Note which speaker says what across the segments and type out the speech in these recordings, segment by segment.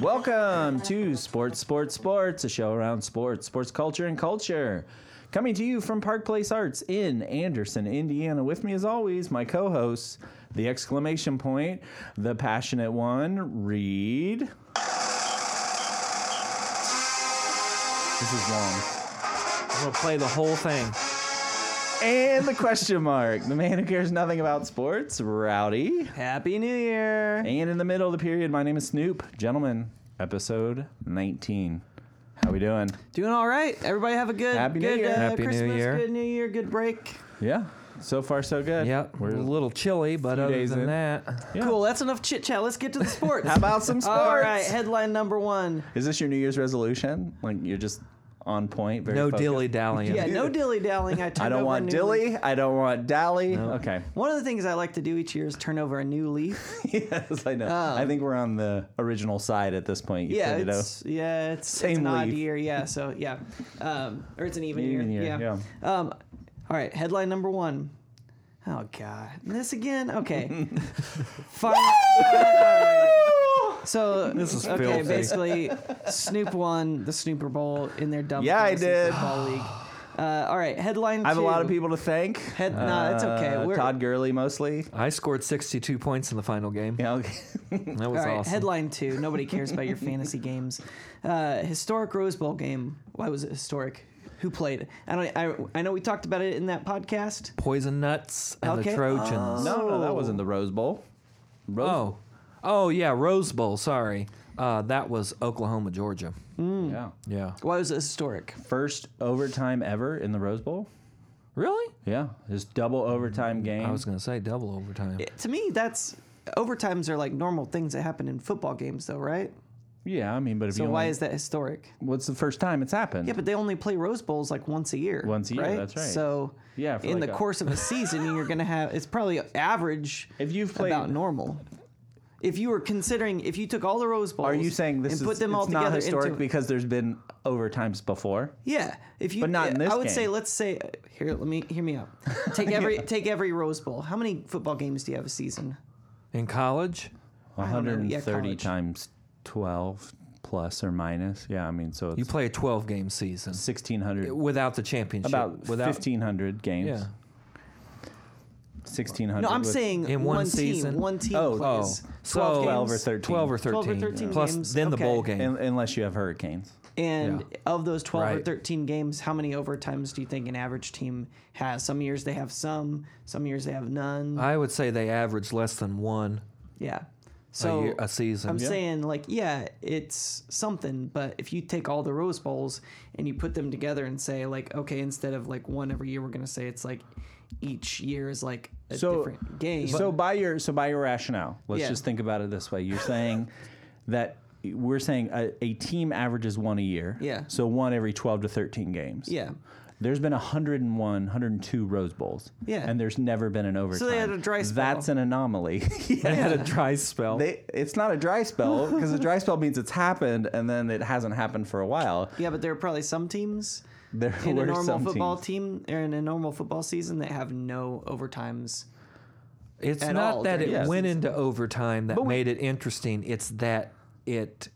Speaker 1: Welcome to Sports, Sports, Sports, a show around sports, sports culture, and culture. Coming to you from Park Place Arts in Anderson, Indiana. With me, as always, my co hosts, the exclamation point, the passionate one, Reed. This is long.
Speaker 2: I'm gonna play the whole thing.
Speaker 1: And the question mark, the man who cares nothing about sports, Rowdy.
Speaker 2: Happy New Year!
Speaker 1: And in the middle of the period, my name is Snoop. Gentlemen, episode 19. How we doing?
Speaker 2: Doing all right. Everybody have a good,
Speaker 1: Happy New
Speaker 2: good
Speaker 1: Year.
Speaker 2: Uh,
Speaker 3: Happy New
Speaker 2: Christmas,
Speaker 3: Year.
Speaker 2: good New Year, good break.
Speaker 1: Yeah. So far, so good.
Speaker 3: Yep, we're a
Speaker 1: We're,
Speaker 3: little chilly, but other
Speaker 1: days
Speaker 3: than
Speaker 1: in.
Speaker 3: that,
Speaker 1: Yeah.
Speaker 2: Cool. That's enough chit chat. Let's get to the sports.
Speaker 1: How about some sports?
Speaker 2: All right. Headline number one.
Speaker 1: Is this your New Year's resolution? Like you're just on point. Very
Speaker 3: no
Speaker 1: focused?
Speaker 3: dilly dallying.
Speaker 2: Yeah. No dilly dallying. I,
Speaker 1: I
Speaker 2: turned
Speaker 1: don't
Speaker 2: over a
Speaker 1: want
Speaker 2: new
Speaker 1: dilly.
Speaker 2: leaf.
Speaker 1: I don't want dally. Okay.
Speaker 2: One of the things I like to do each year is turn over a new leaf.
Speaker 1: yes, I know. I think we're on the original side at this point. You
Speaker 2: Oh. Yeah.
Speaker 1: figured it out.
Speaker 2: It's, yeah. It's, it's
Speaker 1: Same
Speaker 2: an odd
Speaker 1: leaf.
Speaker 2: year. Yeah. So yeah. Um, or it's an even,
Speaker 1: Even
Speaker 2: year.
Speaker 1: year,
Speaker 2: Yeah. Um, all right. Headline number one. Oh God. This again. Okay. Fine. Oh, So this
Speaker 3: is
Speaker 2: okay.
Speaker 3: filthy.
Speaker 2: Basically, Snoop won the Snooper Bowl in their dumb.
Speaker 1: Yeah, I
Speaker 2: fantasy
Speaker 1: did.
Speaker 2: Football league. Uh, all right, headline.
Speaker 1: I have a
Speaker 2: two.
Speaker 1: lot of people to thank. Uh,
Speaker 2: Head- no, it's okay. We're-
Speaker 1: Todd Gurley mostly.
Speaker 3: I scored 62 points in the final game.
Speaker 1: Yeah. Okay.
Speaker 3: That was
Speaker 2: All right,
Speaker 3: awesome.
Speaker 2: headline two. Nobody cares about your fantasy games. Uh, historic Rose Bowl game. Why was it historic? Who played? it? I don't. I, I know we talked about it in that podcast.
Speaker 3: Poison nuts and
Speaker 2: Okay. uh,
Speaker 3: the Trojans.
Speaker 1: no, no, that wasn't the
Speaker 2: Oh.
Speaker 1: Rose Bowl. Rose
Speaker 3: Oh, oh yeah, Rose Bowl. Sorry, uh, that was Oklahoma, Georgia.
Speaker 2: Hmm.
Speaker 1: Yeah.
Speaker 3: Yeah,
Speaker 2: Why was it historic?
Speaker 1: First overtime ever in the Rose Bowl.
Speaker 3: really?
Speaker 1: Yeah. This double
Speaker 2: Hmm.
Speaker 1: overtime game.
Speaker 3: I was gonna say double overtime.
Speaker 2: It- to me, that's overtimes are like normal things that happen in football games, though, right?
Speaker 1: yeah, I mean, but if
Speaker 2: So
Speaker 1: you
Speaker 2: why
Speaker 1: only-
Speaker 2: is that historic?
Speaker 1: what's the first time it's happened?
Speaker 2: Yeah, but they only play Rose Bowls like once a year.
Speaker 1: Once a year, that's right.
Speaker 2: So
Speaker 1: Yeah, for
Speaker 2: in
Speaker 1: like
Speaker 2: the
Speaker 1: a-
Speaker 2: course of a season, you're gonna have it's probably average.
Speaker 1: If you've played-
Speaker 2: about normal, if you were considering if you took all the Rose Bowls,
Speaker 1: Are you saying this
Speaker 2: and
Speaker 1: is
Speaker 2: put them
Speaker 1: it's
Speaker 2: all
Speaker 1: not
Speaker 2: together
Speaker 1: historic
Speaker 2: into,
Speaker 1: because there's been overtimes before?
Speaker 2: yeah, if you
Speaker 1: But not in this
Speaker 2: I would say
Speaker 1: game.
Speaker 2: let's say here let me hear me out. Take every take every Rose Bowl. How many football games do you have a season?
Speaker 3: In college,
Speaker 2: don't know. Yeah,
Speaker 1: 130
Speaker 2: college.
Speaker 1: times 12 plus or minus. Yeah, I mean, so it's
Speaker 3: you play a 12 game season
Speaker 1: 1600
Speaker 3: without the championship.
Speaker 1: about
Speaker 3: without
Speaker 1: 1500 games.
Speaker 3: Yeah.
Speaker 1: 1600.
Speaker 2: No, I'm
Speaker 1: with-
Speaker 2: saying
Speaker 3: In
Speaker 2: one,
Speaker 3: one
Speaker 2: team.
Speaker 3: season?
Speaker 2: One team
Speaker 1: Oh,
Speaker 3: Oh,
Speaker 2: plays
Speaker 3: so
Speaker 2: 12
Speaker 1: 12 or
Speaker 2: games.
Speaker 1: 13.
Speaker 3: 12 or 13.
Speaker 2: 12 or 13
Speaker 3: Plus,
Speaker 2: games.
Speaker 3: then the
Speaker 2: Okay.
Speaker 3: bowl game.
Speaker 1: un- unless you have hurricanes.
Speaker 2: And
Speaker 3: Yeah.
Speaker 2: of those 12 or
Speaker 3: Right.
Speaker 2: 13 games, how many overtimes do you think an average team has? Some years they have some, some years they have
Speaker 1: Uh,
Speaker 2: none.
Speaker 3: I would say they average less than one
Speaker 2: yeah. So
Speaker 3: a, year, a season.
Speaker 2: I'm saying, like, yeah, it's something, but if you take all the Rose Bowls and you put them together and say, like, okay, instead of like one every year, we're going to say it's like each year is like a
Speaker 1: So-
Speaker 2: different game.
Speaker 1: So by your so by your rationale, let's
Speaker 2: Yeah.
Speaker 1: just think about it this way. You're saying that we're saying a, a team averages one a year.
Speaker 2: Yeah.
Speaker 1: So one every 12 to 13 games.
Speaker 2: yeah.
Speaker 1: There's been 101, 102 Rose Bowls.
Speaker 2: Yeah.
Speaker 1: And there's never been an overtime.
Speaker 2: they had a dry spell.
Speaker 1: That's an anomaly.
Speaker 3: they had a dry spell.
Speaker 1: They, it's not a dry spell because a dry spell means it's happened and then it hasn't happened for a while.
Speaker 2: Yeah, but there are probably some teams
Speaker 1: There
Speaker 2: in
Speaker 1: were
Speaker 2: a normal
Speaker 1: some
Speaker 2: football
Speaker 1: teams.
Speaker 2: team or in a normal football season that have no overtimes.
Speaker 3: It's
Speaker 2: at
Speaker 3: not
Speaker 2: all
Speaker 3: that it
Speaker 2: during the
Speaker 3: went into overtime that
Speaker 1: we-
Speaker 3: made it interesting. It's that it,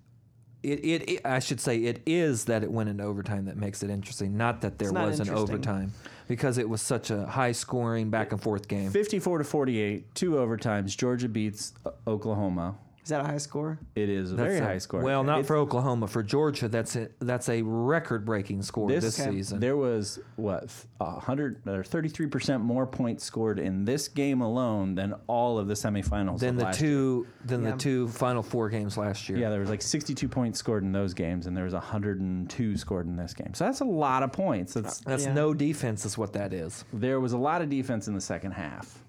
Speaker 3: it, it, it- I should say, it is that it went into overtime that makes it interesting. Not that there
Speaker 2: not
Speaker 3: was an
Speaker 2: interesting.
Speaker 3: overtime because it was such a high scoring back and forth game.
Speaker 1: 54 to 48, two overtimes. Georgia beats uh, Oklahoma.
Speaker 2: Is that a high score?
Speaker 1: It is a very
Speaker 3: So-
Speaker 1: high score.
Speaker 3: Well, not
Speaker 1: It's-
Speaker 3: for Oklahoma. For Georgia, that's a, that's a record breaking score this,
Speaker 1: Okay.
Speaker 3: season.
Speaker 1: There was what hundred or thirty three percent more points scored in this game alone than all of the semifinals.
Speaker 3: than
Speaker 1: of
Speaker 3: the
Speaker 1: last year.
Speaker 3: two, than
Speaker 2: Yeah.
Speaker 3: the two final four games last year.
Speaker 1: Yeah, there was like sixty two points scored in those games, and there was hundred and two scored in this game. So that's a lot of points. That's,
Speaker 3: That's
Speaker 2: Yeah.
Speaker 3: no defense, is what that is.
Speaker 1: there was a lot of defense in the second half.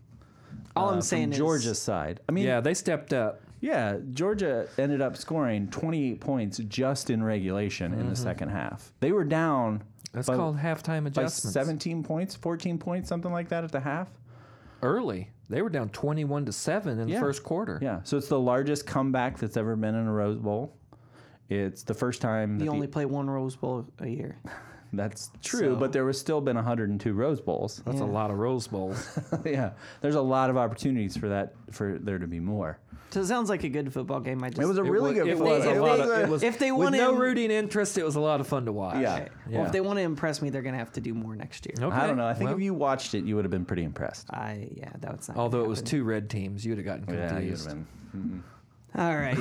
Speaker 2: All
Speaker 1: uh,
Speaker 2: I'm
Speaker 1: from
Speaker 2: saying is
Speaker 1: Georgia's side. I mean,
Speaker 3: Yeah, they stepped up.
Speaker 1: Yeah, Georgia ended up scoring 28 points just in regulation in the second half. They were down
Speaker 3: Mm-hmm. That's
Speaker 1: by,
Speaker 3: called halftime
Speaker 1: by
Speaker 3: adjustments.
Speaker 1: 17 points, 14 points, something like that at the half.
Speaker 3: early. They were down 21 to 7 in
Speaker 1: Yeah.
Speaker 3: the first quarter.
Speaker 1: Yeah, so it's the largest comeback that's ever been in a Rose Bowl. It's the first time that
Speaker 2: You
Speaker 1: the-
Speaker 2: only play one Rose Bowl a year.
Speaker 1: That's true,
Speaker 2: So-
Speaker 1: but there was still been 102 Rose Bowls.
Speaker 3: That's a
Speaker 2: Yeah.
Speaker 3: lot of Rose Bowls.
Speaker 1: yeah, there's a lot of opportunities for that for there to be more.
Speaker 2: So it sounds like a good football game. I just
Speaker 1: It was a really good.
Speaker 3: It
Speaker 1: football
Speaker 3: was
Speaker 2: If
Speaker 1: game.
Speaker 3: a
Speaker 2: they-
Speaker 3: lot of. It
Speaker 1: It was-
Speaker 3: was,
Speaker 2: if they
Speaker 3: with
Speaker 2: want
Speaker 3: no
Speaker 2: him-
Speaker 3: rooting interest, it was a lot of fun to watch.
Speaker 1: Yeah.
Speaker 2: Well,
Speaker 3: Yeah.
Speaker 2: if they want to impress me, they're gonna have to do more next year.
Speaker 3: Okay.
Speaker 1: I don't know. I think
Speaker 3: Well,
Speaker 1: if you watched it, you would have been pretty impressed.
Speaker 2: I yeah, that's not. gonna
Speaker 3: although it was
Speaker 2: happen.
Speaker 3: two red teams, you'd have gotten
Speaker 1: Yeah, you would
Speaker 3: confused.
Speaker 1: have been.
Speaker 2: All right.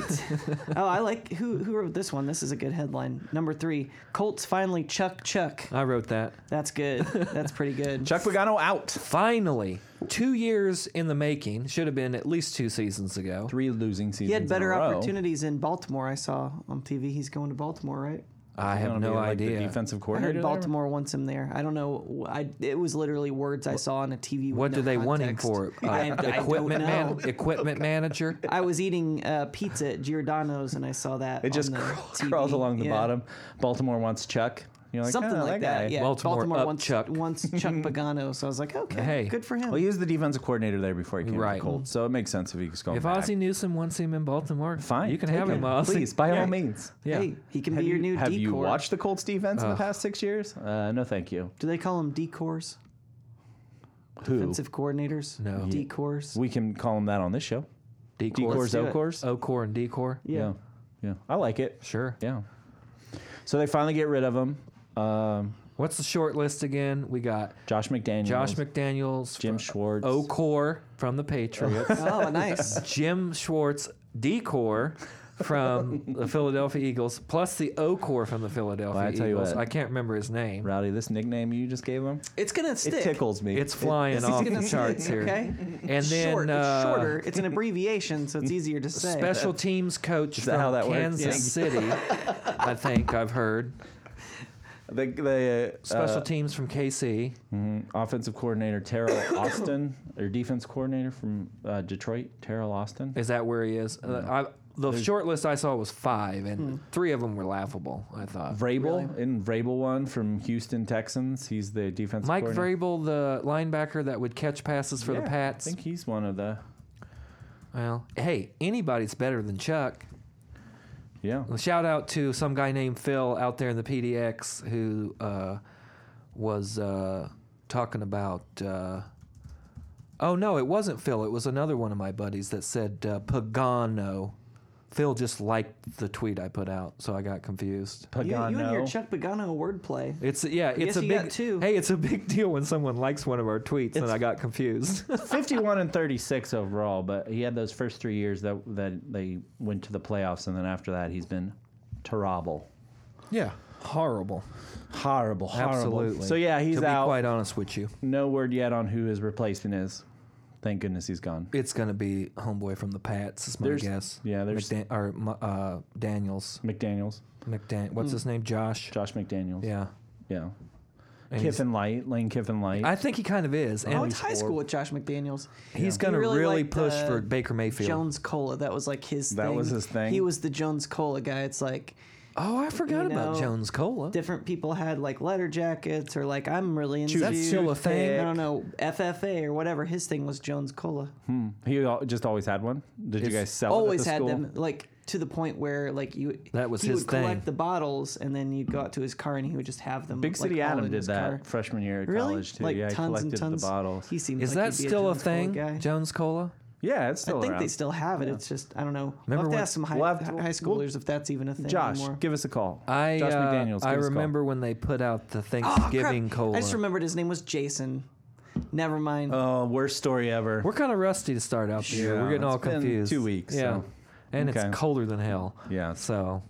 Speaker 2: oh, I like who who wrote this one. This is a good headline. Number three: Colts finally chuck Chuck.
Speaker 3: I wrote that.
Speaker 2: That's good. That's pretty good.
Speaker 1: Chuck Pagano out.
Speaker 3: Finally, two years in the making. Should have been at least two seasons ago.
Speaker 1: Three losing seasons.
Speaker 2: He had better
Speaker 1: in a row.
Speaker 2: opportunities in Baltimore. I saw on TV. He's going to Baltimore, right?
Speaker 3: I
Speaker 1: He's
Speaker 3: have
Speaker 1: gonna
Speaker 3: no
Speaker 1: be, like, the
Speaker 3: idea.
Speaker 1: defensive
Speaker 2: I
Speaker 1: coordinator.
Speaker 2: heard
Speaker 1: there?
Speaker 2: Baltimore wants him there. I don't know. I it was literally words I saw on a TV. with
Speaker 3: What
Speaker 2: no
Speaker 3: do they want him
Speaker 2: context.
Speaker 3: for? Uh,
Speaker 2: I, I don't
Speaker 3: equipment
Speaker 2: know.
Speaker 3: man, equipment manager.
Speaker 2: I was eating uh, pizza at Giordano's and I saw that.
Speaker 1: It just
Speaker 2: on the
Speaker 1: crawls,
Speaker 2: TV.
Speaker 1: crawls along the
Speaker 2: Yeah.
Speaker 1: bottom. Baltimore wants Chuck. You're like
Speaker 2: Something
Speaker 1: "Oh,
Speaker 2: like
Speaker 1: guy."
Speaker 2: that. Yeah.
Speaker 3: Baltimore up
Speaker 2: wants
Speaker 3: Chuck.
Speaker 2: wants Chuck Pagano. So I was like, okay,
Speaker 3: Hey.
Speaker 2: good for him.
Speaker 1: Well, he was the defensive coordinator there before he came to
Speaker 3: Right.
Speaker 1: the Colts, so it makes sense if he was going
Speaker 3: If
Speaker 1: back.
Speaker 3: Ozzie Newsome wants him in Baltimore,
Speaker 1: Fine,
Speaker 3: you can
Speaker 1: take
Speaker 3: have him,
Speaker 1: it.
Speaker 3: Ozzie.
Speaker 1: Please, by
Speaker 3: Yeah.
Speaker 1: all means.
Speaker 3: Yeah.
Speaker 2: Hey, he can
Speaker 1: Have
Speaker 2: be your
Speaker 1: you-
Speaker 2: new
Speaker 1: Have
Speaker 2: decor.
Speaker 1: you watched the Colts defense in the
Speaker 3: Ugh.
Speaker 1: past six years? Uh, no, thank you.
Speaker 2: Do they call them decors?
Speaker 1: Who?
Speaker 2: Defensive coordinators?
Speaker 3: No.
Speaker 2: Decors?
Speaker 1: We can call him that on this show.
Speaker 3: Decor,
Speaker 1: Decors,
Speaker 2: do it.
Speaker 1: Ocors.
Speaker 3: Ocor, and Decor.
Speaker 2: Yeah.
Speaker 1: yeah, yeah. I like it.
Speaker 3: Sure.
Speaker 1: Yeah. So they finally get rid of him. Um,
Speaker 3: What's the short list again? We got
Speaker 1: Josh McDaniels.
Speaker 3: Josh Oh. McDaniels,
Speaker 1: Jim
Speaker 3: fr-
Speaker 1: Schwartz.
Speaker 3: Ocor from the Patriots,
Speaker 2: Oh, nice.
Speaker 3: Jim Schwartz, Decor from the Philadelphia Eagles, plus the Ocor from the Philadelphia
Speaker 1: Well, I tell you
Speaker 3: Eagles.
Speaker 1: what.
Speaker 3: I can't remember his name.
Speaker 1: Rowdy, this nickname you just gave him,
Speaker 2: It's gonna
Speaker 1: it
Speaker 2: stick.
Speaker 1: tickles me.
Speaker 3: It's flying
Speaker 2: It's
Speaker 3: off
Speaker 2: gonna
Speaker 3: the charts
Speaker 2: stick,
Speaker 3: here.
Speaker 2: Okay.
Speaker 3: And then
Speaker 2: Short, it's
Speaker 3: uh,
Speaker 2: shorter. It's an abbreviation, so it's easier to say.
Speaker 3: special teams coach
Speaker 1: that
Speaker 3: from
Speaker 1: how that works? Uh,
Speaker 3: Kansas City. I think I've heard
Speaker 1: the, the uh, mm-hmm.
Speaker 3: special teams from KC.
Speaker 1: offensive coordinator Terrell Austin or defense coordinator from uh, Detroit, Terrell Austin.
Speaker 3: Is that where he is? Uh, I, the short list I saw was five, and three of them were laughable. I thought
Speaker 1: Vrabel in Vrabel one from Houston Texans. He's the defense.
Speaker 3: Mike
Speaker 1: coordinator.
Speaker 3: Vrabel, the linebacker that would catch passes for
Speaker 1: Yeah,
Speaker 3: the Pats.
Speaker 1: I think he's one of the.
Speaker 3: Well, hey, anybody's better than Chuck.
Speaker 1: Yeah.
Speaker 3: Well, shout out to some guy named Phil out there in the PDX who uh, was uh, talking about. Uh, oh no, it wasn't Phil. It was another one of my buddies that said uh, Pagano. Phil just liked the tweet I put out, so I got confused.
Speaker 2: You, you and your
Speaker 1: Pagano.
Speaker 2: Chuck Pagano wordplay.
Speaker 3: It's yeah, it's
Speaker 2: Yes,
Speaker 3: a
Speaker 2: you
Speaker 3: big
Speaker 2: got two.
Speaker 3: Hey, it's a big deal when someone likes one of our tweets, and
Speaker 1: It's-
Speaker 3: I got confused.
Speaker 1: 51 and 36 overall, but he had those first three years that, that they went to the playoffs, and then after that, he's been terrible.
Speaker 3: yeah, horrible.
Speaker 1: Horrible, horrible.
Speaker 3: Absolutely.
Speaker 1: So, yeah, he's
Speaker 3: to
Speaker 1: out.
Speaker 3: Be quite honest with you,
Speaker 1: no word yet on who his replacement is. Thank goodness he's gone.
Speaker 3: it's gonna be homeboy from the Pats. Is my
Speaker 1: There's-
Speaker 3: guess.
Speaker 1: yeah, there's-
Speaker 3: McDan- or mu- uh, Daniels.
Speaker 1: McDaniels.
Speaker 3: McDan. What's
Speaker 2: Hmm.
Speaker 3: his name? Josh.
Speaker 1: Josh McDaniels.
Speaker 3: Yeah.
Speaker 1: Yeah.
Speaker 3: And he's-
Speaker 1: Kiffin Light, Lane Kiffin Light.
Speaker 3: I think he kind of is,
Speaker 2: I
Speaker 3: and
Speaker 2: went to Oh, high school with Josh McDaniels.
Speaker 3: he's
Speaker 2: He
Speaker 3: gonna really,
Speaker 2: liked,
Speaker 3: push
Speaker 2: uh,
Speaker 3: for Baker Mayfield.
Speaker 2: Jones Cola. That was like his.
Speaker 1: That
Speaker 2: thing.
Speaker 1: was his thing?
Speaker 2: He was the Jones Cola guy. It's like
Speaker 3: Oh, I forgot
Speaker 2: You
Speaker 3: about
Speaker 2: know,
Speaker 3: Jones Cola.
Speaker 2: different people had like letter jackets or like I'm really into
Speaker 3: That's still a thing.
Speaker 2: I don't know FFA or whatever. His thing was Jones Cola.
Speaker 1: he al- just always had one. Did you
Speaker 3: It's
Speaker 1: guys sell it Hmm. at
Speaker 2: Always
Speaker 1: the
Speaker 2: had
Speaker 1: school?
Speaker 2: them like to the point where like you
Speaker 3: That was
Speaker 2: he
Speaker 3: his
Speaker 2: would
Speaker 3: thing.
Speaker 2: collect the bottles and then you'd go out to his car and he would just have them.
Speaker 1: Big
Speaker 2: like,
Speaker 1: City
Speaker 2: all
Speaker 1: Adam
Speaker 2: in
Speaker 1: did
Speaker 2: his
Speaker 1: that
Speaker 2: car.
Speaker 1: freshman year at
Speaker 2: Really?
Speaker 1: college too.
Speaker 2: Like
Speaker 1: yeah, he
Speaker 2: tons
Speaker 1: collected
Speaker 2: and tons.
Speaker 1: the bottles.
Speaker 2: He seems
Speaker 3: is
Speaker 2: like
Speaker 3: that
Speaker 2: he'd be
Speaker 3: still a
Speaker 2: Jones Cola
Speaker 3: thing?
Speaker 2: guy.
Speaker 3: Jones Cola.
Speaker 1: yeah, it's
Speaker 2: I
Speaker 1: still
Speaker 2: think
Speaker 1: around.
Speaker 2: they still have it. It's just I don't know.
Speaker 3: Remember
Speaker 2: we'll have
Speaker 3: when-
Speaker 2: to ask some high,
Speaker 1: we'll have to-
Speaker 2: high schoolers if that's even a thing
Speaker 1: Josh,
Speaker 2: anymore.
Speaker 1: give us a call.
Speaker 3: I
Speaker 1: Josh
Speaker 3: uh,
Speaker 1: McDaniels. give
Speaker 3: I
Speaker 1: us a call.
Speaker 3: remember when they put out the
Speaker 2: Oh, crap.
Speaker 3: Thanksgiving Cola.
Speaker 2: I just remembered his name was Jason. Never mind.
Speaker 1: Oh, worst story ever.
Speaker 3: We're kind of rusty to start out the year.
Speaker 1: Yeah,
Speaker 3: We're getting all
Speaker 1: it's been
Speaker 3: confused.
Speaker 1: two weeks,
Speaker 3: Yeah.
Speaker 1: so-
Speaker 3: And
Speaker 1: Okay.
Speaker 3: it's colder than hell.
Speaker 1: Yeah.
Speaker 3: So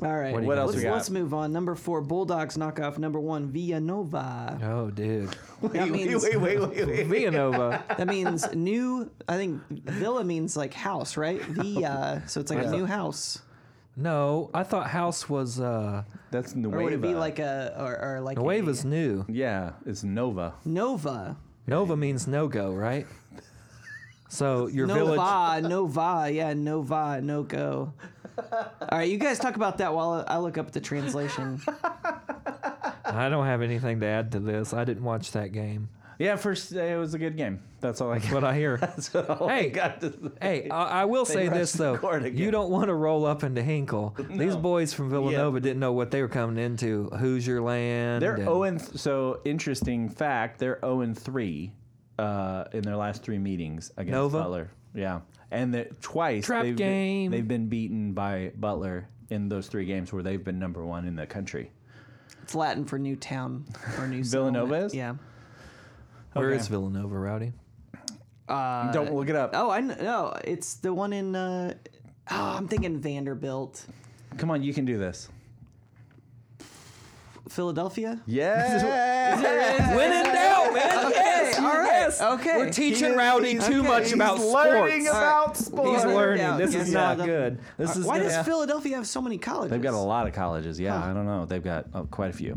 Speaker 2: All right.
Speaker 3: What do you got?
Speaker 2: let's,
Speaker 1: What else we got?
Speaker 2: let's move on. Number four, Bulldogs knock off number one, Villanova.
Speaker 3: Oh dude.
Speaker 2: That means,
Speaker 1: wait, wait, wait.
Speaker 3: Villanova.
Speaker 2: that means new. I think Villa means like house, right? Villa. So it's like a new house.
Speaker 3: No, I thought House was uh
Speaker 1: That's Nueva.
Speaker 2: Or would it be like a or, or like a-
Speaker 3: Nueva's new.
Speaker 1: Yeah, it's Nova.
Speaker 2: Nova?
Speaker 3: Nova means no go, right? So your village
Speaker 2: Nova, Nova, yeah, Nova, no go. All right, you guys talk about that while I look up the translation.
Speaker 3: I don't have anything to add to this. I didn't watch that game.
Speaker 1: Yeah, first uh, it was a good game. That's all I got.
Speaker 3: What I hear.
Speaker 1: That's all I
Speaker 3: Hey.
Speaker 1: got to say.
Speaker 3: Hey, I, I will
Speaker 1: They
Speaker 3: say
Speaker 1: rushed the
Speaker 3: this though:
Speaker 1: court again.
Speaker 3: you don't want to roll up into Hinkle. These boys from Villanova didn't know what they were coming into. Hoosier land.
Speaker 1: They're
Speaker 3: and-
Speaker 1: zero and th- so interesting fact. They're zero and three uh, in their last three meetings against
Speaker 3: Nova?
Speaker 1: Butler. Yeah, and they're- twice
Speaker 3: Trap
Speaker 1: they've Been,
Speaker 3: game.
Speaker 1: they've been beaten by Butler in those three games where they've been number one in the country.
Speaker 2: It's Latin for new town or new
Speaker 1: Villanova
Speaker 2: settlement.
Speaker 1: is?
Speaker 2: Yeah.
Speaker 3: Where
Speaker 1: okay.
Speaker 3: is Villanova, Rowdy?
Speaker 2: Uh,
Speaker 1: Don't look it up.
Speaker 2: Oh, I kn- no. It's the one in. Uh, oh, I'm thinking Vanderbilt,
Speaker 1: Come on, you can do this.
Speaker 2: Philadelphia.
Speaker 1: Yeah.
Speaker 3: When in doubt, man. yes,
Speaker 2: all right,
Speaker 3: yes.
Speaker 2: okay.
Speaker 3: We're teaching
Speaker 1: He is-
Speaker 3: Rowdy
Speaker 1: he-
Speaker 3: too
Speaker 1: okay,
Speaker 3: much
Speaker 1: he's
Speaker 3: about
Speaker 1: learning
Speaker 3: sports.
Speaker 1: about
Speaker 2: He's
Speaker 1: sports.
Speaker 2: learning. Doubt.
Speaker 3: This is
Speaker 2: Yes,
Speaker 3: not
Speaker 2: yeah. Uh,
Speaker 3: good. This is
Speaker 2: Why
Speaker 3: not,
Speaker 2: does Philadelphia have so many colleges?
Speaker 1: They've got a lot of colleges. Yeah, I don't know. They've got oh, quite a few.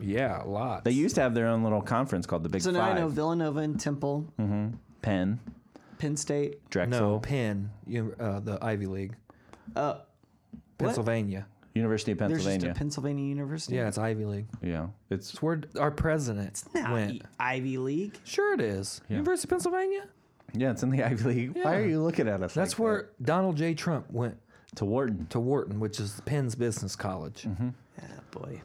Speaker 3: yeah, a lot.
Speaker 1: They used to have their own little conference called the Big
Speaker 2: So now I know
Speaker 1: Five. Hmm.
Speaker 2: Villanova and Temple,
Speaker 1: Penn,
Speaker 2: Penn State.
Speaker 1: Drexel,
Speaker 3: no Penn, you, uh, the Ivy League,
Speaker 2: Uh,
Speaker 3: Pennsylvania.
Speaker 1: University of
Speaker 2: there's just a
Speaker 1: Pennsylvania.
Speaker 2: Pennsylvania University.
Speaker 3: Yeah, it's Ivy League.
Speaker 1: yeah, it's
Speaker 3: It's where our president
Speaker 2: Nah,
Speaker 3: went.
Speaker 2: Ivy League.
Speaker 3: Sure, it is. University of Pennsylvania.
Speaker 1: Yeah, it's in the Ivy League. Why are
Speaker 3: Yeah.
Speaker 1: you looking at us?
Speaker 3: That's
Speaker 1: like
Speaker 3: where Donald J. Trump went
Speaker 1: that? to Wharton.
Speaker 3: to Wharton, which is Penn's Business College.
Speaker 2: Ah, boy.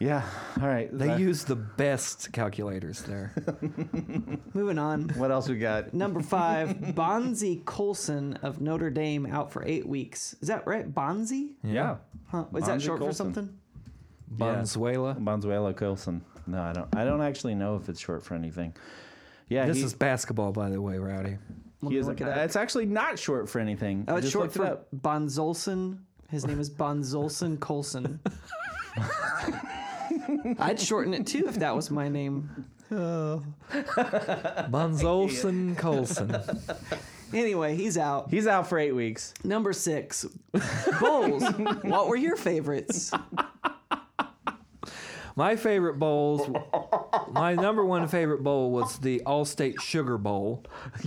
Speaker 1: Yeah. All right.
Speaker 3: They
Speaker 1: Uh,
Speaker 3: use the best calculators there.
Speaker 2: Moving on.
Speaker 1: what else we got?
Speaker 2: Number five, Bonzi Colson of Notre Dame out for eight weeks. Is that right? Bonzi?
Speaker 1: Yeah.
Speaker 2: Huh? Is that
Speaker 1: Bonzi
Speaker 2: short for
Speaker 1: Colson.
Speaker 2: something?
Speaker 3: Bonzuela.
Speaker 1: Bonzuelo Colson. No, I don't. I don't actually know if it's short for anything. Yeah.
Speaker 3: This
Speaker 1: he-
Speaker 3: is basketball, by the way, Rowdy.
Speaker 1: he
Speaker 2: Let me
Speaker 1: is-
Speaker 2: look it up.
Speaker 1: It's actually not short for anything.
Speaker 2: Oh,
Speaker 1: I
Speaker 2: it's
Speaker 1: just
Speaker 2: short
Speaker 1: looked it
Speaker 2: for
Speaker 1: up.
Speaker 2: Bonzolson. His name is Bonzolson Colson. I'd shorten it too if that was my name.
Speaker 3: Bonzolson Colson.
Speaker 2: Anyway, he's out.
Speaker 1: He's out for eight weeks.
Speaker 2: Number six, Bulls. what were your favorites?
Speaker 3: My favorite bowls, my number one favorite bowl was the All State Sugar Bowl.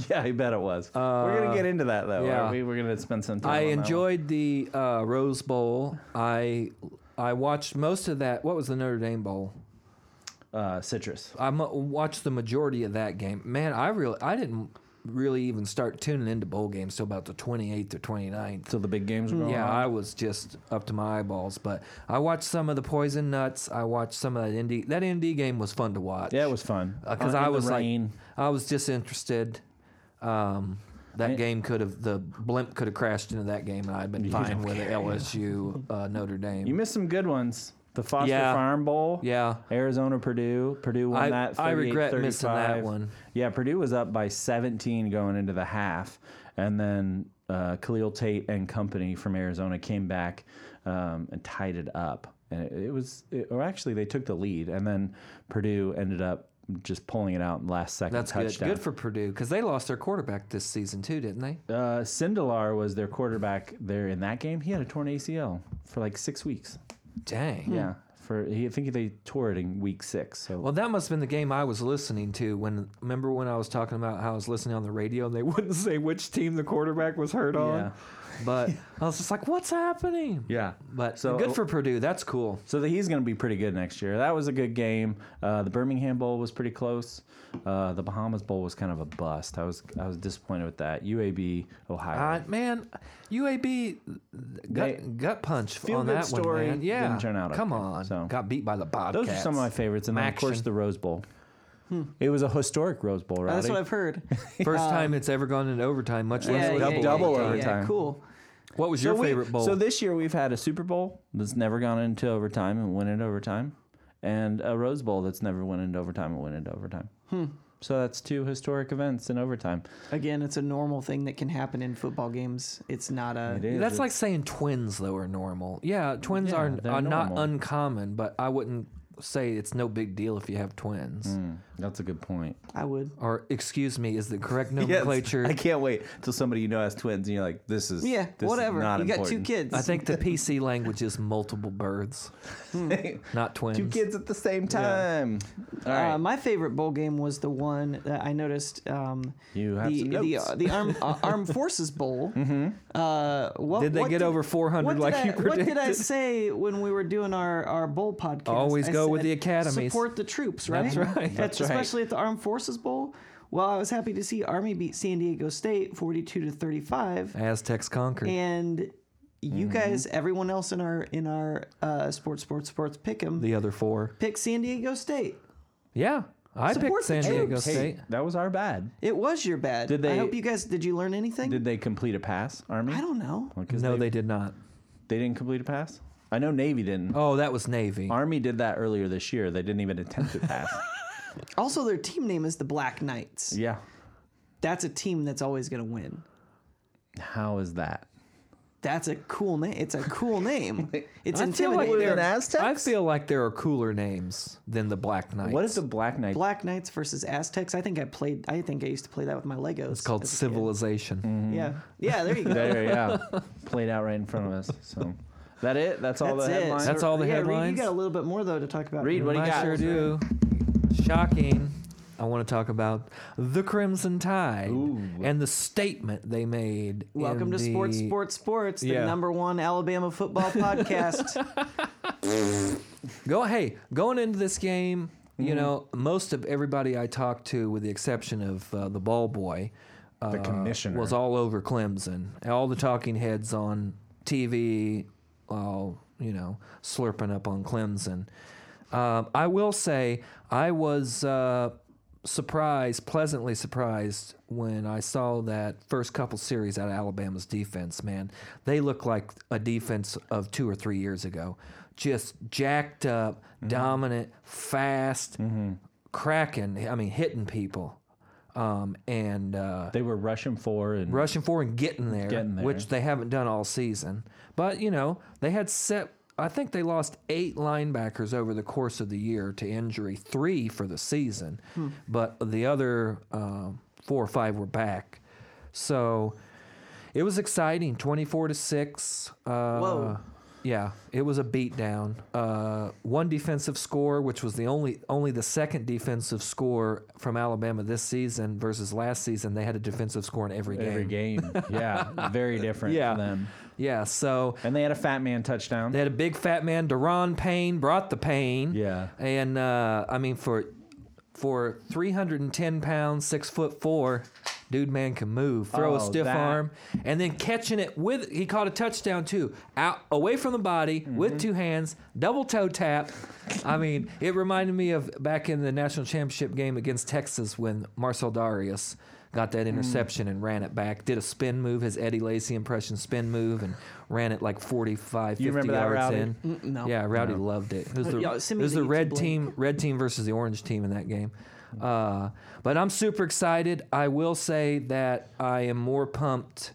Speaker 1: Yeah, I bet it was. we're gonna get into that though.
Speaker 3: yeah.
Speaker 1: aren't we? We're gonna spend some time.
Speaker 3: I
Speaker 1: on that one.
Speaker 3: enjoyed the uh, Rose Bowl. I I watched most of that. What was the Notre Dame Bowl?
Speaker 1: uh, citrus.
Speaker 3: I mu- watched the majority of that game. Man, I really I didn't really even start tuning into bowl games till about the 28th or 29th.
Speaker 1: So the big games are going
Speaker 3: Yeah,
Speaker 1: on.
Speaker 3: I was just up to my eyeballs, but I watched some of the Poison Nuts. I watched some of that indie. That indie game was fun to watch.
Speaker 1: Yeah, it was fun.
Speaker 3: because
Speaker 1: Uh, in
Speaker 3: I
Speaker 1: the
Speaker 3: was
Speaker 1: rain.
Speaker 3: like, I was disinterested. Um, that game could have the blimp could have crashed into that game, and I'd been fine with LSU uh, Notre Dame.
Speaker 1: you missed some good ones. The Foster
Speaker 3: Yeah.
Speaker 1: Farm Bowl.
Speaker 3: yeah,
Speaker 1: Arizona, Purdue. Purdue won
Speaker 3: I-
Speaker 1: that. 38,
Speaker 3: I regret missing that
Speaker 1: 35.
Speaker 3: one.
Speaker 1: Yeah, Purdue was up by 17 going into the half, and then uh, Khalil Tate and company from Arizona came back um, and tied it up. And it, it was, it, or actually, they took the lead, and then Purdue ended up just pulling it out in last second
Speaker 3: that's good.
Speaker 1: touchdown.
Speaker 3: Good for Purdue because they lost their quarterback this season too, didn't they?
Speaker 1: Uh, Sindelar was their quarterback there in that game. He had a torn ACL for like six weeks.
Speaker 3: Dang.
Speaker 1: Yeah, for he, I think they tore it in week six. So
Speaker 3: Hmm. Well, that must have been the game I was listening to when. Remember when I was talking about how I was listening on the radio and they wouldn't say which team the quarterback was hurt on?
Speaker 1: Yeah.
Speaker 3: But I was just like, what's happening?
Speaker 1: yeah,
Speaker 3: But
Speaker 1: So- oh
Speaker 3: good for Purdue. That's cool.
Speaker 1: so that he's going to be pretty good next year. That was a good game. Uh, the Birmingham Bowl was pretty close. Uh, the Bahamas Bowl was kind of a bust. I was I was disappointed with that. UAB Ohio.
Speaker 3: Uh, man, UAB gut,
Speaker 1: They-
Speaker 3: gut punch
Speaker 1: Feel
Speaker 3: on
Speaker 1: good
Speaker 3: that
Speaker 1: story
Speaker 3: one. Man. Yeah,
Speaker 1: didn't turn out
Speaker 3: Come
Speaker 1: okay,
Speaker 3: on,
Speaker 1: so.
Speaker 3: got beat by the Bobcats.
Speaker 1: Those are some of my favorites, and then of course
Speaker 3: Maction.
Speaker 1: the Rose Bowl. It was a historic Rose Bowl, right?
Speaker 2: That's what I've heard.
Speaker 3: First time it's ever gone in overtime, much less
Speaker 1: yeah,
Speaker 3: double.
Speaker 1: yeah, double
Speaker 3: overtime.
Speaker 1: overtime.
Speaker 2: cool.
Speaker 3: What was
Speaker 1: So
Speaker 3: your
Speaker 1: we-
Speaker 3: favorite bowl?
Speaker 1: So this year we've had a Super Bowl that's never gone into overtime and went into overtime, and a Rose Bowl that's never went into overtime and went into overtime. So that's two historic events in overtime.
Speaker 2: Again, it's a normal thing that can happen in football games. It's not a.
Speaker 1: It is.
Speaker 3: That's like saying twins though are normal. Yeah, twins
Speaker 1: Yeah,
Speaker 3: are,
Speaker 1: they're
Speaker 3: are not
Speaker 1: normal.
Speaker 3: uncommon, but I wouldn't say it's no big deal if you have twins.
Speaker 1: Mm, that's a good point.
Speaker 2: I would.
Speaker 3: Or excuse me, is the correct nomenclature?
Speaker 1: I can't wait till somebody you know has twins and you're like, this is
Speaker 2: Yeah,
Speaker 1: this is
Speaker 2: whatever.
Speaker 1: not
Speaker 2: You got two
Speaker 1: important.
Speaker 2: kids.
Speaker 3: I think the PC language is multiple births, not twins.
Speaker 1: two kids at the same time. All right.
Speaker 2: Uh, my favorite bowl game was the one that I noticed. Um,
Speaker 1: You have
Speaker 2: the
Speaker 1: some
Speaker 2: the,
Speaker 1: notes.
Speaker 2: uh, the Arm, uh, Armed Forces Bowl. Uh, what,
Speaker 3: Mm-hmm. Did they
Speaker 2: what
Speaker 3: get over 400
Speaker 2: what did
Speaker 3: like
Speaker 2: I,
Speaker 3: you
Speaker 2: What did I
Speaker 3: predicted?
Speaker 2: say when we were doing our, our bowl podcast?
Speaker 3: Always
Speaker 2: I
Speaker 3: go go with the academies.
Speaker 2: Support the troops, right?
Speaker 3: That's right.
Speaker 2: At-
Speaker 1: That's right.
Speaker 2: Especially at the Armed Forces Bowl. Well, I was happy to see Army beat San Diego State 42 to 35,
Speaker 3: Aztecs conquered.
Speaker 2: and you
Speaker 3: Mm-hmm.
Speaker 2: guys, everyone else in our in our uh, sports, sports, sports, pick 'em.
Speaker 3: the other four.
Speaker 2: pick San Diego State.
Speaker 3: Yeah, I
Speaker 2: Support
Speaker 3: picked
Speaker 2: the
Speaker 3: San Diego
Speaker 2: troops.
Speaker 3: State.
Speaker 1: That was our bad.
Speaker 2: It was your bad.
Speaker 1: Did
Speaker 2: I
Speaker 1: they-
Speaker 2: hope you guys. Did you learn anything?
Speaker 1: Did they complete a pass, Army?
Speaker 2: I don't know.
Speaker 1: Because
Speaker 3: no,
Speaker 1: they,
Speaker 3: they did not.
Speaker 1: they didn't complete a pass. I know Navy didn't.
Speaker 3: Oh, that was Navy.
Speaker 1: Army did that earlier this year. They didn't even attempt to pass.
Speaker 2: Also, their team name is the Black Knights.
Speaker 1: yeah.
Speaker 2: That's a team that's always going to win.
Speaker 1: How is that?
Speaker 2: That's a cool name. It's a cool name. It's
Speaker 3: I feel like
Speaker 2: intimidating.
Speaker 3: there-
Speaker 1: an Aztecs?
Speaker 3: I feel like there are cooler names than the Black Knights.
Speaker 1: What is the Black Knight?
Speaker 2: Black Knights versus Aztecs. I think I played. I think I used to play that with my Legos.
Speaker 3: It's called
Speaker 2: as a kid.
Speaker 3: Civilization.
Speaker 1: Mm.
Speaker 2: Yeah, yeah. There you go.
Speaker 1: there, yeah. Played out right in front of us. So that it? That's all
Speaker 2: That's
Speaker 1: the
Speaker 2: it.
Speaker 1: headlines?
Speaker 3: That's all the
Speaker 2: yeah, Reed,
Speaker 3: headlines?
Speaker 2: you got a little bit more though to talk about.
Speaker 1: Reed, what do you
Speaker 3: I
Speaker 1: got?
Speaker 3: sure do. Shocking. I want to talk about the Crimson Tide and the statement they made.
Speaker 2: Welcome
Speaker 3: in
Speaker 2: to
Speaker 3: the,
Speaker 2: Sports, Sports, Sports, the
Speaker 3: Yeah.
Speaker 2: number one Alabama football podcast.
Speaker 3: Go hey, going into this game,
Speaker 1: Mm-hmm.
Speaker 3: you know, most of everybody I talked to, with the exception of uh, the ball boy, uh,
Speaker 1: The commissioner.
Speaker 3: was all over Clemson. All the talking heads on TV, all you know, slurping up on Clemson. Um, I will say I was uh, surprised, pleasantly surprised, when I saw that first couple series out of Alabama's defense. Man, they look like a defense of two or three years ago. Just jacked up, dominant, fast, cracking. I mean, hitting people. Um, and uh,
Speaker 1: They were rushing for and
Speaker 3: rushing for and getting there,
Speaker 1: Getting there.
Speaker 3: which they haven't done all season. But you know, they had set. I think they lost eight linebackers over the course of the year to injury, three for the season,
Speaker 1: Hmm.
Speaker 3: but the other um, four or five were back. So it was exciting, twenty-four to six. Uh,
Speaker 2: Whoa.
Speaker 3: Yeah, it was a beatdown. Uh, one defensive score, which was the only only the second defensive score from Alabama this season versus last season. They had a defensive score in every game.
Speaker 1: every game. Yeah. Very different
Speaker 3: Yeah.
Speaker 1: for them.
Speaker 3: Yeah, so
Speaker 1: And they had a fat man touchdown.
Speaker 3: they had a big fat man, Deron Payne, brought the pain.
Speaker 1: Yeah.
Speaker 3: and uh, I mean for for 310 pounds, six foot four, dude man can move, throw
Speaker 1: Oh,
Speaker 3: a stiff
Speaker 1: that-
Speaker 3: arm, and then catching it with he caught a touchdown too, out away from the body
Speaker 1: Mm-hmm.
Speaker 3: with two hands, double toe tap. I mean, it reminded me of back in the national championship game against Texas when Marcel Darius. Got
Speaker 1: Mm.
Speaker 3: that interception and ran it back. Did a spin move, his Eddie Lacy impression spin move, and ran it like 45, 50
Speaker 1: You remember that,
Speaker 3: yards
Speaker 1: Rowdy? Mm,
Speaker 3: in.
Speaker 2: no.
Speaker 3: Yeah, Rowdy loved it. It was the,
Speaker 2: Yo, send
Speaker 3: it
Speaker 2: me
Speaker 3: was
Speaker 2: the
Speaker 3: the
Speaker 2: YouTube
Speaker 3: red
Speaker 2: link.
Speaker 3: team, red team versus the orange team in that game. Uh, but I'm super excited. I will say that I am more pumped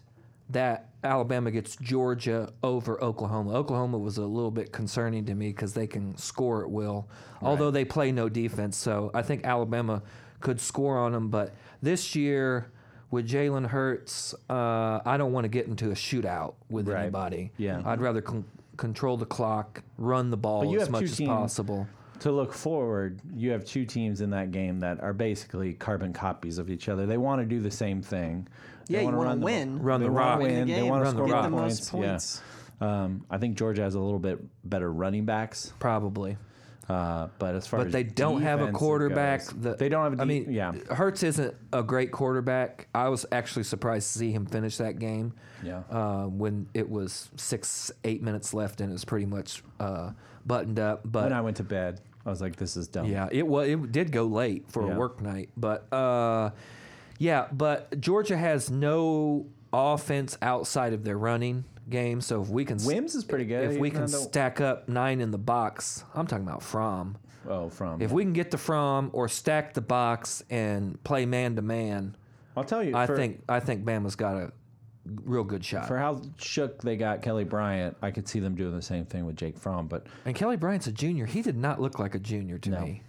Speaker 3: that Alabama gets Georgia over Oklahoma. Oklahoma was a little bit concerning to me because they can score at will, although they play no defense. So I think Alabama could score on them. But this year with Jalen Hurts, uh, I don't want to get into a shootout with
Speaker 1: Right.
Speaker 3: anybody.
Speaker 1: Yeah.
Speaker 3: I'd rather con- control the clock, run the ball
Speaker 1: But you
Speaker 3: as
Speaker 1: have
Speaker 3: much
Speaker 1: two
Speaker 3: as
Speaker 1: teams-
Speaker 3: possible.
Speaker 1: to look forward, you have two teams in that game that are basically carbon copies of each other. They want to do the same thing. They
Speaker 2: Yeah, you
Speaker 1: wanna
Speaker 2: wanna
Speaker 1: run the-
Speaker 2: win.
Speaker 3: Run
Speaker 1: they
Speaker 3: the
Speaker 1: wanna
Speaker 3: rock.
Speaker 2: Win the
Speaker 1: win. They
Speaker 2: game.
Speaker 1: want to
Speaker 3: Run the
Speaker 1: score
Speaker 3: rock.
Speaker 1: more
Speaker 3: Get the
Speaker 1: points.
Speaker 2: most
Speaker 1: Yeah.
Speaker 2: points.
Speaker 1: Um, I think Georgia has a little bit better running backs,
Speaker 3: Probably.
Speaker 1: uh, but as far
Speaker 3: But
Speaker 1: as
Speaker 3: they don't have a
Speaker 1: defense
Speaker 3: quarterback.
Speaker 1: goes,
Speaker 3: that-
Speaker 1: they don't have. A de-
Speaker 3: I mean,
Speaker 1: yeah,
Speaker 3: Hertz isn't a great quarterback. I was actually surprised to see him finish that game.
Speaker 1: Yeah.
Speaker 3: Uh, when it was six, eight minutes left, and it was pretty much uh, buttoned up. But
Speaker 1: when I went to bed, I was like, "This is dumb."
Speaker 3: Yeah, it was. It did go late for
Speaker 1: Yeah.
Speaker 3: a work night, but uh, yeah, but Georgia has no offense outside of their running game. So if we can, s-
Speaker 1: Wims is pretty good.
Speaker 3: If we
Speaker 1: He's
Speaker 3: can
Speaker 1: not the-
Speaker 3: stack up nine in the box, I'm talking about From.
Speaker 1: Oh, from
Speaker 3: If we can get the From or stack the box and play man to man,
Speaker 1: I'll tell you,
Speaker 3: I
Speaker 1: for,
Speaker 3: think I think Bama's got a real good shot.
Speaker 1: for how shook they got Kelly Bryant, I could see them doing the same thing with Jake Fromm. But
Speaker 3: and Kelly Bryant's a junior. He did not look like a junior to me.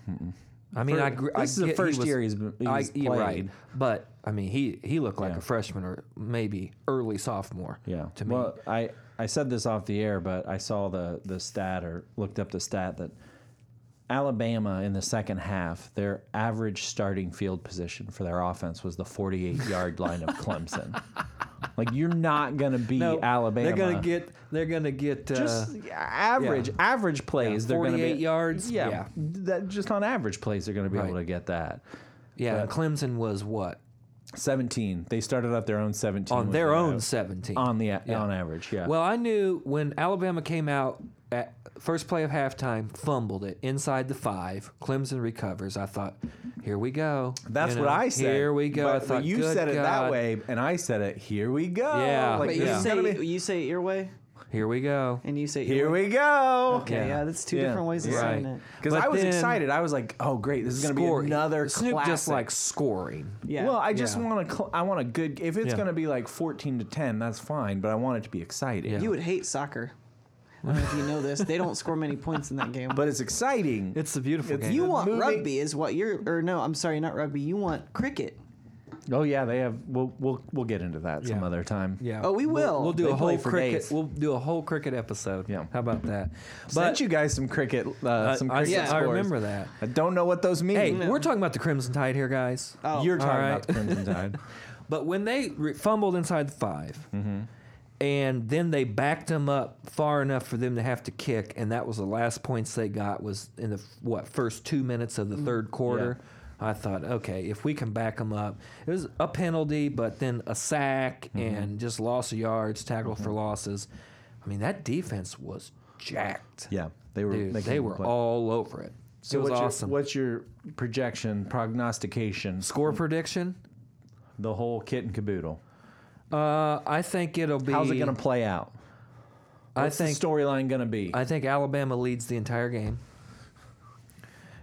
Speaker 3: I mean,
Speaker 1: For-
Speaker 3: I gr- I
Speaker 1: this is the
Speaker 3: get he
Speaker 1: first
Speaker 3: was-
Speaker 1: year he's been- he's
Speaker 3: you're
Speaker 1: played.
Speaker 3: but I mean, he he looked like
Speaker 1: Yeah.
Speaker 3: a freshman or maybe early sophomore.
Speaker 1: Yeah.
Speaker 3: to me.
Speaker 1: Well, I, I said this off the air, but I saw the, the stat or looked up the stat that Alabama in the second half, their average starting field position for their offense was the 48 yard line of Clemson. Like you're not gonna beat Alabama.
Speaker 3: They're gonna get. They're gonna get. Uh,
Speaker 1: just average
Speaker 3: yeah.
Speaker 1: average plays. they're gonna
Speaker 3: 48
Speaker 1: be
Speaker 3: yards?
Speaker 1: Yeah,
Speaker 3: Yeah.
Speaker 1: that just on average plays they're gonna be able
Speaker 3: Right.
Speaker 1: to get that.
Speaker 3: yeah. and Clemson was what
Speaker 1: 17. They started out their own 17
Speaker 3: on
Speaker 1: was
Speaker 3: their
Speaker 1: what I
Speaker 3: own
Speaker 1: was-
Speaker 3: seventeen.
Speaker 1: on the on average. Yeah.
Speaker 3: Well, I knew when Alabama came out at first play of halftime, fumbled it inside the five. Clemson recovers. I thought, here we go.
Speaker 1: that's
Speaker 3: You
Speaker 1: what
Speaker 3: know,
Speaker 1: I said.
Speaker 3: Here we go.
Speaker 1: But,
Speaker 3: I
Speaker 1: but
Speaker 3: thought
Speaker 1: you
Speaker 3: "Good
Speaker 1: said it that
Speaker 3: God,
Speaker 1: way, and I said it. Here we go.
Speaker 3: Yeah.
Speaker 1: Like,
Speaker 2: But
Speaker 3: But
Speaker 1: this
Speaker 2: you
Speaker 3: yeah.
Speaker 1: is gonna
Speaker 2: say
Speaker 1: be-
Speaker 2: you say it your way,
Speaker 3: Here we go.
Speaker 2: and you say it
Speaker 1: here
Speaker 2: your way.
Speaker 1: we go.
Speaker 2: Okay, yeah. that's two
Speaker 1: Yeah.
Speaker 2: different ways of
Speaker 3: Right.
Speaker 2: saying it.
Speaker 1: Because
Speaker 3: But
Speaker 1: I was
Speaker 3: then-
Speaker 1: excited. I was like, oh great, this is gonna
Speaker 3: Scoring.
Speaker 1: be another
Speaker 3: Snoop just
Speaker 1: classic.
Speaker 3: like scoring.
Speaker 2: Yeah.
Speaker 1: Well, I just
Speaker 3: Yeah.
Speaker 1: want to. Cl- I want a good. If it's
Speaker 3: Yeah.
Speaker 1: going to be like fourteen to ten, that's fine. But I want it to be exciting.
Speaker 3: Yeah.
Speaker 2: you would hate soccer. I don't know if you know this. They don't score many points in that game.
Speaker 1: But it's exciting.
Speaker 3: It's a beautiful
Speaker 1: It's-
Speaker 3: game.
Speaker 2: you want
Speaker 1: moving-
Speaker 2: rugby is what you're or no, I'm sorry, not rugby. You want cricket.
Speaker 1: oh yeah, they have. We'll we'll we'll get into that some
Speaker 3: Yeah.
Speaker 1: other time.
Speaker 3: Yeah.
Speaker 2: Oh, we
Speaker 3: We'll,
Speaker 2: will.
Speaker 3: we'll do
Speaker 1: They
Speaker 3: a
Speaker 1: play
Speaker 3: whole
Speaker 1: for
Speaker 3: cricket.
Speaker 1: days.
Speaker 3: We'll do a whole cricket episode.
Speaker 1: Yeah.
Speaker 3: How about that?
Speaker 1: Sent you guys some cricket. Uh,
Speaker 3: I-
Speaker 1: some
Speaker 3: I,
Speaker 1: cricket
Speaker 2: yeah,
Speaker 3: I
Speaker 1: scores.
Speaker 3: remember that.
Speaker 1: I don't know what those mean.
Speaker 3: Hey, we're talking about the Crimson Tide here, guys.
Speaker 2: Oh.
Speaker 1: You're talking
Speaker 3: All
Speaker 1: about the Crimson Tide.
Speaker 3: But when they re- fumbled inside the 5
Speaker 1: Mm-hmm.
Speaker 3: and then they backed them up far enough for them to have to kick, and that was the last points they got was in the f- what first two minutes of the
Speaker 1: Mm-hmm.
Speaker 3: third quarter. I thought, okay, if we can back them up, it was a penalty, but then a sack
Speaker 1: Mm-hmm.
Speaker 3: and just loss of yards, tackle for losses. I mean, that defense was jacked.
Speaker 1: Yeah, they were.
Speaker 3: Dude,
Speaker 1: making
Speaker 3: they were
Speaker 1: play.
Speaker 3: all over it.
Speaker 1: So
Speaker 3: it was
Speaker 1: what's
Speaker 3: awesome.
Speaker 1: your what's your projection, prognostication,
Speaker 3: Score prediction?
Speaker 1: the whole kit and caboodle?
Speaker 3: Uh, I think it'll be.
Speaker 1: How's it going to play out?
Speaker 3: I
Speaker 1: What's
Speaker 3: think
Speaker 1: the storyline going to be.
Speaker 3: I think Alabama leads the entire game.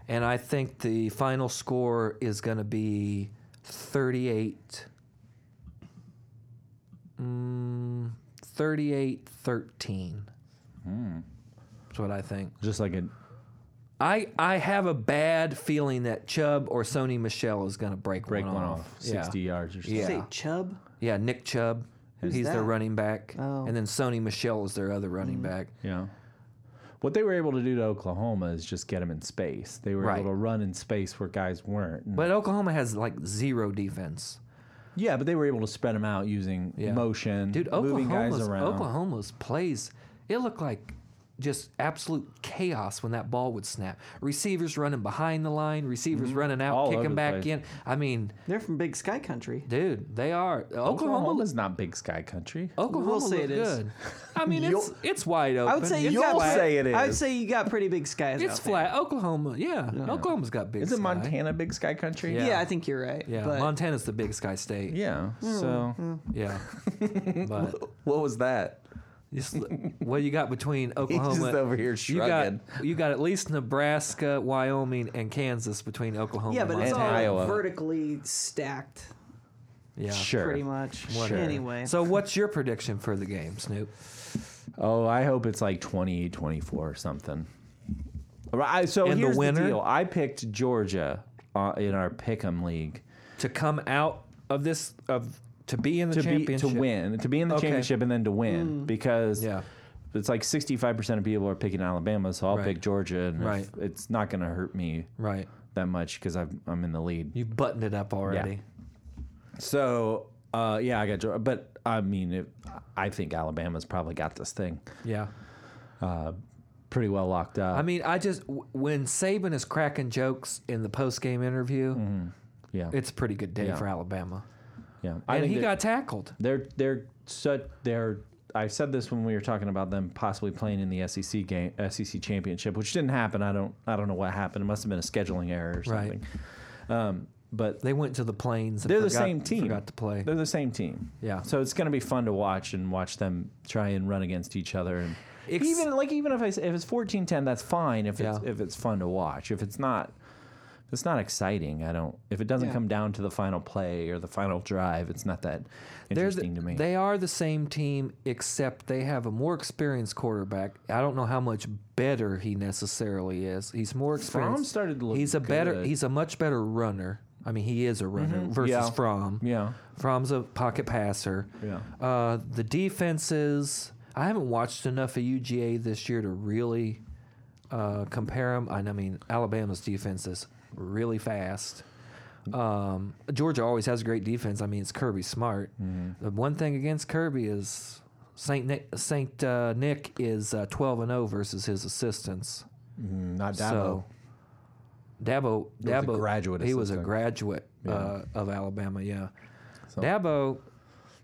Speaker 3: And I think the final score is going to be 38 mm, 38 13. That's what I think.
Speaker 1: Just like a
Speaker 3: I, I have a bad feeling that Chubb or Sony Michelle is going to break,
Speaker 1: break
Speaker 3: one, off. Yeah.
Speaker 1: sixty yards or something.
Speaker 3: Yeah.
Speaker 2: Say Chubb.
Speaker 3: Yeah, Nick Chubb. he's
Speaker 2: that?
Speaker 3: their running back.
Speaker 2: Oh.
Speaker 3: And then Sony Michelle is their other running back.
Speaker 1: Yeah. What they were able to do to Oklahoma is just get them in space. They were
Speaker 3: Right.
Speaker 1: able to run in space where guys weren't. And-
Speaker 3: But Oklahoma has like zero defense.
Speaker 1: yeah, but they were able to spread them out using
Speaker 3: Yeah.
Speaker 1: motion,
Speaker 3: Dude,
Speaker 1: moving guys
Speaker 3: Oklahoma's,
Speaker 1: around.
Speaker 3: Oklahoma's plays, it looked like just absolute chaos when that ball would snap. Receivers running behind the line, receivers running out,
Speaker 1: Mm-hmm. All over
Speaker 3: kicking
Speaker 1: the
Speaker 3: back
Speaker 1: place.
Speaker 3: in. I mean,
Speaker 2: They're from Big Sky Country.
Speaker 3: dude, they are. Oklahoma
Speaker 1: Oklahoma's not big sky country.
Speaker 3: Oklahoma
Speaker 2: We'll say
Speaker 3: looked
Speaker 2: it is.
Speaker 3: good. I mean, it's it's wide open.
Speaker 2: I would say
Speaker 3: it's,
Speaker 2: you
Speaker 1: You'll
Speaker 2: got
Speaker 1: say it
Speaker 2: I would
Speaker 1: is.
Speaker 2: say you got pretty big skies.
Speaker 3: it's
Speaker 2: out there.
Speaker 3: flat. Oklahoma, yeah. Oklahoma's got big
Speaker 1: Isn't
Speaker 3: sky.
Speaker 1: Montana big sky country?
Speaker 3: Yeah.
Speaker 2: Yeah. I think you're right.
Speaker 3: Yeah,
Speaker 2: but
Speaker 3: Montana's the big sky state.
Speaker 1: Yeah.
Speaker 3: Hmm,
Speaker 1: So
Speaker 3: Yeah. but
Speaker 1: what was that?
Speaker 3: Just, l- what you got between Oklahoma?
Speaker 1: over here shrugging.
Speaker 3: You got, you got at least Nebraska, Wyoming, and Kansas between Oklahoma.
Speaker 2: yeah,
Speaker 3: and
Speaker 2: but it's all
Speaker 1: Montana. Iowa.
Speaker 2: vertically stacked,
Speaker 3: Montana. yeah.
Speaker 1: Sure.
Speaker 2: pretty much.
Speaker 1: Sure.
Speaker 2: Anyway,
Speaker 3: So what's your prediction for the game, Snoop?
Speaker 1: Oh, I hope it's like 20, 24 or something. Right. So
Speaker 3: And the
Speaker 1: here's the,
Speaker 3: winner?
Speaker 1: deal. I picked Georgia uh, in our pick'em league.
Speaker 3: To come out of this of to be in the
Speaker 1: to be to
Speaker 3: championship
Speaker 1: win to be in the
Speaker 3: Okay. Hmm.
Speaker 1: championship and then to win because
Speaker 3: Yeah.
Speaker 1: it's like 65% of people are picking Alabama so I'll
Speaker 3: Right.
Speaker 1: pick Georgia and if-
Speaker 3: Right.
Speaker 1: it's not going to hurt me
Speaker 3: Right.
Speaker 1: that much cuz I'm I'm in the lead.
Speaker 3: You buttoned it up already.
Speaker 1: So uh, yeah, I got Georgia, but I mean it, I think Alabama's probably got this thing
Speaker 3: Yeah.
Speaker 1: pretty well locked up.
Speaker 3: I mean, I just w- when Saban is cracking jokes in the post game interview,
Speaker 1: Mm-hmm. yeah.
Speaker 3: it's a pretty good day
Speaker 1: Yeah.
Speaker 3: for Alabama.
Speaker 1: yeah. I
Speaker 3: And
Speaker 1: think
Speaker 3: he
Speaker 1: that
Speaker 3: got tackled.
Speaker 1: they're they're such they're I said this when we were talking about them possibly playing in the SEC game, SEC championship, which didn't happen. I don't, I don't know what happened. It must have been a scheduling error or
Speaker 3: Right.
Speaker 1: something. Um, but
Speaker 3: They went to the plains. And
Speaker 1: they're the
Speaker 3: forgot-
Speaker 1: same team.
Speaker 3: Forgot to play.
Speaker 1: They're the same team.
Speaker 3: Yeah.
Speaker 1: So it's going to be fun to watch and watch them try and run against each other. And
Speaker 3: Ex-
Speaker 1: even like even if I s- if it's 14-10, that's fine. If it's
Speaker 3: Yeah.
Speaker 1: if it's fun to watch. If it's not, if it's not exciting. I don't. If it doesn't
Speaker 2: Yeah.
Speaker 1: come down to the final play or the final drive, it's not that
Speaker 3: They're
Speaker 1: interesting
Speaker 3: the,
Speaker 1: to me.
Speaker 3: They are the same team, except they have a more experienced quarterback. I don't know how much better he necessarily is. He's more experienced.
Speaker 1: started to look
Speaker 3: He's a better.
Speaker 1: good. Mm-hmm.
Speaker 3: He's a much better runner. I mean, he is a runner versus
Speaker 1: Yeah.
Speaker 3: Fromm.
Speaker 1: yeah.
Speaker 3: Fromm's a pocket passer.
Speaker 1: Yeah.
Speaker 3: Uh, the defenses. I haven't watched enough of UGA this year to really uh, compare them. I mean, Alabama's defense is really fast. Um, Georgia always has a great defense. I mean, it's Kirby Smart. The one thing against Kirby is Saint Nick, Saint uh, Nick is uh, twelve and zero versus his assistants.
Speaker 1: Mm, not Dabo.
Speaker 3: So Dabo,
Speaker 1: He was a
Speaker 3: Dabo,
Speaker 1: graduate
Speaker 3: He was a
Speaker 1: assistant.
Speaker 3: graduate uh, of Alabama. Yeah,
Speaker 1: So-
Speaker 3: Dabo.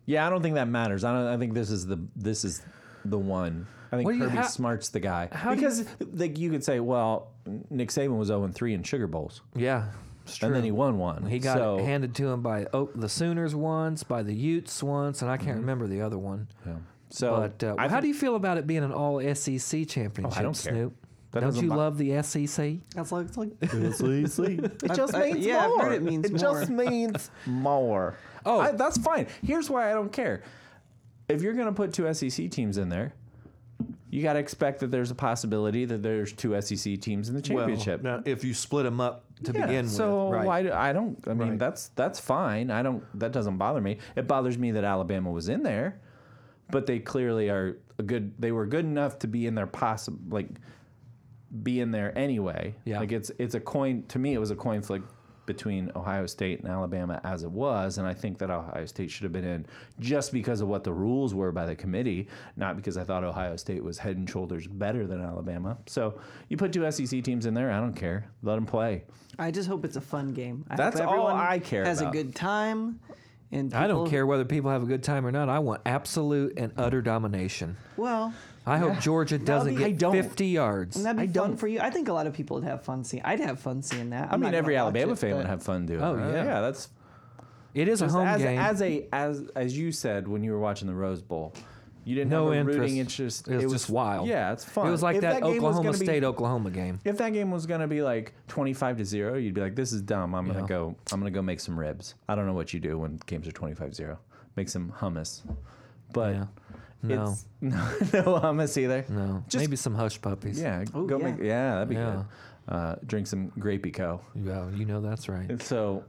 Speaker 1: yeah, I don't think that matters. I don't. I think this is the this is the one. I think
Speaker 3: What do you-
Speaker 1: Kirby
Speaker 3: how-
Speaker 1: Smart's the guy
Speaker 3: how do you-
Speaker 1: because like you could say, well, Nick Saban was 0 3 in Sugar Bowls,
Speaker 3: Yeah, it's true.
Speaker 1: and then he won one.
Speaker 3: He got
Speaker 1: so,
Speaker 3: it handed to him by oh, the Sooners once, by the Utes once, and I can't remember the other one.
Speaker 1: yeah. So
Speaker 3: but uh,
Speaker 1: I
Speaker 3: how
Speaker 1: think-
Speaker 3: do you feel about it being an All SEC championship,
Speaker 1: don't care.
Speaker 3: Snoop?
Speaker 1: That
Speaker 3: don't
Speaker 1: doesn't
Speaker 3: you
Speaker 1: bo-
Speaker 3: love the E SEC?
Speaker 2: That's like, it's like
Speaker 1: It just
Speaker 2: I-
Speaker 3: uh,
Speaker 1: means
Speaker 2: yeah, I've
Speaker 1: more.
Speaker 2: heard it means
Speaker 1: just means more.
Speaker 3: Oh.
Speaker 1: I, that's fine. Here's why I don't care. If you're going to put two SEC teams in there, you got to expect that there's a possibility that there's two SEC teams in the championship.
Speaker 3: Well, now, if you split them up to
Speaker 1: Yeah,
Speaker 3: begin
Speaker 1: so
Speaker 3: with, right?
Speaker 1: why do, I don't? I mean,
Speaker 3: Right.
Speaker 1: that's that's fine. I don't. That doesn't bother me. It bothers me that Alabama was in there, but they clearly are a good. They were good enough to be in there, possible like be in there anyway.
Speaker 3: Yeah.
Speaker 1: like it's it's a coin to me. It was a coin flip between Ohio State and Alabama as it was, and I think that Ohio State should have been in just because of what the rules were by the committee, not because I thought Ohio State was head and shoulders better than Alabama. So you put two SEC teams in there. I don't care. Let them play.
Speaker 2: I just hope it's a fun game. I hope
Speaker 1: That's all
Speaker 2: everyone
Speaker 1: I care
Speaker 2: Has
Speaker 1: about.
Speaker 2: a good time, and
Speaker 3: I don't
Speaker 2: people-
Speaker 3: care whether people have a good time or not. I want absolute and utter domination.
Speaker 2: Well,
Speaker 3: I hope Georgia doesn't
Speaker 1: be- I
Speaker 3: get
Speaker 1: don't.
Speaker 3: 50 yards.
Speaker 2: and that'd be
Speaker 1: I
Speaker 2: fun
Speaker 1: don't-
Speaker 2: for you. I think a lot of people would have fun seeing. I'd have fun seeing that. I'm
Speaker 1: I mean, every Alabama fan
Speaker 2: would
Speaker 1: would have fun doing.
Speaker 3: Oh,
Speaker 1: it, right?
Speaker 3: yeah.
Speaker 1: yeah. That's
Speaker 3: It is a
Speaker 1: just
Speaker 3: home
Speaker 1: as,
Speaker 3: game.
Speaker 1: as a as as you said when you were watching the Rose Bowl, you didn't
Speaker 3: no
Speaker 1: have a
Speaker 3: interest.
Speaker 1: rooting interest.
Speaker 3: It was just wild.
Speaker 1: Yeah, it's fun.
Speaker 3: It was like
Speaker 1: If
Speaker 3: that,
Speaker 1: game was
Speaker 3: Oklahoma
Speaker 1: gonna be-
Speaker 3: State Oklahoma game.
Speaker 1: If that game was gonna be like twenty five to zero, you'd be like, "This is dumb. I'm
Speaker 3: Yeah.
Speaker 1: gonna go. I'm gonna go make some ribs." I don't know what you do when games are 25-0. Make some hummus, but
Speaker 3: Yeah. No,
Speaker 1: it's no, no hummus either.
Speaker 3: no.
Speaker 1: just-
Speaker 3: Maybe some hush puppies.
Speaker 1: Yeah,
Speaker 2: Oh,
Speaker 1: go
Speaker 2: yeah.
Speaker 1: make. Yeah, that'd be
Speaker 3: Yeah.
Speaker 1: good. Uh, drink some grapey co.
Speaker 3: Yeah, you know that's right.
Speaker 1: And so,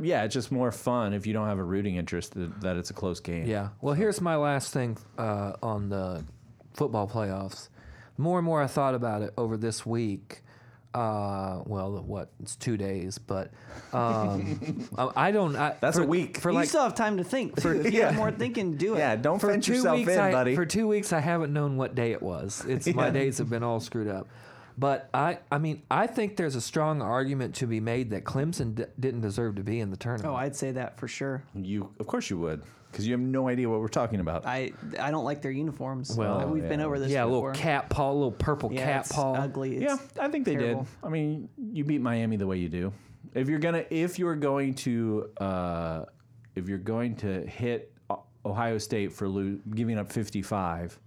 Speaker 1: yeah, it's just more fun if you don't have a rooting interest that, that it's a close game.
Speaker 3: Yeah. Well, here's my last thing uh, on the football playoffs. The more and more I thought about it over this week, uh, well, what? It's two days, but um, I I don't. I,
Speaker 1: That's
Speaker 3: for-
Speaker 1: a week.
Speaker 3: For
Speaker 2: you
Speaker 3: like
Speaker 2: still have time to think. if you
Speaker 1: Yeah.
Speaker 2: have more thinking, do it.
Speaker 1: Yeah, don't
Speaker 3: for
Speaker 1: fence
Speaker 3: two
Speaker 1: yourself
Speaker 3: weeks,
Speaker 1: in,
Speaker 3: I,
Speaker 1: buddy.
Speaker 3: For two weeks, I haven't known what day it was. It's my days have been all screwed up. But I, I mean, I think there's a strong argument to be made that Clemson d- didn't deserve to be in the tournament.
Speaker 2: Oh, I'd say that for sure.
Speaker 1: you, of course, you would, because you have no idea what we're talking about.
Speaker 2: I I don't like their uniforms. Uh,
Speaker 3: Well,
Speaker 2: we've been
Speaker 1: yeah.
Speaker 2: over this.
Speaker 3: yeah, a
Speaker 2: before.
Speaker 3: little cat paw, little purple
Speaker 2: Yeah,
Speaker 3: cat
Speaker 2: it's
Speaker 3: paw.
Speaker 2: Ugly. It's
Speaker 1: yeah, I think they
Speaker 2: terrible.
Speaker 1: did. I mean, you beat Miami the way you do. If you're gonna, if you're going to, uh, if you're going to hit O- Ohio State for lo- giving up 55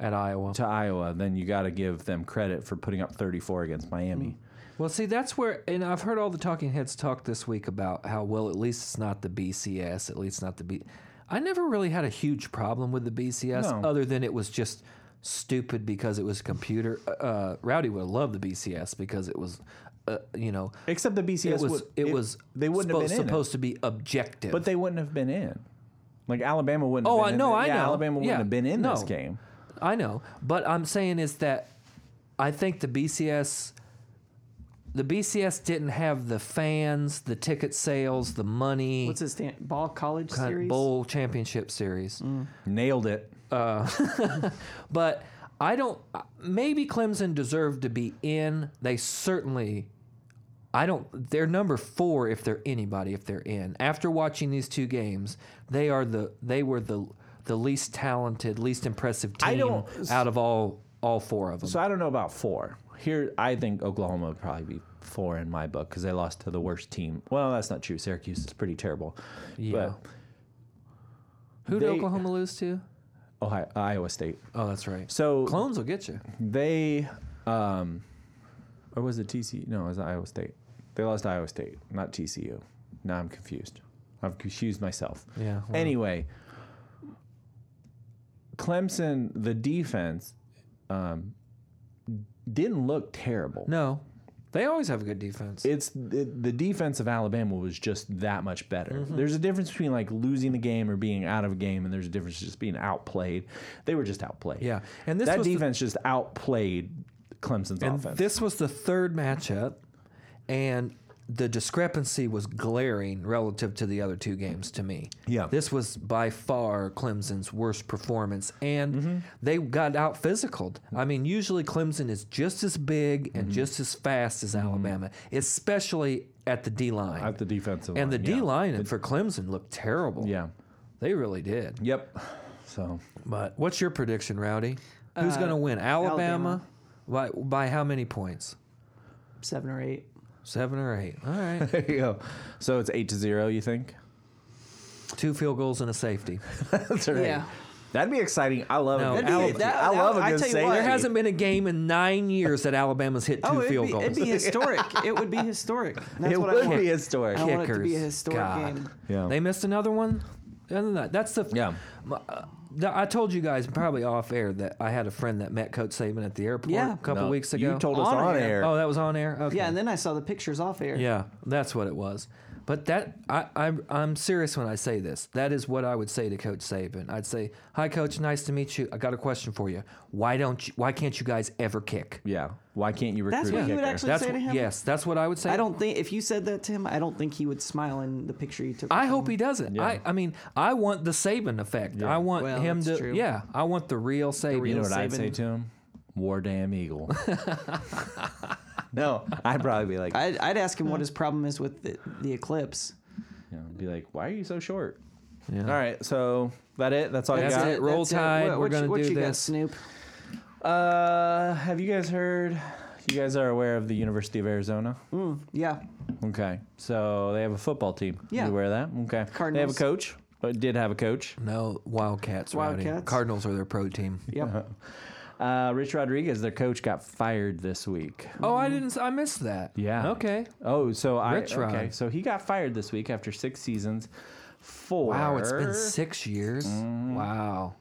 Speaker 3: at Iowa.
Speaker 1: to Iowa, then you got to give them credit for putting up 34 against Miami.
Speaker 3: Well, see, that's where, and I've heard all the talking heads talk this week about how well at least it's not the BCS, at least not the B. I never really had a huge problem with the BCS,
Speaker 1: No.
Speaker 3: other than it was just stupid because it was computer. Uh, Rowdy would have loved the BCS because it was, uh, you know,
Speaker 1: Except the BCS
Speaker 3: it was
Speaker 1: would-
Speaker 3: it, was
Speaker 1: they wouldn't
Speaker 3: supposed,
Speaker 1: have been in it.
Speaker 3: supposed to be objective.
Speaker 1: But they wouldn't have been in. Like Alabama wouldn't.
Speaker 3: Oh,
Speaker 1: have
Speaker 3: I
Speaker 1: been
Speaker 3: know,
Speaker 1: In
Speaker 3: I
Speaker 1: yeah,
Speaker 3: know.
Speaker 1: Alabama wouldn't
Speaker 3: Yeah.
Speaker 1: have been in this
Speaker 3: No.
Speaker 1: game.
Speaker 3: I know, but I'm saying is that I think the BCS the BCS didn't have the fans, the ticket sales, the money.
Speaker 2: What's his stand? Ball College
Speaker 3: kind of
Speaker 2: series.
Speaker 3: bowl championship series.
Speaker 1: Nailed it.
Speaker 3: But I don't. Maybe Clemson deserved to be in. They certainly. I don't. They're number four if they're anybody. If they're in after watching these two games, they are the. They were the the least talented, least impressive team
Speaker 1: I don't-
Speaker 3: out of all all four of them.
Speaker 1: So I don't know about four. Here, I think Oklahoma would probably be four in my book because they lost to the worst team. Well, that's not true. Syracuse is pretty terrible.
Speaker 3: yeah. Who did
Speaker 1: they-
Speaker 3: Oklahoma lose to?
Speaker 1: But Ohio, Iowa State.
Speaker 3: Oh, that's right.
Speaker 1: So
Speaker 3: Clones will get you.
Speaker 1: they, um, or was it TCU? No, it was Iowa State. They lost to Iowa State, not TCU. Now I'm confused. I've confused myself.
Speaker 3: Yeah. well,
Speaker 1: Anyway, Clemson, the defense, um, didn't look terrible.
Speaker 3: no, they always have a good defense.
Speaker 1: It's it, the defense of Alabama was just that much better.
Speaker 3: Mm-hmm.
Speaker 1: There's a difference between like losing the game or being out of a game, and there's a difference just being outplayed. They were just outplayed.
Speaker 3: yeah, and this
Speaker 1: that
Speaker 3: was the-
Speaker 1: defense just outplayed Clemson's
Speaker 3: And
Speaker 1: offense.
Speaker 3: this was the third matchup, and the discrepancy was glaring relative to the other two games to me.
Speaker 1: Yeah.
Speaker 3: This was by far Clemson's worst performance, and
Speaker 1: Mm-hmm.
Speaker 3: they got out physicaled. I mean, usually Clemson is just as big
Speaker 1: Mm-hmm.
Speaker 3: and just as fast as Alabama, especially at the D line.
Speaker 1: at uh, the defensive
Speaker 3: and the
Speaker 1: line,
Speaker 3: D
Speaker 1: yeah.
Speaker 3: line for Clemson looked terrible.
Speaker 1: Yeah.
Speaker 3: They really did.
Speaker 1: Yep. So
Speaker 3: But what's your prediction, Rowdy? Who's going to win? Alabama, By, by how many points?
Speaker 2: seven or eight.
Speaker 3: Seven or eight? All right.
Speaker 1: there you go. So it's eight to zero. You think?
Speaker 3: Two field goals and a safety.
Speaker 1: That's right.
Speaker 2: Yeah.
Speaker 1: That'd be exciting. I love
Speaker 3: No,
Speaker 1: it.
Speaker 3: That'd be-
Speaker 2: that-
Speaker 1: I love
Speaker 2: I
Speaker 1: a good
Speaker 2: tell you
Speaker 1: safety.
Speaker 2: what,
Speaker 3: There hasn't been a game in nine years that Alabama's hit two
Speaker 2: Oh, it'd
Speaker 3: field
Speaker 2: be,
Speaker 3: goals.
Speaker 2: it'd be historic. it would be historic. That's
Speaker 1: it
Speaker 2: what I
Speaker 1: would
Speaker 2: want.
Speaker 1: be historic.
Speaker 2: I want it to be a
Speaker 3: Kickers.
Speaker 2: historic
Speaker 3: God.
Speaker 2: game.
Speaker 1: Yeah.
Speaker 3: They missed another one. Other than that, that's the
Speaker 1: Yeah.
Speaker 3: My- uh, th- I told you guys probably off air that I had a friend that met Coach Saban at the airport
Speaker 2: Yeah.
Speaker 3: a couple
Speaker 1: No,
Speaker 3: weeks ago.
Speaker 1: You told us
Speaker 2: On
Speaker 1: on,
Speaker 2: air.
Speaker 1: air.
Speaker 3: Oh, that was on air. Okay.
Speaker 2: Yeah, and then I saw the pictures off air.
Speaker 3: Yeah, that's what it was. But that I, I'm I'm serious when I say this. That is what I would say to Coach Saban. I'd say, "Hi, Coach. Nice to meet you. I got a question for you. Why don't you, Why can't you guys ever kick?"
Speaker 1: Yeah. Why can't you recruit
Speaker 2: That's
Speaker 1: a
Speaker 2: what you would
Speaker 1: kicker?
Speaker 2: actually
Speaker 3: That's
Speaker 2: say to him.
Speaker 3: yes. That's what I would say.
Speaker 2: I don't think if you said that to him, I don't think he would smile in the picture you took.
Speaker 3: I
Speaker 2: with
Speaker 3: hope
Speaker 2: him.
Speaker 3: he doesn't. I, I mean, I want the Saban effect. I want
Speaker 2: Well,
Speaker 3: him to.
Speaker 2: that's true.
Speaker 3: Yeah, I want the real Saban.
Speaker 1: you know
Speaker 2: real
Speaker 1: what I'd
Speaker 2: Saban.
Speaker 1: say to him? War damn eagle. no, I'd probably be like,
Speaker 2: I'd, I'd ask him what his problem is with the, the eclipse.
Speaker 1: you know, be like, why are you so short?
Speaker 3: Yeah.
Speaker 1: All right, so that it. That's all
Speaker 3: That's
Speaker 1: you got.
Speaker 3: it. Roll
Speaker 2: That's
Speaker 3: Tide.
Speaker 2: What,
Speaker 3: We're
Speaker 2: what
Speaker 3: gonna
Speaker 2: you, what
Speaker 3: do
Speaker 2: you Got,
Speaker 3: this.
Speaker 2: Snoop.
Speaker 1: Uh, have you guys heard? You guys are aware of the University of Arizona?
Speaker 2: Mm, yeah.
Speaker 1: Okay, so they have a football team.
Speaker 2: Yeah.
Speaker 1: you aware of that? Okay, they have a
Speaker 2: Cardinals.
Speaker 1: coach. Or did have a coach.
Speaker 3: No, Wildcats. Rowdy.
Speaker 2: Wildcats.
Speaker 3: Cardinals are their pro team.
Speaker 2: Yep.
Speaker 1: Uh, Rich Rodriguez, their coach, got fired this week.
Speaker 3: Oh, I didn't. I missed that.
Speaker 1: Yeah.
Speaker 3: Okay.
Speaker 1: Oh, so I
Speaker 3: Rich Rod.
Speaker 1: okay. So he got fired this week after six seasons. Four.
Speaker 3: Wow, it's been six years.
Speaker 2: Mm.
Speaker 3: Wow.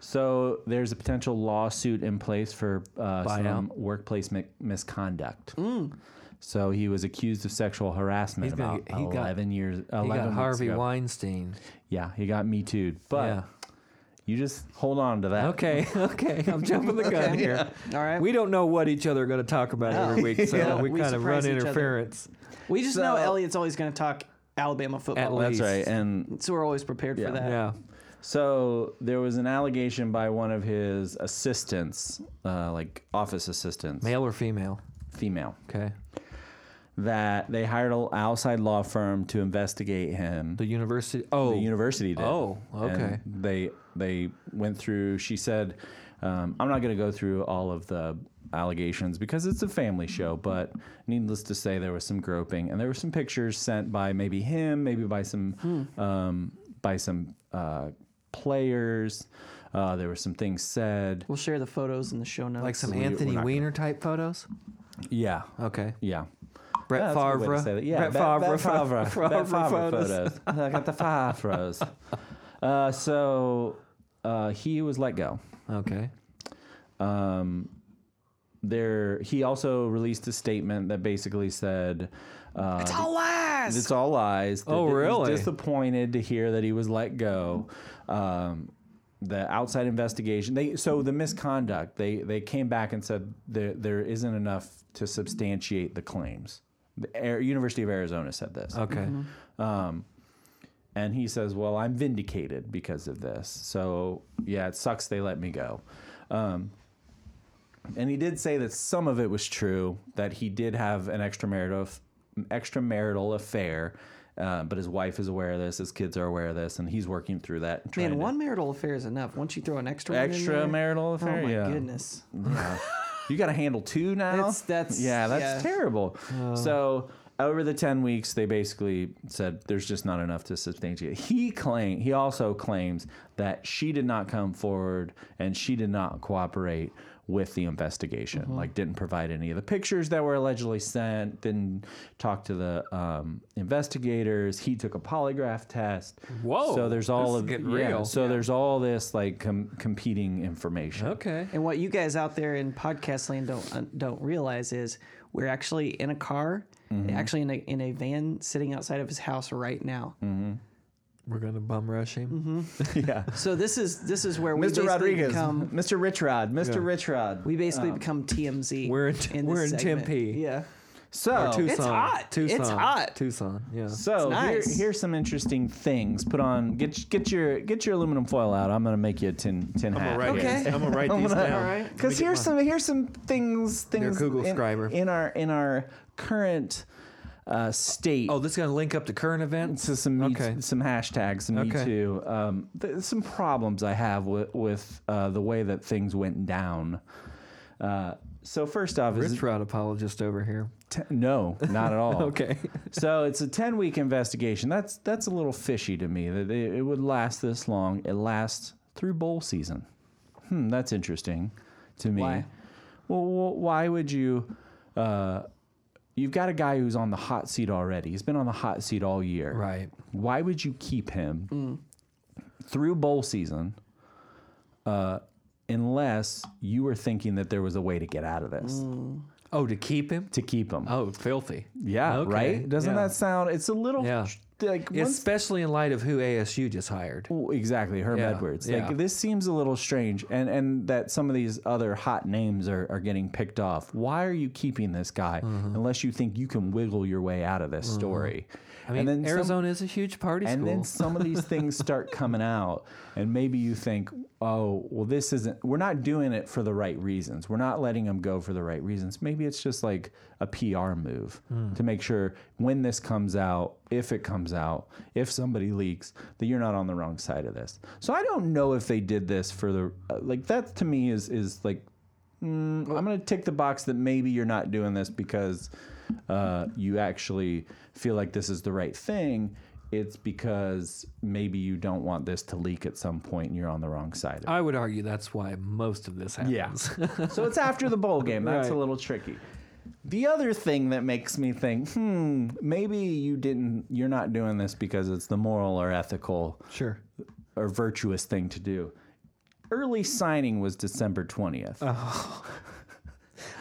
Speaker 1: So there's a potential lawsuit in place for uh, some
Speaker 3: Buyout. Hmm.
Speaker 1: workplace mi- misconduct. So he was accused of sexual harassment
Speaker 3: He's gonna
Speaker 1: about
Speaker 3: get- he got-
Speaker 1: eleven years.
Speaker 3: He
Speaker 1: 11
Speaker 3: got
Speaker 1: weeks
Speaker 3: Harvey
Speaker 1: ago.
Speaker 3: Weinstein.
Speaker 1: Yeah, he got me too. But
Speaker 3: Yeah.
Speaker 1: you just hold on to that.
Speaker 3: Okay. Okay. I'm jumping the gun here.
Speaker 2: All right.
Speaker 3: We don't know what each other are going to talk about every week, so
Speaker 2: Yeah,
Speaker 3: Oh. we,
Speaker 2: we
Speaker 3: kind of run
Speaker 2: surprise each other.
Speaker 3: interference.
Speaker 2: we just know
Speaker 1: So-
Speaker 2: Elliot's always going to talk Alabama
Speaker 3: At
Speaker 2: football,
Speaker 1: That's
Speaker 3: least.
Speaker 1: right. And
Speaker 2: so we're always prepared
Speaker 1: Yeah.
Speaker 2: for that.
Speaker 3: Yeah.
Speaker 1: so there was an allegation by one of his assistants, uh, like office assistants,
Speaker 3: Male or female?
Speaker 1: female,
Speaker 3: Okay.
Speaker 1: that they hired an outside law firm to investigate him.
Speaker 3: The university. Oh.
Speaker 1: the university did.
Speaker 3: Oh,
Speaker 1: And
Speaker 3: okay.
Speaker 1: they they went through. She said, um, "I'm not going to go through all of the allegations because it's a family show." But needless to say, there was some groping, and there were some pictures sent by maybe him, maybe by some
Speaker 3: Hmm.
Speaker 1: um, by some uh, players. Uh, there were some things said.
Speaker 2: We'll share the photos in the show notes.
Speaker 3: like some
Speaker 1: we- we're
Speaker 3: Anthony
Speaker 1: not gonna-
Speaker 3: Weiner type photos.
Speaker 1: Yeah,
Speaker 3: Okay.
Speaker 1: yeah.
Speaker 3: Brett
Speaker 1: That's a good way to
Speaker 3: Favre.
Speaker 1: say that. Yeah,
Speaker 3: Brett
Speaker 1: Brett- Brett
Speaker 3: Favre.
Speaker 1: Favre. Brett Favre
Speaker 3: photos.
Speaker 1: photos. I got the Favre's. Uh, so uh, he was let go.
Speaker 3: Okay.
Speaker 1: um, there he also released a statement that basically said uh, it's all lies. It's all lies. that
Speaker 3: Oh,
Speaker 1: he was
Speaker 3: really?
Speaker 1: disappointed to hear that he was let go. Um, the outside investigation. They so the misconduct. They they came back and said there there isn't enough to substantiate the claims. The Air, University of Arizona said this.
Speaker 3: Okay.
Speaker 1: And he says, Well, I'm vindicated because of this. So, yeah, it sucks they let me go. Um, and he did say that some of it was true, that he did have an extramarital, extramarital affair, uh, but his wife is aware of this, his kids are aware of this, and he's working through that. and trying
Speaker 2: Man,
Speaker 1: to-
Speaker 2: one marital affair is enough. Once you throw an extra one in there-
Speaker 1: extramarital
Speaker 2: Oh
Speaker 1: affair?
Speaker 2: my
Speaker 1: yeah.
Speaker 2: goodness.
Speaker 1: Uh, You got to handle two now.
Speaker 2: That's- that's-
Speaker 1: yeah, that's
Speaker 2: yeah.
Speaker 1: terrible.
Speaker 3: Uh.
Speaker 1: So over the ten weeks, they basically said there's just not enough to substantiate. He claim he also claims that she did not come forward and she did not cooperate with the investigation.
Speaker 3: Mm-hmm.
Speaker 1: Like didn't provide any of the pictures that were allegedly sent. Didn't talk to the um, investigators. He took a polygraph test.
Speaker 3: Whoa,
Speaker 1: So there's all
Speaker 3: this is
Speaker 1: of
Speaker 3: getting
Speaker 1: yeah,
Speaker 3: real.
Speaker 1: So there's all this like com- competing information.
Speaker 3: Okay.
Speaker 2: And what you guys out there in podcast land don't uh, don't realize is we're actually in a car,
Speaker 3: Mm-hmm.
Speaker 2: actually in a in a van sitting outside of his house right now.
Speaker 3: Mm. We're gonna bum rush him.
Speaker 1: yeah.
Speaker 2: So this is this is where we
Speaker 1: Mr.
Speaker 2: basically
Speaker 1: Rodriguez,
Speaker 2: become
Speaker 1: Mr. Richrod, Mr. Richrod.
Speaker 2: we basically become TMZ.
Speaker 3: Uh, We're in-
Speaker 2: this
Speaker 3: we're in
Speaker 2: segment.
Speaker 3: Tempe.
Speaker 2: Yeah.
Speaker 1: So,
Speaker 3: Tucson.
Speaker 2: hot. It's
Speaker 3: Tucson.
Speaker 2: hot.
Speaker 3: Tucson. Yeah.
Speaker 1: so
Speaker 2: It's nice.
Speaker 1: here, here's some interesting things. Put on get get your get your aluminum foil out. I'm gonna make you a tin tin
Speaker 4: I'm
Speaker 1: hat.
Speaker 4: gonna write
Speaker 2: Okay.
Speaker 4: these. I'm gonna write these
Speaker 1: gonna-
Speaker 4: down.
Speaker 2: All right.
Speaker 1: Because here's some here's some things things
Speaker 3: Google
Speaker 1: in,
Speaker 3: Scriber.
Speaker 1: in our in our current uh, state.
Speaker 3: oh, this is gonna link up to current events.
Speaker 1: So some me
Speaker 3: Okay.
Speaker 1: some hashtags, some Me
Speaker 3: Okay.
Speaker 1: Too, um, th- some problems I have with, with uh, the way that things went down. Uh, so first off, is
Speaker 3: Rich route apologist over here.
Speaker 1: t- no, not at all.
Speaker 3: Okay.
Speaker 1: so it's a ten week investigation. That's that's a little fishy to me that it, it would last this long. It lasts through bowl season. Hmm, that's interesting to me.
Speaker 2: Why?
Speaker 1: Well, wh- why would you? Uh, you've got a guy who's on the hot seat already. He's been on the hot seat all year.
Speaker 3: Right. Mm.
Speaker 1: Why would you keep him through bowl season uh, unless you were thinking that there was a way to get out of this
Speaker 3: Oh, to keep him.
Speaker 1: to keep him?
Speaker 3: Oh, filthy.
Speaker 1: yeah,
Speaker 3: okay,
Speaker 1: right? Doesn't
Speaker 3: yeah.
Speaker 1: that sound? It's a little
Speaker 3: Yeah.
Speaker 1: like once,
Speaker 3: Especially in light of who ASU just hired.
Speaker 1: Oh, exactly Herm
Speaker 3: Yeah,
Speaker 1: Edwards.
Speaker 3: yeah.
Speaker 1: Like this seems a little strange, and and that some of these other hot names are are getting picked off. Why are you keeping this guy
Speaker 3: Mm-hmm.
Speaker 1: unless you think you can wiggle your way out of this story?
Speaker 3: I mean,
Speaker 1: and then some-
Speaker 3: Arizona is a huge party
Speaker 1: and
Speaker 3: school.
Speaker 1: then some of these things start coming out and maybe you think oh well this isn't we're not doing it for the right reasons we're not letting them go for the right reasons maybe it's just like a pr move to make sure when this comes out if it comes out if somebody leaks that you're not on the wrong side of this so i don't know if they did this for the uh, like that to me is is like mm, i'm gonna tick the box that maybe you're not doing this because uh, you actually feel like this is the right thing, it's because maybe you don't want this to leak at some point and you're on the wrong side of it.
Speaker 3: I would argue that's why most of this happens.
Speaker 1: so it's after the bowl game. That's a
Speaker 3: Right.
Speaker 1: little tricky. The other thing that makes me think, hmm, maybe you didn't, you're not doing this because it's the moral or ethical
Speaker 3: sure.
Speaker 1: or virtuous thing to do. Early signing was December 20th.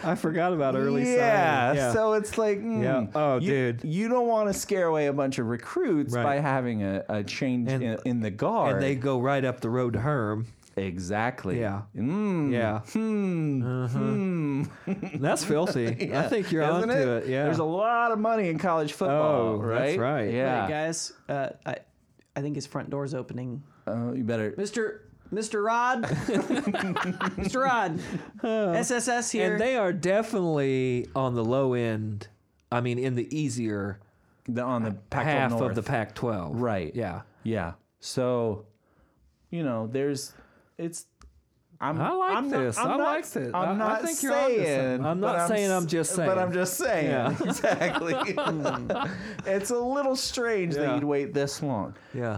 Speaker 3: I forgot about
Speaker 1: yeah, So it's like, mm,
Speaker 3: Yeah. Oh,
Speaker 1: you-
Speaker 3: dude.
Speaker 1: you don't want to scare away a bunch of recruits
Speaker 3: Right.
Speaker 1: by having a, a change
Speaker 3: And-
Speaker 1: in, in the guard.
Speaker 3: and they go right up the road to Herm.
Speaker 1: exactly.
Speaker 3: Yeah.
Speaker 1: Mm.
Speaker 3: Yeah.
Speaker 1: Hmm. Hmm.
Speaker 3: Uh-huh. That's filthy. I think you're
Speaker 1: Isn't
Speaker 3: onto it? Yeah.
Speaker 1: There's a lot of money in college football.
Speaker 3: Oh,
Speaker 1: right.
Speaker 3: that's right.
Speaker 2: Hey,
Speaker 1: Yeah.
Speaker 2: guys, uh, I, I think his front door's opening.
Speaker 1: Uh, you better.
Speaker 2: Mr. Mr. Rod. Mr. Rod. SSS here.
Speaker 3: Oh. and they are definitely on the low end. I mean, in the easier
Speaker 1: The, on the Pac-12
Speaker 3: half
Speaker 1: North.
Speaker 3: of the Pac-12.
Speaker 1: Right.
Speaker 3: Yeah.
Speaker 1: Yeah. So, you know, there's it's. I'm,
Speaker 3: I like
Speaker 1: I'm
Speaker 3: this.
Speaker 1: Not, I'm
Speaker 3: I
Speaker 1: not,
Speaker 3: liked it. I- I
Speaker 1: I'm not
Speaker 3: think you're onto something.
Speaker 1: saying.
Speaker 3: I'm
Speaker 1: but
Speaker 3: not saying, I'm
Speaker 1: s-
Speaker 3: just
Speaker 1: But I'm
Speaker 3: saying.
Speaker 1: just saying.
Speaker 3: Yeah. Hmm.
Speaker 1: Exactly. it's a little strange that
Speaker 3: Yeah.
Speaker 1: you'd wait this long.
Speaker 3: Yeah.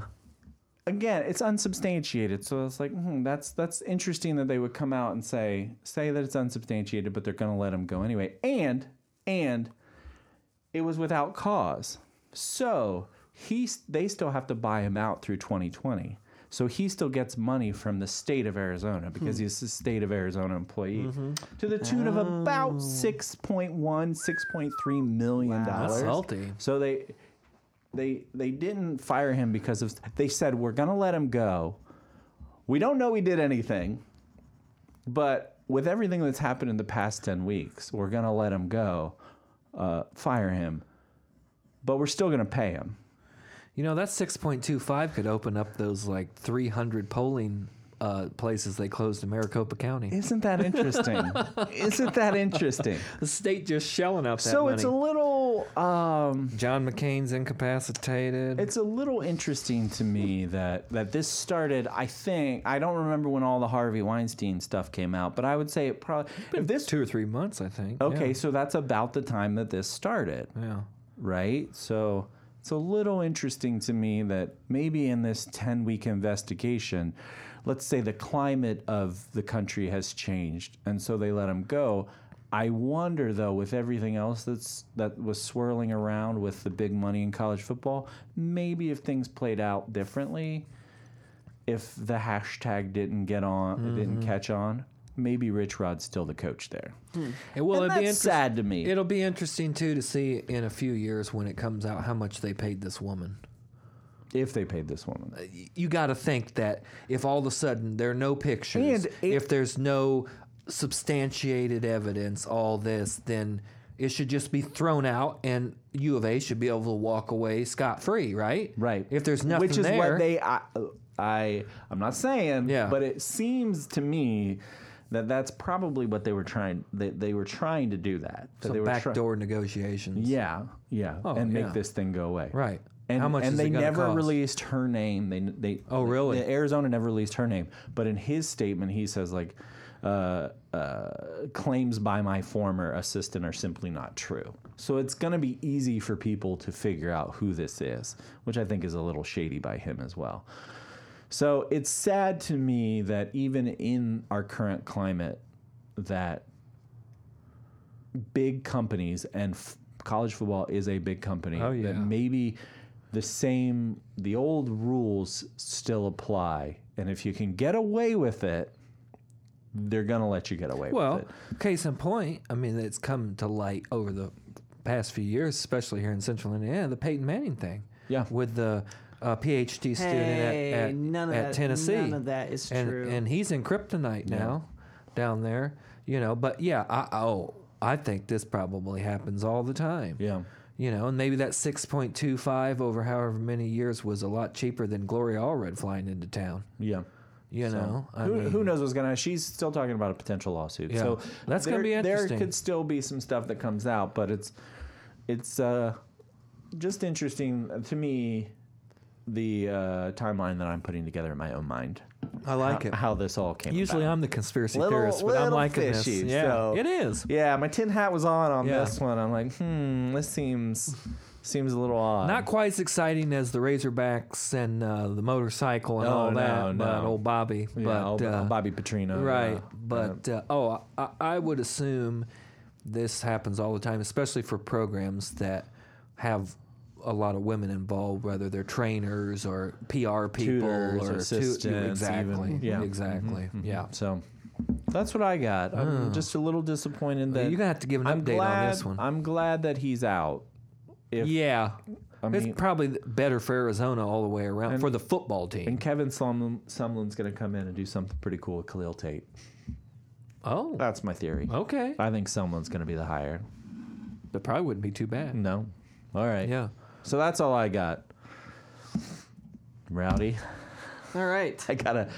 Speaker 1: Again, it's unsubstantiated, so it's like hmm, that's that's interesting that they would come out and say say that it's unsubstantiated, but they're going to let him go anyway. And and it was without cause. So he, they still have to buy him out through 2020. So he still gets money from the state of Arizona because he's a state of Arizona employee to the tune of about 6.1, 6.3 million dollars.
Speaker 3: That's salty.
Speaker 1: So they, they, they didn't fire him because of, they said, we're going to let him go. We don't know he did anything, but with everything that's happened in the past 10 weeks, we're going to let him go, uh, fire him, but we're still going to pay him.
Speaker 3: You know, that 6.25 could open up those like 300 polling uh, places they closed in Maricopa County.
Speaker 1: Isn't that interesting? Isn't that interesting?
Speaker 3: The state just shelling out that
Speaker 1: so
Speaker 3: money.
Speaker 1: it's a little um,
Speaker 3: John McCain's incapacitated.
Speaker 1: it's a little interesting to me that that this started I think I don't remember when all the Harvey Weinstein stuff came out, but I would say it probably if this
Speaker 3: two or three months, I think.
Speaker 1: Okay, so that's about the time that this started.
Speaker 3: Yeah. yeah.
Speaker 1: right? So it's a little interesting to me that maybe in this 10 week investigation, let's say the climate of the country has changed, and so they let him go. I wonder though, with everything else that's that was swirling around with the big money in college football, maybe if things played out differently, if the hashtag didn't get on, it didn't
Speaker 3: Mm-hmm.
Speaker 1: catch on, maybe Rich Rod's still the coach there.
Speaker 3: And Hmm. well,
Speaker 1: And
Speaker 3: it'd be
Speaker 1: that's
Speaker 3: interest-
Speaker 1: sad to me.
Speaker 3: It'll be interesting too to see in a few years when it comes out how much they paid this woman.
Speaker 1: if they paid this woman,
Speaker 3: Y- You got to think that if all of a sudden there are no
Speaker 1: And
Speaker 3: pictures,
Speaker 1: it-
Speaker 3: if there's no substantiated evidence, all this, then It should just be thrown out, and U of A should be able to walk away scot free, right?
Speaker 1: Right.
Speaker 3: If there's nothing
Speaker 1: Which is
Speaker 3: there,
Speaker 1: what they. I, I I'm not saying.
Speaker 3: Yeah.
Speaker 1: But it seems to me that that's probably what they were trying. They, they were trying to do that. That they
Speaker 3: so
Speaker 1: were try-
Speaker 3: backdoor negotiations.
Speaker 1: Yeah. Yeah. and make
Speaker 3: yeah.
Speaker 1: this thing go away.
Speaker 3: Right.
Speaker 1: And,
Speaker 3: How much
Speaker 1: and
Speaker 3: is
Speaker 1: they
Speaker 3: it gonna
Speaker 1: never
Speaker 3: cost?
Speaker 1: released her name. They they
Speaker 3: Oh, really?
Speaker 1: Arizona never released her name. But in his statement, he says like, uh, uh, claims by my former assistant are simply not true. So it's going to be easy for people to figure out who this is, which I think is a little shady by him as well. So it's sad to me that even in our current climate, that big companies and f- college football is a big company
Speaker 3: Oh,
Speaker 1: that
Speaker 3: yeah.
Speaker 1: maybe the same the old rules still apply and if you can get away with it they're going to let you get away
Speaker 3: Well,
Speaker 1: with it
Speaker 3: case in point, I mean, it's come to light over the past few years, especially here in Central Indiana, the Peyton Manning thing.
Speaker 1: Yeah.
Speaker 3: With the uh, PhD student
Speaker 2: Hey,
Speaker 3: at, at,
Speaker 2: none of
Speaker 3: at
Speaker 2: that,
Speaker 3: Tennessee.
Speaker 2: None of that is
Speaker 3: and,
Speaker 2: true.
Speaker 3: And he's in kryptonite now down there, you know. But yeah, I, oh, I think this probably happens all the time.
Speaker 1: yeah
Speaker 3: You know, and maybe that 6.25 over however many years was a lot cheaper than Gloria Allred flying into town.
Speaker 1: yeah
Speaker 3: You
Speaker 1: So,
Speaker 3: know, I
Speaker 1: who,
Speaker 3: mean,
Speaker 1: who knows what's going to she's still talking about a potential lawsuit
Speaker 3: Yeah.
Speaker 1: so
Speaker 3: That's gonna
Speaker 1: there-
Speaker 3: be
Speaker 1: there
Speaker 3: interesting.
Speaker 1: could still be some stuff that comes out but it's it's uh just interesting to me the uh, timeline that i'm putting together in my own mind
Speaker 3: I like
Speaker 1: how,
Speaker 3: it.
Speaker 1: how this all came
Speaker 3: Usually
Speaker 1: about.
Speaker 3: I'm the conspiracy
Speaker 1: Little-
Speaker 3: theorist, but I'm
Speaker 1: little
Speaker 3: liking this.
Speaker 1: fishy,
Speaker 3: Yeah,
Speaker 1: so-
Speaker 3: it is.
Speaker 1: Yeah, my tin hat was on on
Speaker 3: Yeah.
Speaker 1: this one. I'm like, hmm, this seems seems a little odd.
Speaker 3: Not quite as exciting as the Razorbacks and uh, the motorcycle and
Speaker 1: No,
Speaker 3: all that,
Speaker 1: no,
Speaker 3: but
Speaker 1: no.
Speaker 3: old Bobby.
Speaker 1: yeah,
Speaker 3: but
Speaker 1: old
Speaker 3: uh,
Speaker 1: Bobby Petrino.
Speaker 3: right?
Speaker 1: yeah.
Speaker 3: But uh, oh, I, I would assume this happens all the time, especially for programs that have a lot of women involved, whether they're trainers or PR people
Speaker 1: Tutors,
Speaker 3: or tu-
Speaker 1: assistants, even.
Speaker 3: exactly,
Speaker 1: Yeah. Mm-hmm,
Speaker 3: exactly, yeah.
Speaker 1: so that's what I got. I'm just a little disappointed that
Speaker 3: You're gonna have to give an
Speaker 1: I'm
Speaker 3: update
Speaker 1: glad,
Speaker 3: on this one.
Speaker 1: I'm glad that he's out. If,
Speaker 3: yeah,
Speaker 1: I
Speaker 3: it's
Speaker 1: mean-
Speaker 3: probably better for Arizona all the way around for the football team.
Speaker 1: And Kevin Sumlin, Sumlin's going to come in and do something pretty cool with Khalil Tate.
Speaker 3: oh,
Speaker 1: That's my theory.
Speaker 3: okay.
Speaker 1: I think Sumlin's going to be the hire.
Speaker 3: That probably wouldn't be too bad.
Speaker 1: No. All right.
Speaker 3: Mm, Yeah.
Speaker 1: So that's all I got. Rowdy.
Speaker 2: All right.
Speaker 1: I got to.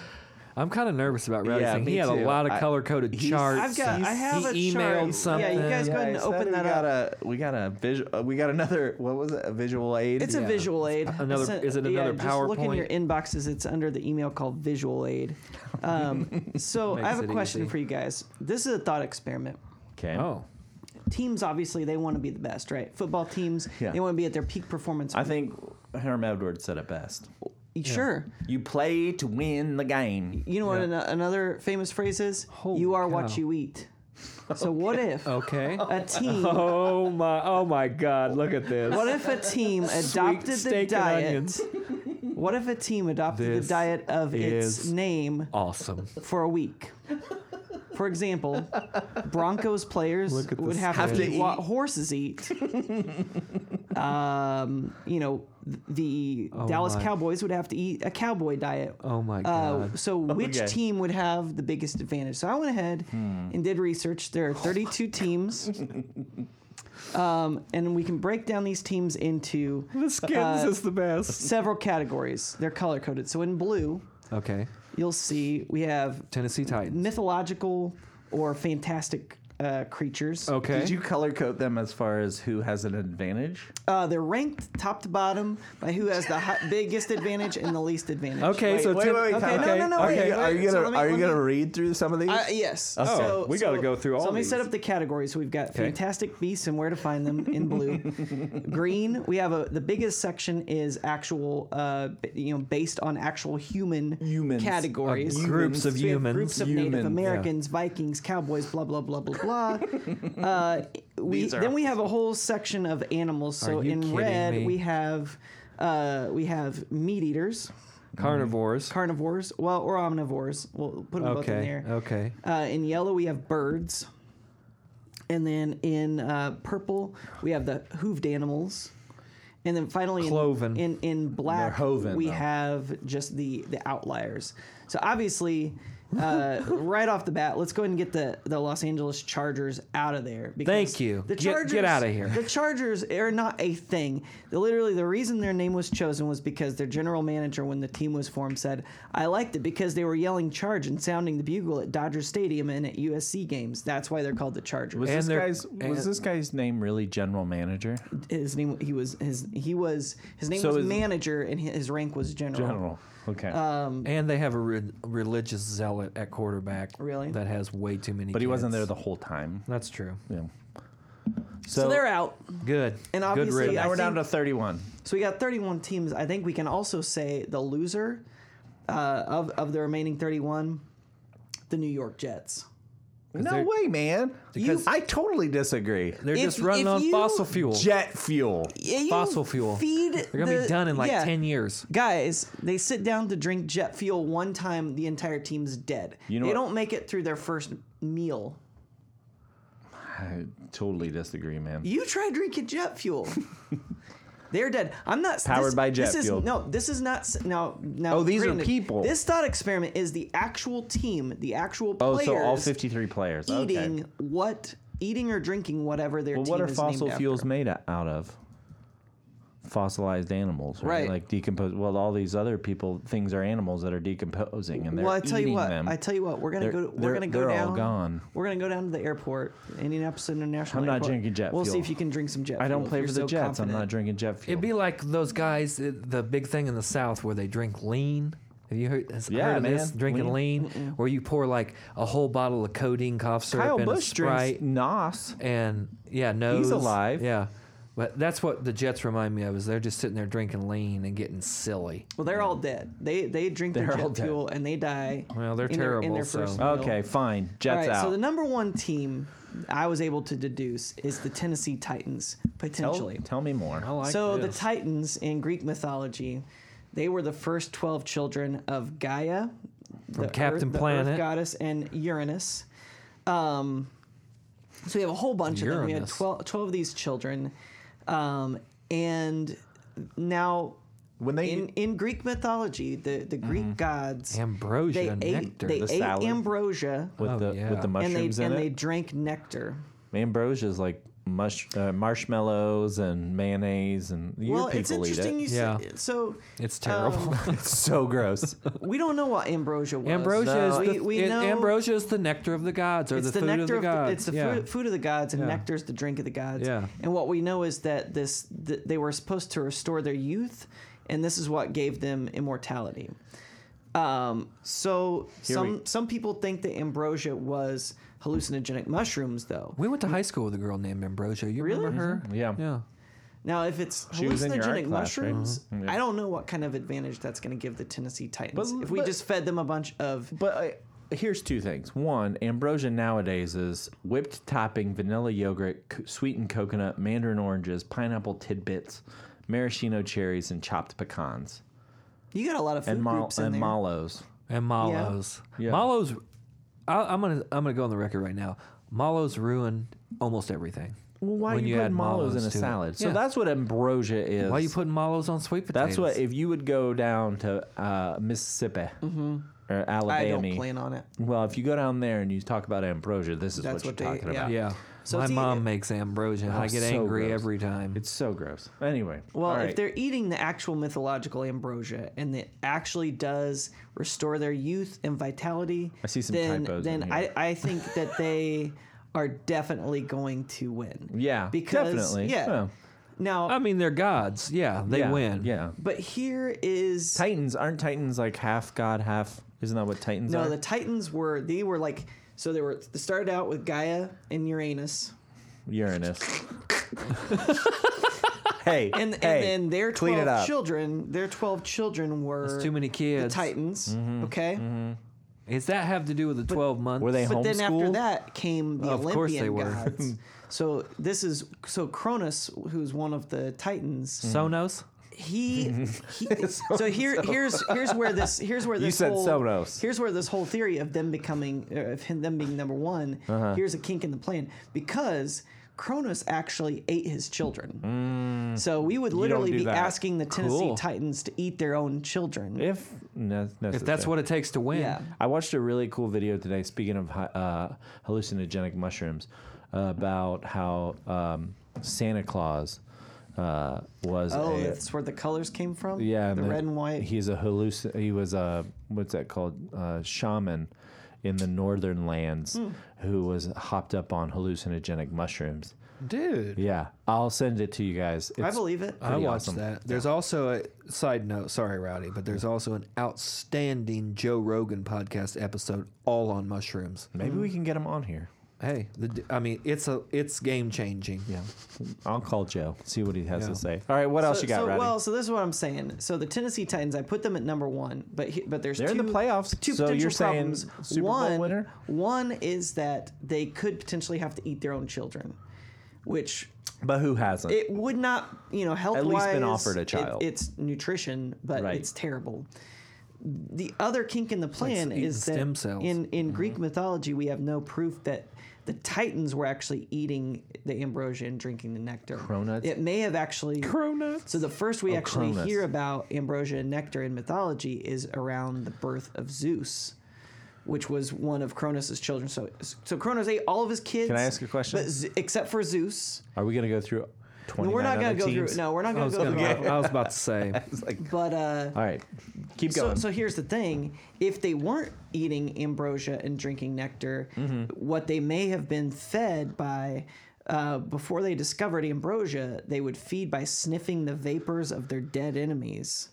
Speaker 3: I'm kind of nervous about Rowdy
Speaker 1: Yeah,
Speaker 3: Singh. He
Speaker 1: me
Speaker 3: had
Speaker 1: too.
Speaker 3: a lot
Speaker 1: I-
Speaker 3: of color coded
Speaker 1: he's-
Speaker 3: charts.
Speaker 2: I've got. I
Speaker 1: He's-
Speaker 2: have
Speaker 3: he
Speaker 2: a chart.
Speaker 3: emailed something.
Speaker 2: Yeah, you guys go ahead and
Speaker 1: I
Speaker 2: open
Speaker 1: said
Speaker 2: that
Speaker 1: we
Speaker 2: up.
Speaker 1: Got a, we got a visual. we got another. What was it? A visual aid.
Speaker 2: It's a
Speaker 3: Yeah.
Speaker 2: visual aid.
Speaker 3: another-
Speaker 2: It's a-
Speaker 3: is it another
Speaker 2: Just look in
Speaker 3: PowerPoint?
Speaker 2: your inboxes. It's under the email called visual aid. Um, so I have a
Speaker 3: Makes it
Speaker 2: question
Speaker 3: easy.
Speaker 2: for you guys. This is a thought experiment.
Speaker 1: okay.
Speaker 3: oh,
Speaker 2: Teams obviously they want to be the best, right? Football teams
Speaker 1: Yeah.
Speaker 2: they want to be at their peak performance.
Speaker 1: I think Herm Edwards said it best.
Speaker 2: sure.
Speaker 1: You play to win the game.
Speaker 2: You know what an- another famous phrase is?
Speaker 3: Holy
Speaker 2: you are
Speaker 3: cow.
Speaker 2: what you eat. So what if
Speaker 3: okay.
Speaker 2: a team?
Speaker 3: oh my! Oh my God! Look at this.
Speaker 2: What if a team adopted the
Speaker 3: steak and
Speaker 2: diet?
Speaker 3: onions.
Speaker 2: What if a team adopted
Speaker 3: This
Speaker 2: the diet of its
Speaker 3: is-
Speaker 2: name
Speaker 3: Awesome.
Speaker 2: for a week? For example, Broncos players
Speaker 3: Look at
Speaker 2: would
Speaker 3: this
Speaker 2: have,
Speaker 1: Have
Speaker 2: to
Speaker 1: to
Speaker 2: eat what horses eat. um, you know, th- the Dallas
Speaker 3: Oh my.
Speaker 2: Cowboys would have to eat a cowboy diet.
Speaker 3: Oh my
Speaker 2: Uh,
Speaker 3: God.
Speaker 2: so which
Speaker 1: Okay.
Speaker 2: team would have the biggest advantage? So I went ahead
Speaker 3: Hmm.
Speaker 2: and did research. There are 32 teams. Um, and we can break down these teams into
Speaker 3: the skins
Speaker 2: uh,
Speaker 3: is the best.
Speaker 2: several categories. They're color coded. So in blue,
Speaker 3: Okay.
Speaker 2: you'll see we have
Speaker 3: Tennessee Titans.
Speaker 2: mythological or fantastic uh, creatures.
Speaker 3: Okay.
Speaker 1: Did you color code them as far as who has an advantage?
Speaker 2: Uh, they're ranked top to bottom by who has the hi- biggest advantage and the least advantage.
Speaker 3: okay. so ten-
Speaker 2: Okay,
Speaker 1: time
Speaker 2: no,
Speaker 1: out.
Speaker 2: no, no, wait,
Speaker 1: Are you
Speaker 2: wait, so
Speaker 1: gonna
Speaker 2: let me-
Speaker 1: Are you
Speaker 2: let me-
Speaker 1: gonna read through some of these?
Speaker 2: Uh, yes.
Speaker 1: Okay.
Speaker 2: So,
Speaker 3: Oh, We gotta
Speaker 2: so-
Speaker 3: go through all
Speaker 2: So let me set
Speaker 3: these.
Speaker 2: up the categories. We've got
Speaker 3: Okay.
Speaker 2: fantastic beasts and where to find them in blue. Green. We have a the biggest section is actual, uh, b- you know, based on actual human
Speaker 1: Humans.
Speaker 2: categories.
Speaker 1: Uh,
Speaker 3: groups of
Speaker 2: So we have
Speaker 3: humans.
Speaker 2: Groups of Native
Speaker 1: Human, yeah.
Speaker 2: Americans, Vikings, Cowboys, blah blah blah blah blah. uh, we,
Speaker 1: These are-
Speaker 2: then we have a whole section of animals. So
Speaker 3: Are you
Speaker 2: in
Speaker 3: kidding
Speaker 2: red
Speaker 3: me?
Speaker 2: we have uh, we have meat eaters,
Speaker 3: Carnivores.
Speaker 2: carnivores, well or omnivores. We'll put them both in
Speaker 3: Okay.
Speaker 2: there.
Speaker 3: Okay.
Speaker 2: Uh, in yellow, we have birds. And then in uh, purple, we have the hooved animals. And then finally, in-
Speaker 3: Cloven.
Speaker 2: In, in black,
Speaker 1: hoven,
Speaker 2: we
Speaker 1: though.
Speaker 2: have just the, the outliers. So obviously, uh, right off the bat, let's go ahead and get the, the Los Angeles Chargers out of there. Because
Speaker 3: Thank you.
Speaker 2: The
Speaker 3: Get- get
Speaker 2: Chargers,
Speaker 3: outta here.
Speaker 2: The Chargers are not a thing. The, literally, the reason their name was chosen was because their general manager, when the team was formed, said, "I liked it because they were yelling charge and sounding the bugle at Dodger Stadium and at USC games. That's why they're called the Chargers."
Speaker 1: Was
Speaker 3: And
Speaker 1: this
Speaker 3: they're-
Speaker 1: guy's was
Speaker 3: and-
Speaker 1: this guy's name really general manager?
Speaker 2: his name he was his he was his name
Speaker 1: So
Speaker 2: was
Speaker 1: is-
Speaker 2: manager and hi- his rank was general.
Speaker 1: General. Oh, Okay.
Speaker 2: Uh,
Speaker 3: And they have a re- religious zealot at quarterback.
Speaker 2: Really?
Speaker 3: That has way too many.
Speaker 1: but he wasn't
Speaker 3: kids.
Speaker 1: there the whole time.
Speaker 3: That's true.
Speaker 1: Yeah.
Speaker 2: So, they're out.
Speaker 3: Good. Good
Speaker 2: And obviously,
Speaker 3: riddance.
Speaker 1: Now
Speaker 2: I
Speaker 1: we're down to
Speaker 2: think-
Speaker 1: 31.
Speaker 2: So we got 31 teams. I think we can also say the loser uh, of of the remaining 31, the New York Jets.
Speaker 1: No
Speaker 3: they're-
Speaker 1: way, man. You,
Speaker 3: Because-
Speaker 1: I totally disagree.
Speaker 3: They're
Speaker 2: If-
Speaker 3: just running
Speaker 2: if
Speaker 3: on
Speaker 2: you-
Speaker 3: fossil fuel.
Speaker 1: Jet fuel.
Speaker 2: Yeah, you
Speaker 3: Fossil fuel.
Speaker 2: Feed
Speaker 3: They're gonna
Speaker 2: the-
Speaker 3: be done in like
Speaker 2: yeah.
Speaker 3: ten years.
Speaker 2: Guys, they sit down to drink jet fuel one time, the entire team's dead.
Speaker 1: You know
Speaker 2: they
Speaker 1: what-
Speaker 2: don't make it through their first meal.
Speaker 1: I totally disagree, man.
Speaker 2: You try drinking jet fuel. They're dead. I'm not
Speaker 1: Powered
Speaker 2: this-
Speaker 1: by jet
Speaker 2: this is-
Speaker 1: fuel.
Speaker 2: no, this is not s- no no.
Speaker 1: Oh, these are
Speaker 2: granted,
Speaker 1: people.
Speaker 2: This thought experiment is the actual team, the actual
Speaker 1: oh,
Speaker 2: players.
Speaker 1: so all 53 players.
Speaker 2: eating
Speaker 1: okay.
Speaker 2: what eating or drinking whatever their
Speaker 1: Well,
Speaker 2: team
Speaker 1: what are
Speaker 2: is
Speaker 1: fossil
Speaker 2: named
Speaker 1: fuels
Speaker 2: after.
Speaker 1: made o- out of? Fossilized animals, right?
Speaker 2: Right.
Speaker 1: Like decomposed. Well, all these other people, things are animals that are decomposing, and they're
Speaker 2: Well, I tell
Speaker 1: eating
Speaker 2: you what.
Speaker 1: them.
Speaker 2: I tell you what. We're
Speaker 1: They're-
Speaker 2: gonna go. We're
Speaker 1: they're-
Speaker 2: gonna go
Speaker 1: they're all
Speaker 2: down.
Speaker 1: gone.
Speaker 2: We're gonna go down to the airport, Indianapolis International.
Speaker 1: I'm not
Speaker 2: Airport.
Speaker 1: drinking jet
Speaker 2: We'll see
Speaker 1: fuel.
Speaker 2: if you can drink some jet.
Speaker 1: I
Speaker 2: fuel
Speaker 1: don't
Speaker 2: if
Speaker 1: play
Speaker 2: you're
Speaker 1: for the
Speaker 2: so
Speaker 1: Jets. I'm not
Speaker 2: confident.
Speaker 1: drinking jet fuel.
Speaker 3: It'd be like those guys, uh, the big thing in the South where they drink lean. Have you heard, has-
Speaker 1: Yeah,
Speaker 3: heard of this?
Speaker 1: man.
Speaker 3: Drinking lean, where you pour like a whole bottle of codeine cough syrup
Speaker 1: Kyle
Speaker 3: and
Speaker 1: Bush
Speaker 3: a Sprite,
Speaker 1: drinks Nos.
Speaker 3: and yeah, nose.
Speaker 1: alive.
Speaker 3: Yeah, but that's what the Jets remind me of is they're just sitting there drinking lean and getting silly.
Speaker 2: Well, they're all dead. They they drink
Speaker 1: They're
Speaker 2: their
Speaker 1: all
Speaker 2: jet
Speaker 1: dead.
Speaker 2: fuel and they die.
Speaker 3: Well, they're
Speaker 2: in their- in
Speaker 3: terrible,
Speaker 2: their
Speaker 3: so-
Speaker 2: first meal.
Speaker 1: Okay, fine. Jets
Speaker 2: All right,
Speaker 1: out.
Speaker 2: So the number one team I was able to deduce is the Tennessee Titans
Speaker 1: tell,
Speaker 2: potentially.
Speaker 1: tell me more.
Speaker 3: I like
Speaker 2: so
Speaker 3: this.
Speaker 2: the Titans in Greek mythology, they were the first twelve children of Gaia, from
Speaker 3: Captain
Speaker 2: the
Speaker 3: Planet.
Speaker 2: Earth goddess, and Uranus. Um, so we have a whole bunch of them. We had
Speaker 3: Uranus.
Speaker 2: 12, 12 of these children, um, and now
Speaker 1: When they
Speaker 2: in in Greek mythology, the the Greek gods
Speaker 3: Mm-hmm. ambrosia
Speaker 2: they ate
Speaker 3: nectar.
Speaker 2: they
Speaker 1: the
Speaker 2: ate
Speaker 1: salad.
Speaker 2: ambrosia
Speaker 1: with
Speaker 3: Oh,
Speaker 1: the
Speaker 3: yeah.
Speaker 1: with the
Speaker 3: And
Speaker 2: and they
Speaker 1: mushrooms
Speaker 2: and
Speaker 1: in
Speaker 2: they
Speaker 1: it,
Speaker 2: drank nectar.
Speaker 1: ambrosia is like mush, uh, marshmallows and mayonnaise, and your
Speaker 2: well,
Speaker 1: people
Speaker 2: it's interesting.
Speaker 1: eat
Speaker 2: You
Speaker 1: it.
Speaker 2: yeah.
Speaker 3: Yeah.
Speaker 2: so um,
Speaker 3: it's terrible.
Speaker 1: it's so gross.
Speaker 2: we don't know what ambrosia was.
Speaker 3: ambrosia is the
Speaker 2: we, we
Speaker 3: it-
Speaker 2: know
Speaker 3: ambrosia is the nectar of the gods or
Speaker 2: It's
Speaker 3: the,
Speaker 2: the,
Speaker 3: food
Speaker 2: nectar
Speaker 3: of the gods.
Speaker 2: it's the
Speaker 3: yeah.
Speaker 2: food, food of the gods, and
Speaker 3: Yeah.
Speaker 2: nectar is the drink of the gods.
Speaker 3: Yeah.
Speaker 2: And what we know is that this th- they were supposed to restore their youth, and this is what gave them immortality. Um, so
Speaker 1: Here
Speaker 2: some
Speaker 1: we-
Speaker 2: some people think that ambrosia was hallucinogenic mushrooms, though.
Speaker 3: We went to high school with a girl named Ambrosia. You
Speaker 2: Really?
Speaker 3: remember her?
Speaker 1: Yeah.
Speaker 3: Yeah.
Speaker 2: Now, if it's
Speaker 1: She was in your art
Speaker 2: hallucinogenic
Speaker 1: class, right?
Speaker 2: mushrooms,
Speaker 3: Mm-hmm.
Speaker 1: Mhm. Yeah.
Speaker 2: I don't know what kind of advantage that's going to give the Tennessee Titans.
Speaker 1: But-
Speaker 2: if we
Speaker 1: but-
Speaker 2: just fed them a bunch of
Speaker 1: But I, here's two things. One, ambrosia nowadays is whipped topping, vanilla yogurt, c- sweetened coconut, mandarin oranges, pineapple tidbits, maraschino cherries, and chopped pecans,
Speaker 2: you got a lot of food
Speaker 1: and, mal-
Speaker 2: groups in
Speaker 1: and
Speaker 2: there.
Speaker 1: mallows.
Speaker 3: and Malos.
Speaker 1: Yeah.
Speaker 3: Malos, I, I'm gonna I'm gonna go on the record right now. Malos ruined almost everything.
Speaker 1: Well, why
Speaker 3: When
Speaker 1: are you,
Speaker 3: you add
Speaker 1: putting mallows in
Speaker 3: mallows
Speaker 1: a
Speaker 3: to it.
Speaker 1: salad? So
Speaker 3: Yeah.
Speaker 1: that's what ambrosia is.
Speaker 3: Why are you putting Malos on sweet potatoes?
Speaker 1: That's what if you would go down to uh, Mississippi or
Speaker 2: Mm-hmm. I
Speaker 1: Alabama.
Speaker 2: don't plan on it.
Speaker 1: Well, if you go down there and you talk about ambrosia, this is
Speaker 2: That's
Speaker 1: what
Speaker 2: what
Speaker 1: you're
Speaker 2: they-
Speaker 1: talking
Speaker 2: yeah.
Speaker 1: about.
Speaker 3: yeah.
Speaker 2: So
Speaker 3: My
Speaker 2: it's
Speaker 3: mom
Speaker 2: either-
Speaker 3: makes ambrosia, and
Speaker 1: Oh,
Speaker 3: I get
Speaker 1: so
Speaker 3: angry
Speaker 1: gross.
Speaker 3: every time.
Speaker 1: It's so gross. Anyway,
Speaker 2: Well,
Speaker 1: all
Speaker 2: if
Speaker 1: right.
Speaker 2: they're eating the actual mythological ambrosia and it actually does restore their youth and vitality,
Speaker 1: I see some
Speaker 2: then,
Speaker 1: typos
Speaker 2: Then
Speaker 1: in
Speaker 2: I,
Speaker 1: here.
Speaker 2: I think that they are definitely going to win.
Speaker 1: yeah,
Speaker 2: because
Speaker 1: definitely. Um,
Speaker 2: yeah.
Speaker 1: Well,
Speaker 2: Now,
Speaker 3: I mean, they're gods. Yeah, they
Speaker 1: yeah,
Speaker 3: win.
Speaker 1: Yeah,
Speaker 2: but here is
Speaker 1: Titans aren't Titans like half god, half isn't that what Titans
Speaker 2: no.
Speaker 1: are?
Speaker 2: The Titans were they were like so they were they started out with Gaia and Uranus,
Speaker 1: Uranus. hey,
Speaker 2: and and
Speaker 1: hey,
Speaker 2: then their
Speaker 1: clean it
Speaker 2: twelve
Speaker 1: up.
Speaker 2: children, their twelve children were
Speaker 3: It's too many
Speaker 2: the
Speaker 3: kids.
Speaker 2: Titans.
Speaker 1: Mm-hmm.
Speaker 2: Okay,
Speaker 3: Does that have to do with the twelve months?
Speaker 1: Were they
Speaker 2: But then after
Speaker 1: Homeschooled?
Speaker 2: that came the
Speaker 3: Of
Speaker 2: Olympian
Speaker 3: course they were.
Speaker 2: gods. so this is so Cronus, who's one of the Titans.
Speaker 3: Sonos?
Speaker 2: He, he so here here's here's where this here's where this
Speaker 1: said
Speaker 2: whole,
Speaker 1: Sonos.
Speaker 2: here's where this whole theory of them becoming uh, of him, them being number one. Here's a kink in the plan because Cronus actually ate his children. So we would literally
Speaker 1: do
Speaker 2: be
Speaker 1: that.
Speaker 2: asking the Tennessee
Speaker 1: Cool.
Speaker 2: Titans to eat their own children.
Speaker 1: If ne-
Speaker 3: If that's what it takes to win.
Speaker 2: yeah.
Speaker 1: I watched a really cool video today. Speaking of hi- uh, hallucinogenic mushrooms, about how um, Santa Claus uh, was
Speaker 2: Oh,
Speaker 1: a
Speaker 2: that's where the colors came from.
Speaker 1: yeah,
Speaker 2: the
Speaker 1: and
Speaker 2: red and white.
Speaker 1: He's a hallucin. He was a what's that called? Uh, shaman in the northern lands
Speaker 2: Hmm.
Speaker 1: who was hopped up on hallucinogenic mushrooms.
Speaker 3: Dude.
Speaker 1: Yeah, I'll send it to you guys.
Speaker 2: I
Speaker 1: It's-
Speaker 2: believe it.
Speaker 3: I
Speaker 1: Pretty
Speaker 3: watched
Speaker 1: awesome.
Speaker 3: that. There's also a side note, sorry, Rowdy, but there's also an outstanding Joe Rogan podcast episode all on mushrooms.
Speaker 1: Maybe
Speaker 2: Mm.
Speaker 1: we can get him on here.
Speaker 3: Hey, the, I mean, it's a it's game changing.
Speaker 1: Yeah, I'll call Joe. See what he has
Speaker 3: Yeah.
Speaker 1: to say. All right, what else
Speaker 2: so,
Speaker 1: you got,
Speaker 2: so-
Speaker 1: Roddy?
Speaker 2: well, so this is what I'm saying. So the Tennessee Titans, I put them at number one, but he, but there's
Speaker 1: They're
Speaker 2: two,
Speaker 1: in the playoffs,
Speaker 2: Two
Speaker 1: so
Speaker 2: potential
Speaker 1: you're saying
Speaker 2: problems.
Speaker 1: Super Bowl
Speaker 2: one,
Speaker 1: winner?
Speaker 2: One is that they could potentially have to eat their own children, which
Speaker 1: but who hasn't?
Speaker 2: it would not, you know, health
Speaker 1: At least been
Speaker 2: wise,
Speaker 1: offered a
Speaker 2: it-
Speaker 1: child.
Speaker 2: it's nutrition, but
Speaker 1: Right.
Speaker 2: it's terrible. The other kink in the plan
Speaker 3: eating
Speaker 2: is that
Speaker 3: stem cells. Mm-hmm.
Speaker 2: in in Greek mythology, we have no proof that the Titans were actually eating the ambrosia and drinking the nectar.
Speaker 1: Cronuts?
Speaker 2: It may have actually
Speaker 1: Cronuts.
Speaker 2: So the first we actually
Speaker 1: Cronus.
Speaker 2: hear about ambrosia and nectar in mythology is around the birth of Zeus. Which was one of Cronus's children. So, so Cronus ate all of his kids.
Speaker 1: ask a question?
Speaker 2: But Z- except for Zeus,
Speaker 1: Are we gonna go through?
Speaker 2: no,
Speaker 1: Twenty.
Speaker 2: we're not gonna go through. No, we're not
Speaker 3: I
Speaker 1: Oh,
Speaker 2: gonna
Speaker 3: was,
Speaker 2: go
Speaker 3: gonna-
Speaker 2: through. all of it.
Speaker 3: I was about to say.
Speaker 2: But uh,
Speaker 1: All right, keep
Speaker 2: so,
Speaker 1: going.
Speaker 2: so here's the thing: if they weren't eating ambrosia and drinking nectar,
Speaker 1: Mm-hmm.
Speaker 2: what they may have been fed by. Uh, before they discovered ambrosia, they would feed by sniffing the vapors of their dead enemies.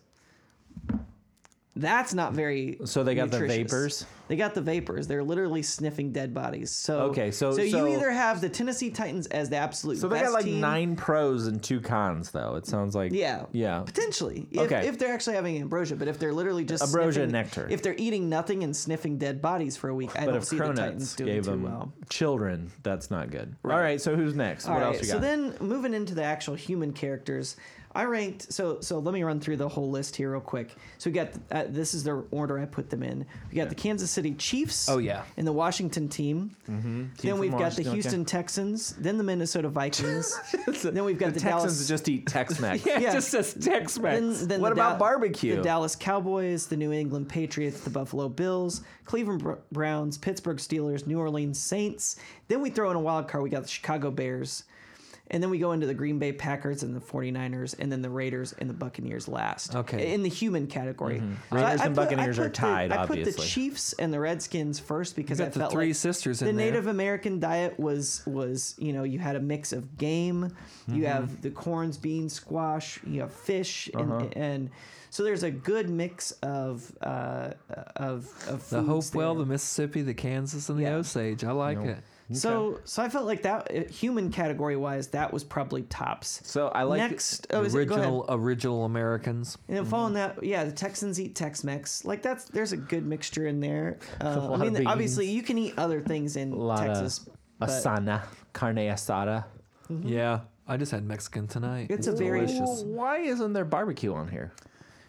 Speaker 2: That's not very.
Speaker 1: So they got the
Speaker 2: nutritious.
Speaker 1: vapors?
Speaker 2: They got the vapors. They're literally sniffing dead bodies. So
Speaker 1: Okay, so-
Speaker 2: so,
Speaker 1: so-
Speaker 2: you either have the Tennessee Titans as the absolute.
Speaker 1: So they got
Speaker 2: best
Speaker 1: like
Speaker 2: team.
Speaker 1: nine pros and two cons, though. It sounds like.
Speaker 2: Yeah.
Speaker 1: Yeah.
Speaker 2: Potentially. If,
Speaker 1: Okay.
Speaker 2: if they're actually having ambrosia, but if they're literally just
Speaker 1: Ambrosia
Speaker 2: sniffing-
Speaker 1: nectar.
Speaker 2: If they're eating nothing and sniffing dead bodies for a week, I
Speaker 1: But
Speaker 2: don't
Speaker 1: if
Speaker 2: see the Titans
Speaker 1: Cronuts
Speaker 2: doing
Speaker 1: gave
Speaker 2: too
Speaker 1: them
Speaker 2: well.
Speaker 1: children, that's not good. All right. So who's next?
Speaker 2: All
Speaker 1: what
Speaker 2: right.
Speaker 1: else you got?
Speaker 2: So then moving into the actual human characters, I ranked so so let me run through the whole list here real quick. So we got uh, this is the order I put them in. We got the Kansas City Chiefs.
Speaker 3: Oh, yeah.
Speaker 2: And the Washington team. Then
Speaker 1: Mm-hmm. from
Speaker 2: we've got the
Speaker 1: Washington, okay.
Speaker 2: Houston Texans. Then the Minnesota Vikings. then we've got the,
Speaker 1: Texans
Speaker 2: Dallas
Speaker 1: just eat Tex-Mex.
Speaker 2: Yeah.
Speaker 3: says Tex
Speaker 2: Then, then
Speaker 1: What
Speaker 2: the
Speaker 1: about
Speaker 2: Dal-
Speaker 1: barbecue?
Speaker 2: The Dallas Cowboys, the New England Patriots, the Buffalo Bills, Cleveland Br- Browns, Pittsburgh Steelers, New Orleans Saints. Then we throw in a wild card. We got the Chicago Bears. And then we go into the Green Bay Packers and the 49ers and then the Raiders and the Buccaneers last.
Speaker 3: Okay.
Speaker 2: In the human category. So
Speaker 1: Mm-hmm. Raiders and Buccaneers
Speaker 2: I
Speaker 1: are
Speaker 2: put the-
Speaker 1: tied,
Speaker 2: I put
Speaker 1: obviously.
Speaker 2: the Chiefs and the Redskins first because
Speaker 3: got
Speaker 2: I
Speaker 3: the
Speaker 2: felt
Speaker 3: three
Speaker 2: like
Speaker 3: sisters
Speaker 2: the
Speaker 3: in there.
Speaker 2: Native Native American diet was was you know you had a mix of game,
Speaker 1: Mm-hmm.
Speaker 2: you have the corns, beans, squash, you have fish,
Speaker 1: Uh-huh.
Speaker 2: and, and so there's a good mix of uh, of of
Speaker 3: The
Speaker 2: foods
Speaker 3: Hopewell,
Speaker 2: there.
Speaker 3: the Mississippi, the Kansas, and the
Speaker 2: Yeah.
Speaker 3: Osage. I like it.
Speaker 2: So so I felt like that uh, human category wise that was probably tops.
Speaker 1: So I like
Speaker 2: next oh, is it, go ahead.
Speaker 3: original original Americans.
Speaker 2: And then following
Speaker 1: mm-hmm.
Speaker 2: that, yeah, the Texans eat Tex-Mex. Like that's there's a good mixture in there. Uh, I
Speaker 1: lot of
Speaker 2: mean,
Speaker 1: beans.
Speaker 2: obviously you can eat other things in
Speaker 1: a lot
Speaker 2: Texas.
Speaker 1: of
Speaker 2: but
Speaker 1: asana, carne asada.
Speaker 3: Yeah, I just had Mexican tonight.
Speaker 2: Mm-hmm. It's a very-
Speaker 3: delicious.
Speaker 1: Well, why isn't there barbecue on here?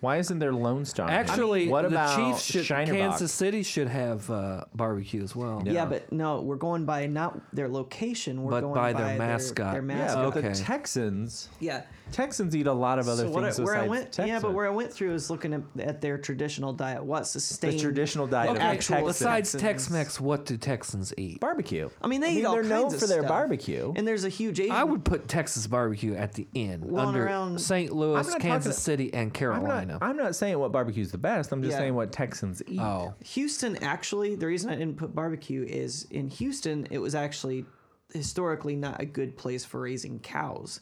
Speaker 1: Why isn't there Lone Star? on here?
Speaker 3: Actually,
Speaker 1: what
Speaker 3: the
Speaker 1: about
Speaker 3: Chiefs should,
Speaker 1: Shiner
Speaker 3: Kansas
Speaker 1: Box?
Speaker 3: City should have uh, barbecue as well.
Speaker 2: Yeah.
Speaker 1: Yeah.
Speaker 2: but no, we're going by not their location. We're
Speaker 3: But
Speaker 2: going
Speaker 3: by their mascot.
Speaker 2: Their
Speaker 1: Yeah,
Speaker 2: mascot.
Speaker 1: but
Speaker 3: Okay.
Speaker 1: the Texans.
Speaker 2: Yeah.
Speaker 1: Texans eat a lot of other
Speaker 2: So what I,
Speaker 1: things
Speaker 2: where I
Speaker 1: besides
Speaker 2: went,
Speaker 1: Texan.
Speaker 2: yeah, but where I went through is looking at, at their traditional diet. What
Speaker 1: the
Speaker 2: sustained?
Speaker 1: traditional diet
Speaker 3: Okay,
Speaker 1: of Texans.
Speaker 3: besides Tex-Mex, what do Texans eat?
Speaker 1: barbecue.
Speaker 2: I mean, they eat all
Speaker 1: they're
Speaker 2: kinds
Speaker 1: known
Speaker 2: of
Speaker 1: for their
Speaker 2: stuff.
Speaker 1: barbecue.
Speaker 2: And there's a huge Asian.
Speaker 3: I would put Texas barbecue at the end
Speaker 2: Well,
Speaker 3: under
Speaker 2: around-
Speaker 3: St.
Speaker 1: I'm
Speaker 3: Louis,
Speaker 1: not talking-
Speaker 3: Kansas City, and
Speaker 1: I'm
Speaker 3: Carolina.
Speaker 1: not, I'm not saying what barbecue's the best. I'm just
Speaker 2: Yeah.
Speaker 1: saying what Texans eat.
Speaker 3: oh,
Speaker 2: Houston actually. The reason I didn't put barbecue is in Houston, it was actually historically not a good place for raising cows.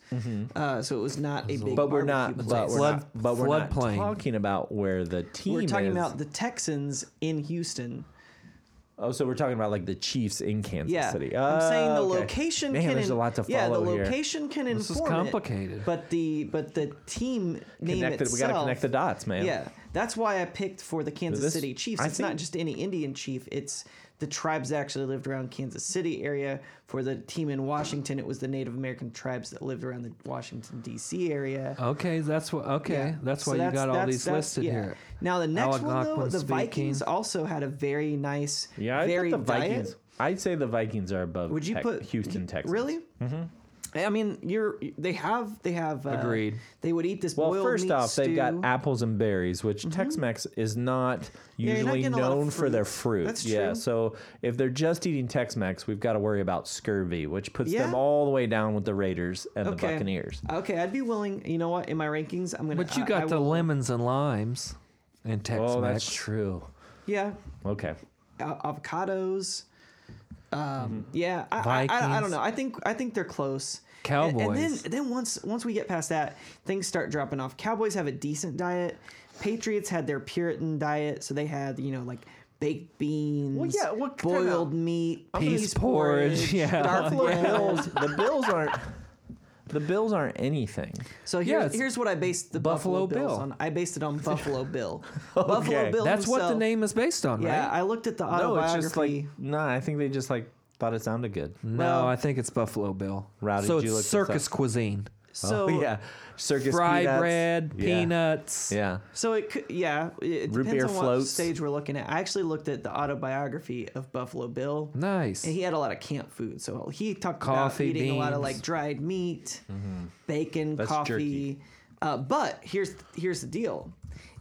Speaker 2: Uh, so it was not a big.
Speaker 1: Mm-hmm. But we're not.
Speaker 2: barbecue
Speaker 1: But
Speaker 2: place.
Speaker 1: we're
Speaker 3: Flood-
Speaker 1: not. But we're not
Speaker 3: floodplain.
Speaker 1: talking about where the team
Speaker 2: we're talking
Speaker 1: is.
Speaker 2: about the Texans in Houston.
Speaker 1: oh, so we're talking about like the Chiefs in Kansas
Speaker 2: yeah.
Speaker 1: City. Ah, Oh,
Speaker 2: I'm saying the
Speaker 1: okay.
Speaker 2: location
Speaker 1: Man,
Speaker 2: can
Speaker 1: there's
Speaker 2: in-
Speaker 1: a lot to follow
Speaker 2: yeah, the
Speaker 1: here.
Speaker 2: location can inform
Speaker 3: This is
Speaker 2: it,
Speaker 3: complicated.
Speaker 2: but the but the team name
Speaker 1: Connected.
Speaker 2: itself.
Speaker 1: We got to connect the dots, man.
Speaker 2: Yeah, that's why I picked for the Kansas
Speaker 1: this-
Speaker 2: City Chiefs.
Speaker 1: I
Speaker 2: It's not
Speaker 1: think-
Speaker 2: just any Indian chief. It's the tribes that actually lived around Kansas City area. For the team in Washington, it was the Native American tribes that lived around the Washington D.C. area.
Speaker 3: okay. That's what. Okay,
Speaker 2: Yeah.
Speaker 3: that's
Speaker 2: So
Speaker 3: why you got all
Speaker 2: that's-
Speaker 3: these
Speaker 2: that's-
Speaker 3: listed
Speaker 2: yeah.
Speaker 3: here.
Speaker 2: Now the next one though,
Speaker 3: Algonquin
Speaker 2: the
Speaker 3: speaking.
Speaker 2: Vikings also had a very nice,
Speaker 1: Yeah. I think
Speaker 2: varied
Speaker 1: the Vikings.
Speaker 2: diet.
Speaker 1: I'd say the Vikings are above.
Speaker 2: Would you
Speaker 1: Tex-
Speaker 2: put
Speaker 1: Houston, Texas?
Speaker 2: Really?
Speaker 1: Mm-hmm.
Speaker 2: I mean, you're they have they have uh,
Speaker 3: Agreed.
Speaker 2: They would eat this.
Speaker 1: Well,
Speaker 2: boiled
Speaker 1: first
Speaker 2: meat
Speaker 1: off, they've got
Speaker 2: stew.
Speaker 1: apples and berries, which Tex-Mex is not
Speaker 2: Mm-hmm. you're not
Speaker 1: usually
Speaker 2: getting a lot of
Speaker 1: known for their
Speaker 2: fruit.
Speaker 1: fruit.
Speaker 2: That's
Speaker 1: yeah,
Speaker 2: true.
Speaker 1: so if they're just eating Tex-Mex, we've got to worry about scurvy, which puts
Speaker 2: Yeah.
Speaker 1: them all the way down with the Raiders and the
Speaker 2: Okay.
Speaker 1: Buccaneers.
Speaker 2: Okay, I'd be willing. You know what? In my rankings, I'm gonna.
Speaker 3: But you
Speaker 2: I-
Speaker 3: got
Speaker 2: I
Speaker 3: the
Speaker 2: will-
Speaker 3: lemons and limes and Tex
Speaker 1: Oh, that's
Speaker 3: Mex.
Speaker 1: true.
Speaker 2: yeah
Speaker 1: Okay.
Speaker 2: uh, avocados. Um, yeah, I, I, I, I don't
Speaker 3: Mm-hmm. Vikings.
Speaker 2: know. I think I think they're close. And, and then
Speaker 3: Cowboys.
Speaker 2: then once once we get past that, things start dropping off. Cowboys have a decent diet. Patriots had their Puritan diet, so they had you know like baked beans,
Speaker 1: Well, yeah, what kinda-
Speaker 2: boiled meat,
Speaker 3: gonna-
Speaker 2: peas
Speaker 3: Peas porridge, yeah.
Speaker 2: dark
Speaker 1: Buffalo
Speaker 2: bread.
Speaker 1: Bills. The Bills aren't. The Bills aren't anything.
Speaker 2: So here's,
Speaker 3: it's
Speaker 2: here's what I based the Buffalo,
Speaker 3: Buffalo
Speaker 2: Bills
Speaker 3: Bill.
Speaker 2: on. I based it on Buffalo Bill. Buffalo Bill.
Speaker 3: That's what the
Speaker 2: himself-
Speaker 3: name is based on,
Speaker 2: Yeah,
Speaker 3: right?
Speaker 2: I looked at the
Speaker 1: No,
Speaker 2: autobiography.
Speaker 1: it's just like nah. I think they just like thought it sounded good.
Speaker 3: no, I think it's Buffalo Bill.
Speaker 1: How did you
Speaker 3: so it's
Speaker 1: look this
Speaker 3: circus
Speaker 1: up?
Speaker 3: cuisine.
Speaker 2: so
Speaker 1: oh, yeah, circus
Speaker 3: Fry
Speaker 1: peanuts.
Speaker 3: bread,
Speaker 1: Yeah.
Speaker 3: peanuts.
Speaker 1: Yeah.
Speaker 2: So it could, yeah, it- it
Speaker 1: Root
Speaker 2: depends
Speaker 1: beer
Speaker 2: on what
Speaker 1: floats.
Speaker 2: stage we're looking at. I actually looked at the autobiography of Buffalo Bill.
Speaker 3: Nice.
Speaker 2: And he had a lot of camp food, so he talked
Speaker 3: Coffee,
Speaker 2: about eating a lot of
Speaker 3: beans.
Speaker 2: like dried meat, bacon,
Speaker 1: Mm-hmm. That's
Speaker 2: coffee.
Speaker 1: jerky.
Speaker 2: Uh, but here's here's the deal: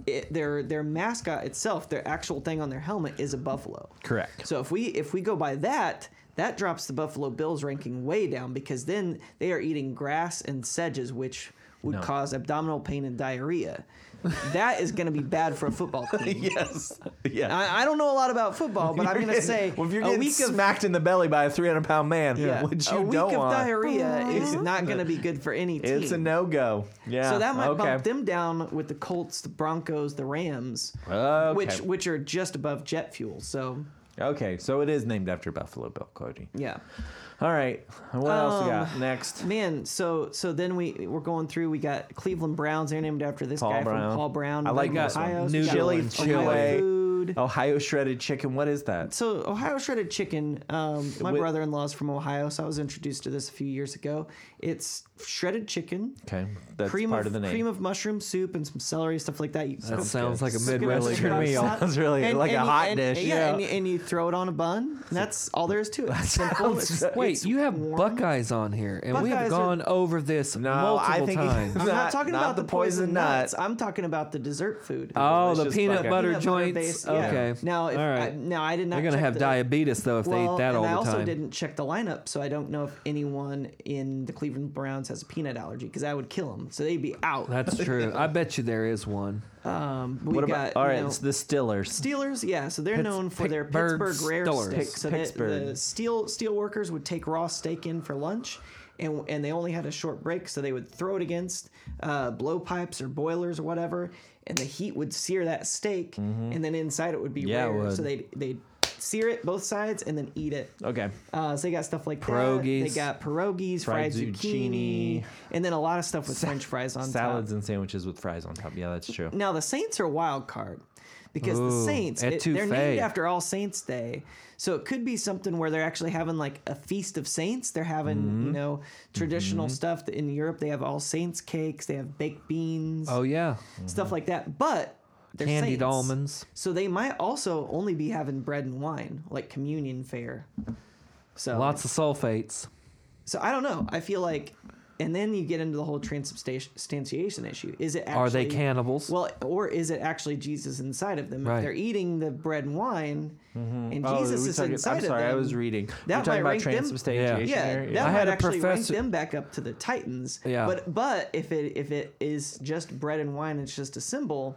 Speaker 2: it, their their mascot itself, their actual thing on their helmet, is a buffalo.
Speaker 1: Correct.
Speaker 2: So if we if we go by that, that drops the Buffalo Bills ranking way down because then they are eating grass and sedges, which would
Speaker 1: No.
Speaker 2: cause abdominal pain and diarrhea. that is going to be bad for a football team.
Speaker 1: Yes. Yeah.
Speaker 2: I, I don't know a lot about football, but I'm going to say
Speaker 1: well, if you're
Speaker 2: a
Speaker 1: getting
Speaker 2: week of
Speaker 1: smacked in the belly by a 300 pound man,
Speaker 2: yeah,
Speaker 1: which
Speaker 2: a
Speaker 1: you
Speaker 2: week
Speaker 1: don't
Speaker 2: of
Speaker 1: want,
Speaker 2: diarrhea is not going to be good for any team.
Speaker 1: it's a no go. Yeah.
Speaker 2: So that might
Speaker 1: okay.
Speaker 2: bump them down with the Colts, the Broncos, the Rams,
Speaker 1: Okay.
Speaker 2: which which are just above jet fuel. So
Speaker 1: Okay, so it is named after Buffalo Bill Cody.
Speaker 2: yeah.
Speaker 1: All right, what else we
Speaker 2: Um,
Speaker 1: got next?
Speaker 2: Man, so so then we we're going through. We got Cleveland Browns. They're named after this
Speaker 1: Paul
Speaker 2: guy from
Speaker 1: Brown.
Speaker 2: Paul Brown.
Speaker 1: I
Speaker 2: They're
Speaker 1: like
Speaker 2: from
Speaker 1: this one.
Speaker 2: Ohio. So
Speaker 3: New
Speaker 2: we got
Speaker 3: Chili,
Speaker 2: Ohio
Speaker 1: Chile.
Speaker 2: food.
Speaker 1: Ohio shredded chicken. What is that?
Speaker 2: So Ohio shredded chicken. Um, my
Speaker 1: With-
Speaker 2: brother-in-law is from Ohio, so I was introduced to this a few years ago. It's shredded chicken,
Speaker 1: Okay, that's
Speaker 2: cream
Speaker 1: part
Speaker 2: of,
Speaker 1: of the name.
Speaker 2: cream of mushroom soup, and some celery stuff like that. You
Speaker 3: That sounds like a
Speaker 1: Sounds
Speaker 2: It's gonna
Speaker 3: Midwestern
Speaker 2: stick out. It's
Speaker 3: meal.
Speaker 2: not-
Speaker 1: Sounds really like a
Speaker 2: you-
Speaker 1: hot
Speaker 2: and-
Speaker 1: dish,
Speaker 2: Yeah,
Speaker 1: yeah.
Speaker 2: And, you, and you throw it on a bun. And that's all there is to it. It's simple. It's,
Speaker 3: Wait,
Speaker 2: it's
Speaker 3: you have
Speaker 2: warm.
Speaker 3: Buckeyes on here, and we have
Speaker 2: Buckeyes are-
Speaker 3: gone over this
Speaker 1: No,
Speaker 3: multiple
Speaker 1: I think he-
Speaker 3: times.
Speaker 2: I'm not
Speaker 1: Not-
Speaker 2: talking
Speaker 1: not
Speaker 2: about the
Speaker 1: the
Speaker 2: poison
Speaker 1: poison nut.
Speaker 2: nuts. I'm talking about the dessert food.
Speaker 3: Oh, the
Speaker 1: delicious
Speaker 3: peanut
Speaker 1: bucket.
Speaker 3: butter
Speaker 2: Peanut butter
Speaker 3: joints.
Speaker 2: base, yeah.
Speaker 3: okay.
Speaker 2: Now, if,
Speaker 3: all right.
Speaker 2: I, now I did not.
Speaker 3: They're gonna
Speaker 2: check
Speaker 3: have
Speaker 2: the,
Speaker 3: diabetes though if they
Speaker 2: Well,
Speaker 3: eat that
Speaker 2: and
Speaker 3: all
Speaker 2: I
Speaker 3: the
Speaker 2: also
Speaker 3: time.
Speaker 2: didn't check the lineup, so I don't know if anyone in the Cleveland Browns has a peanut allergy because I would kill them. So they'd be out.
Speaker 3: That's true. I bet you there is one.
Speaker 2: Um, we
Speaker 1: what
Speaker 2: got
Speaker 1: about? All
Speaker 2: you
Speaker 1: right,
Speaker 2: know,
Speaker 1: it's the Stillers.
Speaker 2: Steelers, yeah, so they're
Speaker 3: Pitts-
Speaker 2: known for their
Speaker 3: Pittsburgh
Speaker 2: Pittsburgh rare
Speaker 3: Steelers.
Speaker 2: steak.
Speaker 1: Pick-
Speaker 2: So that the
Speaker 1: Pittsburgh.
Speaker 2: steel steel workers would take raw steak in for lunch, and and they only had a short break, so they would throw it against uh, blowpipes or boilers or whatever, and the heat would sear that steak, and then inside it would be
Speaker 1: Yeah, it
Speaker 2: rare.
Speaker 1: would. Oh.
Speaker 2: So they they sear it both sides and then eat it.
Speaker 1: Okay,
Speaker 2: Uh, so they got stuff like That. They
Speaker 3: Pierogies.
Speaker 2: got pierogies, fried,
Speaker 1: Fried
Speaker 2: zucchini,
Speaker 1: zucchini.
Speaker 2: and then a lot of stuff with French fries on top.
Speaker 1: salads and sandwiches with fries on top. Yeah, that's true.
Speaker 2: Now the Saints are wild card because the
Speaker 3: Ooh,
Speaker 2: Saints it-
Speaker 3: etouffee.
Speaker 2: they're named after All Saints Day, so it could be something where they're actually having like a feast of saints. They're having
Speaker 3: Mm-hmm.
Speaker 2: you know traditional stuff in Europe. They have All Saints cakes, they have baked beans,
Speaker 3: Oh yeah,
Speaker 2: stuff like that. But they're
Speaker 3: candied
Speaker 2: saints.
Speaker 3: almonds.
Speaker 2: So they might also only be having bread and wine, like communion fare. So
Speaker 3: Lots of sulfates.
Speaker 2: so I don't know. I feel like, and then you get into the whole transubstantiation issue. Is it actually,
Speaker 3: Are they cannibals?
Speaker 2: Well, or is it actually Jesus inside of them?
Speaker 3: Right.
Speaker 2: If they're eating the bread and wine, and Jesus
Speaker 1: Mm-hmm. Oh, we
Speaker 2: is
Speaker 1: took it-
Speaker 2: inside
Speaker 1: I'm sorry,
Speaker 2: of them.
Speaker 1: I was reading.
Speaker 2: that
Speaker 1: We're
Speaker 2: might
Speaker 1: talking about
Speaker 2: rank them-
Speaker 1: transubstantiation.
Speaker 2: Yeah,
Speaker 1: here?
Speaker 2: that
Speaker 3: I
Speaker 2: might
Speaker 3: had a
Speaker 2: actually
Speaker 3: professor-
Speaker 2: rank them back up to the Titans.
Speaker 3: Yeah.
Speaker 2: But but if it if it is just bread and wine, it's just a symbol.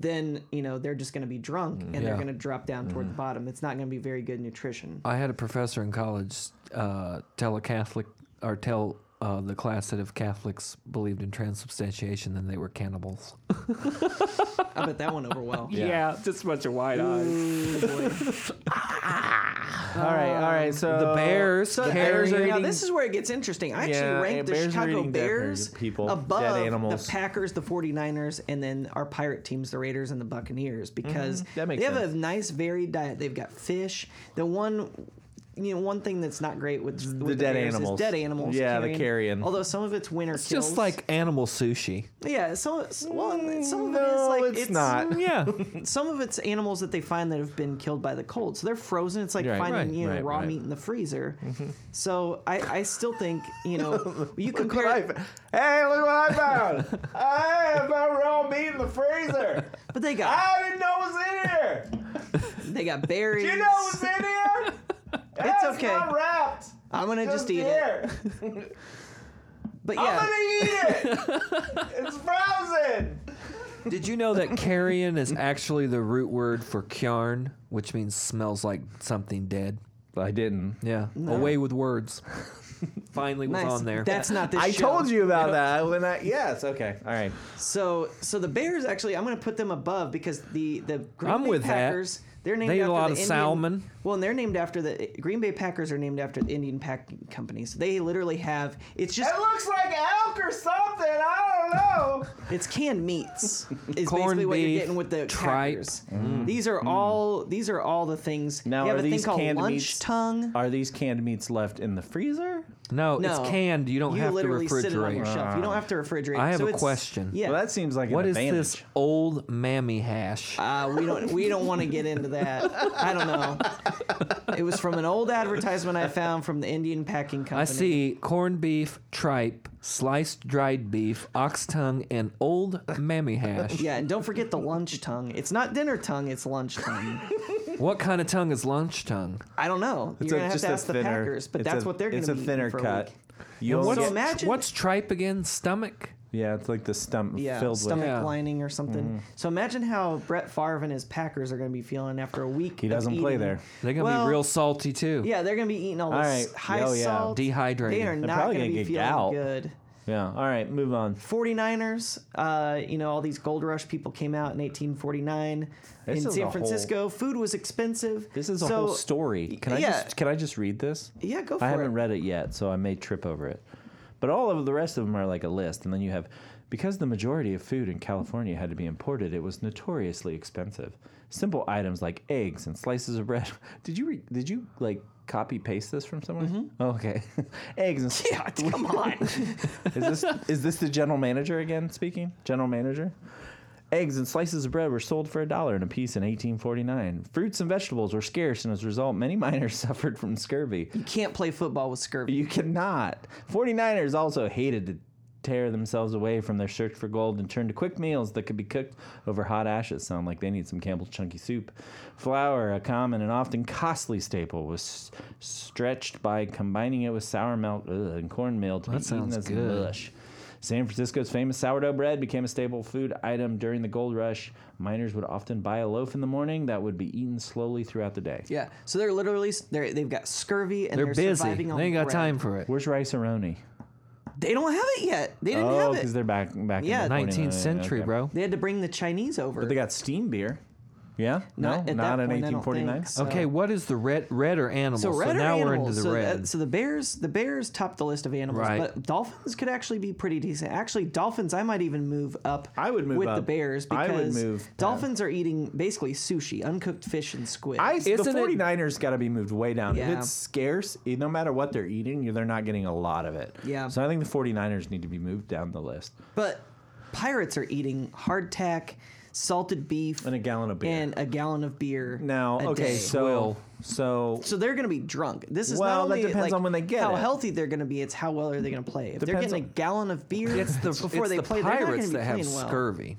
Speaker 2: Then you know they're just going to be drunk and they're
Speaker 3: Yeah.
Speaker 2: going to drop down toward
Speaker 1: Mm-hmm.
Speaker 2: the bottom. It's not going to be very good nutrition.
Speaker 3: I had a professor in college uh, tell a Catholic or tell uh, the class that if Catholics believed in transubstantiation, then they were cannibals.
Speaker 2: I bet that went over well.
Speaker 3: just a bunch of wide eyes.
Speaker 2: Ooh, boy.
Speaker 1: All right, all right. So
Speaker 3: The Bears,
Speaker 2: So
Speaker 3: Bears
Speaker 2: now
Speaker 3: are
Speaker 2: now
Speaker 3: eating-
Speaker 2: this is where it gets interesting. I actually
Speaker 1: Yeah,
Speaker 2: ranked the
Speaker 1: Bears are
Speaker 2: Chicago
Speaker 1: eating dead
Speaker 2: Bears
Speaker 1: birds, people, dead
Speaker 2: above
Speaker 1: animals.
Speaker 2: the Packers, the 49ers, and then our pirate teams, the Raiders and the Buccaneers, because
Speaker 1: Mm-hmm. that makes
Speaker 2: they have
Speaker 1: sense.
Speaker 2: a nice varied diet. They've got fish. The one you know, one thing that's not great with with the
Speaker 1: dead
Speaker 2: bears is
Speaker 1: animals.
Speaker 2: dead animals.
Speaker 1: Yeah, the carrion.
Speaker 2: Although some of it's winter
Speaker 3: It's
Speaker 2: kills.
Speaker 3: just like animal sushi.
Speaker 2: yeah, some well, some of it is
Speaker 1: No,
Speaker 2: like
Speaker 1: it's not.
Speaker 3: Yeah.
Speaker 2: some of it's animals that they find that have been killed by the cold. So they're frozen. It's like
Speaker 1: Right.
Speaker 2: finding
Speaker 1: Right,
Speaker 2: you know
Speaker 1: right,
Speaker 2: raw
Speaker 1: right. Mm-hmm.
Speaker 2: meat in the freezer. So I, I still think you know you
Speaker 1: Look what
Speaker 2: compare.
Speaker 1: I f- hey, look what I found! I found raw meat in the freezer.
Speaker 2: But they got
Speaker 1: I didn't know it was in here.
Speaker 2: they got berries.
Speaker 1: Do Ah! you know what's in here? That's
Speaker 2: okay.
Speaker 1: Not wrapped.
Speaker 2: I'm gonna just, eat it.
Speaker 1: here.
Speaker 2: But
Speaker 1: I'm
Speaker 2: yeah,
Speaker 1: gonna eat it. it's frozen.
Speaker 3: Did you know that carrion is actually the root word for kjarn, which means smells like something dead?
Speaker 1: I didn't.
Speaker 3: Yeah. Away with words. Finally was
Speaker 2: nice.
Speaker 3: on there.
Speaker 2: That's not this.
Speaker 1: I
Speaker 2: show.
Speaker 1: told you about that when I yes okay all right
Speaker 2: So so the Bears actually, I'm going to put them above because the the Green
Speaker 3: I'm
Speaker 2: Bay
Speaker 3: with that.
Speaker 2: Packers. They're named
Speaker 3: They eat a
Speaker 2: after
Speaker 3: lot
Speaker 2: the
Speaker 3: of
Speaker 2: Indian-
Speaker 3: salmon.
Speaker 2: Well, and they're named after the Green Bay Packers are named after the Indian packing company. So they literally have it's just
Speaker 1: It looks like elk or something. I don't know.
Speaker 2: it's canned meats is
Speaker 3: Corned
Speaker 2: basically what you're
Speaker 3: beef,
Speaker 2: getting with the
Speaker 3: tripe.
Speaker 2: Packers. These are all these are all the things.
Speaker 1: Mm. Now,
Speaker 2: they have
Speaker 1: are
Speaker 2: a
Speaker 1: these
Speaker 2: thing called
Speaker 1: canned
Speaker 2: lunch
Speaker 1: meats-
Speaker 2: tongue.
Speaker 1: Are these canned meats left in the freezer?
Speaker 3: no, it's canned. You don't
Speaker 2: you
Speaker 3: have to
Speaker 2: literally Sit it on your
Speaker 3: refrigerate.
Speaker 2: shelf. You don't have to refrigerate.
Speaker 3: I
Speaker 2: it.
Speaker 3: have
Speaker 2: So
Speaker 3: a
Speaker 2: it's-
Speaker 3: question.
Speaker 2: Yeah.
Speaker 1: Well, that seems like
Speaker 3: What
Speaker 1: an
Speaker 3: is
Speaker 1: advantage.
Speaker 3: this old mammy hash?
Speaker 2: Uh, we don't we don't want to get into that. I don't know. It was from an old advertisement I found from the Indian Packing Company.
Speaker 3: I see corned beef, tripe, sliced dried beef, ox tongue, and old mammy hash.
Speaker 2: Yeah, and don't forget the lunch tongue. It's not dinner tongue. It's lunch tongue.
Speaker 3: What kind of tongue is lunch tongue?
Speaker 2: I don't know. You're
Speaker 1: a-
Speaker 2: gonna have
Speaker 1: just
Speaker 2: to
Speaker 1: a
Speaker 2: ask the
Speaker 1: thinner-
Speaker 2: Packers, but
Speaker 1: it's
Speaker 2: that's
Speaker 1: a-
Speaker 2: what they're gonna
Speaker 1: It's a
Speaker 2: be eating
Speaker 1: thinner
Speaker 2: for
Speaker 1: cut.
Speaker 2: week.
Speaker 1: You
Speaker 3: What's,
Speaker 1: only
Speaker 2: So
Speaker 1: get-
Speaker 2: imagine-
Speaker 3: what's tripe again? Stomach?
Speaker 1: yeah, it's like the stump
Speaker 2: Yeah,
Speaker 1: filled
Speaker 2: stomach
Speaker 1: with. Mm-hmm.
Speaker 3: Yeah.
Speaker 2: lining or something. So imagine how Brett Favre and his Packers are gonna be feeling after a week.
Speaker 1: He doesn't
Speaker 2: of
Speaker 1: play
Speaker 2: eating.
Speaker 1: there.
Speaker 3: They're gonna
Speaker 2: Well,
Speaker 3: be real salty too.
Speaker 2: Yeah, they're gonna be eating all
Speaker 1: All
Speaker 2: this
Speaker 1: right.
Speaker 2: high
Speaker 1: Oh, yeah.
Speaker 2: salt.
Speaker 3: Dehydrated.
Speaker 2: They are
Speaker 3: They're
Speaker 2: not
Speaker 1: probably
Speaker 2: gonna
Speaker 1: gonna
Speaker 2: be
Speaker 1: get
Speaker 2: feeling
Speaker 1: gout.
Speaker 2: good.
Speaker 1: Yeah. All right, move on.
Speaker 2: 49ers, uh, you know, all these gold rush people came out in 1849
Speaker 1: This
Speaker 2: in
Speaker 1: is a
Speaker 2: San
Speaker 1: whole-
Speaker 2: Francisco. Food was expensive.
Speaker 1: This is a
Speaker 2: So-
Speaker 1: whole story. Can I
Speaker 2: yeah.
Speaker 1: just can I just read this?
Speaker 2: Yeah, go for
Speaker 1: I haven't
Speaker 2: it.
Speaker 1: read it yet, so I may trip over it. But all of the rest of them are like a list, and then you have because the majority of food in California had to be imported, it was notoriously expensive. Simple items like eggs and slices of bread. Did you re- did you like copy paste this from somewhere? Oh, okay, eggs and
Speaker 2: Mm-hmm. Yeah, come on.
Speaker 1: is this is this the general manager again speaking? General manager. Eggs and slices of bread were sold for a dollar in a piece in 1849. Fruits and vegetables were scarce, and as a result, many miners suffered from scurvy.
Speaker 2: you can't play football with scurvy.
Speaker 1: You cannot. 49ers also hated to tear themselves away from their search for gold and turned to quick meals that could be cooked over hot ashes. Sound like they need some Campbell's Chunky Soup. Flour, a common and often costly staple, was s- stretched by combining it with sour milk ugh, and cornmeal to be eaten
Speaker 3: sounds
Speaker 1: as
Speaker 3: good.
Speaker 1: mush. San Francisco's famous sourdough bread became a staple food item during the gold rush. Miners would often buy a loaf in the morning that would be eaten slowly throughout the day.
Speaker 2: Yeah, so they're literally they're, they've got scurvy and
Speaker 3: They're,
Speaker 2: they're,
Speaker 3: busy.
Speaker 2: surviving on
Speaker 3: They ain't got
Speaker 2: bread.
Speaker 3: time for it.
Speaker 1: Where's rice aroni?
Speaker 2: They don't have it yet. They didn't
Speaker 1: Oh,
Speaker 2: have
Speaker 1: because
Speaker 2: it.
Speaker 1: they're back back
Speaker 2: Yeah.
Speaker 1: in the
Speaker 3: 19th
Speaker 1: 20th,
Speaker 3: century,
Speaker 1: okay.
Speaker 3: bro.
Speaker 2: They had to bring the Chinese over.
Speaker 1: But they got steam beer. Yeah?
Speaker 2: Not
Speaker 1: no,
Speaker 2: at
Speaker 1: not
Speaker 2: that
Speaker 1: in
Speaker 2: point, I don't
Speaker 1: 1849.
Speaker 2: think Oh, so.
Speaker 3: Okay, what is the red red or animal?
Speaker 2: so red
Speaker 3: now
Speaker 2: are
Speaker 3: we're
Speaker 2: animals.
Speaker 3: into the
Speaker 2: so,
Speaker 3: red.
Speaker 2: that- so the bears, the bears top the list of animals,
Speaker 3: Right.
Speaker 2: but dolphins could actually be pretty decent. Actually, dolphins, I might even move up.
Speaker 1: I would move
Speaker 2: with the
Speaker 1: up.
Speaker 2: bears
Speaker 1: I
Speaker 2: because
Speaker 1: would move that.
Speaker 2: dolphins are eating basically sushi, uncooked fish and squid.
Speaker 1: I, the
Speaker 3: Isn't it-
Speaker 1: 49ers got to be moved way down.
Speaker 2: Yeah.
Speaker 1: If it's scarce, it- no matter what they're eating, you- they're not getting a lot of it.
Speaker 2: Yeah.
Speaker 1: So I think the 49ers need to be moved down the list.
Speaker 2: but pirates are eating hardtack, salted beef,
Speaker 1: And a gallon of beer.
Speaker 2: and a gallon of beer.
Speaker 1: now,
Speaker 2: a
Speaker 1: okay,
Speaker 2: day.
Speaker 1: so so
Speaker 2: So they're going to be drunk. This is
Speaker 1: Well,
Speaker 2: not
Speaker 1: that
Speaker 2: only
Speaker 1: depends
Speaker 2: like,
Speaker 1: on when they get
Speaker 2: how
Speaker 1: it.
Speaker 2: healthy they're going to be. It's how well are they going to play. If
Speaker 1: Depends
Speaker 2: they're getting
Speaker 1: on-
Speaker 2: a gallon of beer
Speaker 3: it's the
Speaker 2: before
Speaker 3: it's
Speaker 2: they
Speaker 3: the
Speaker 2: play, they're not going to
Speaker 3: pirates
Speaker 2: be
Speaker 3: that have
Speaker 2: playing well.
Speaker 3: scurvy.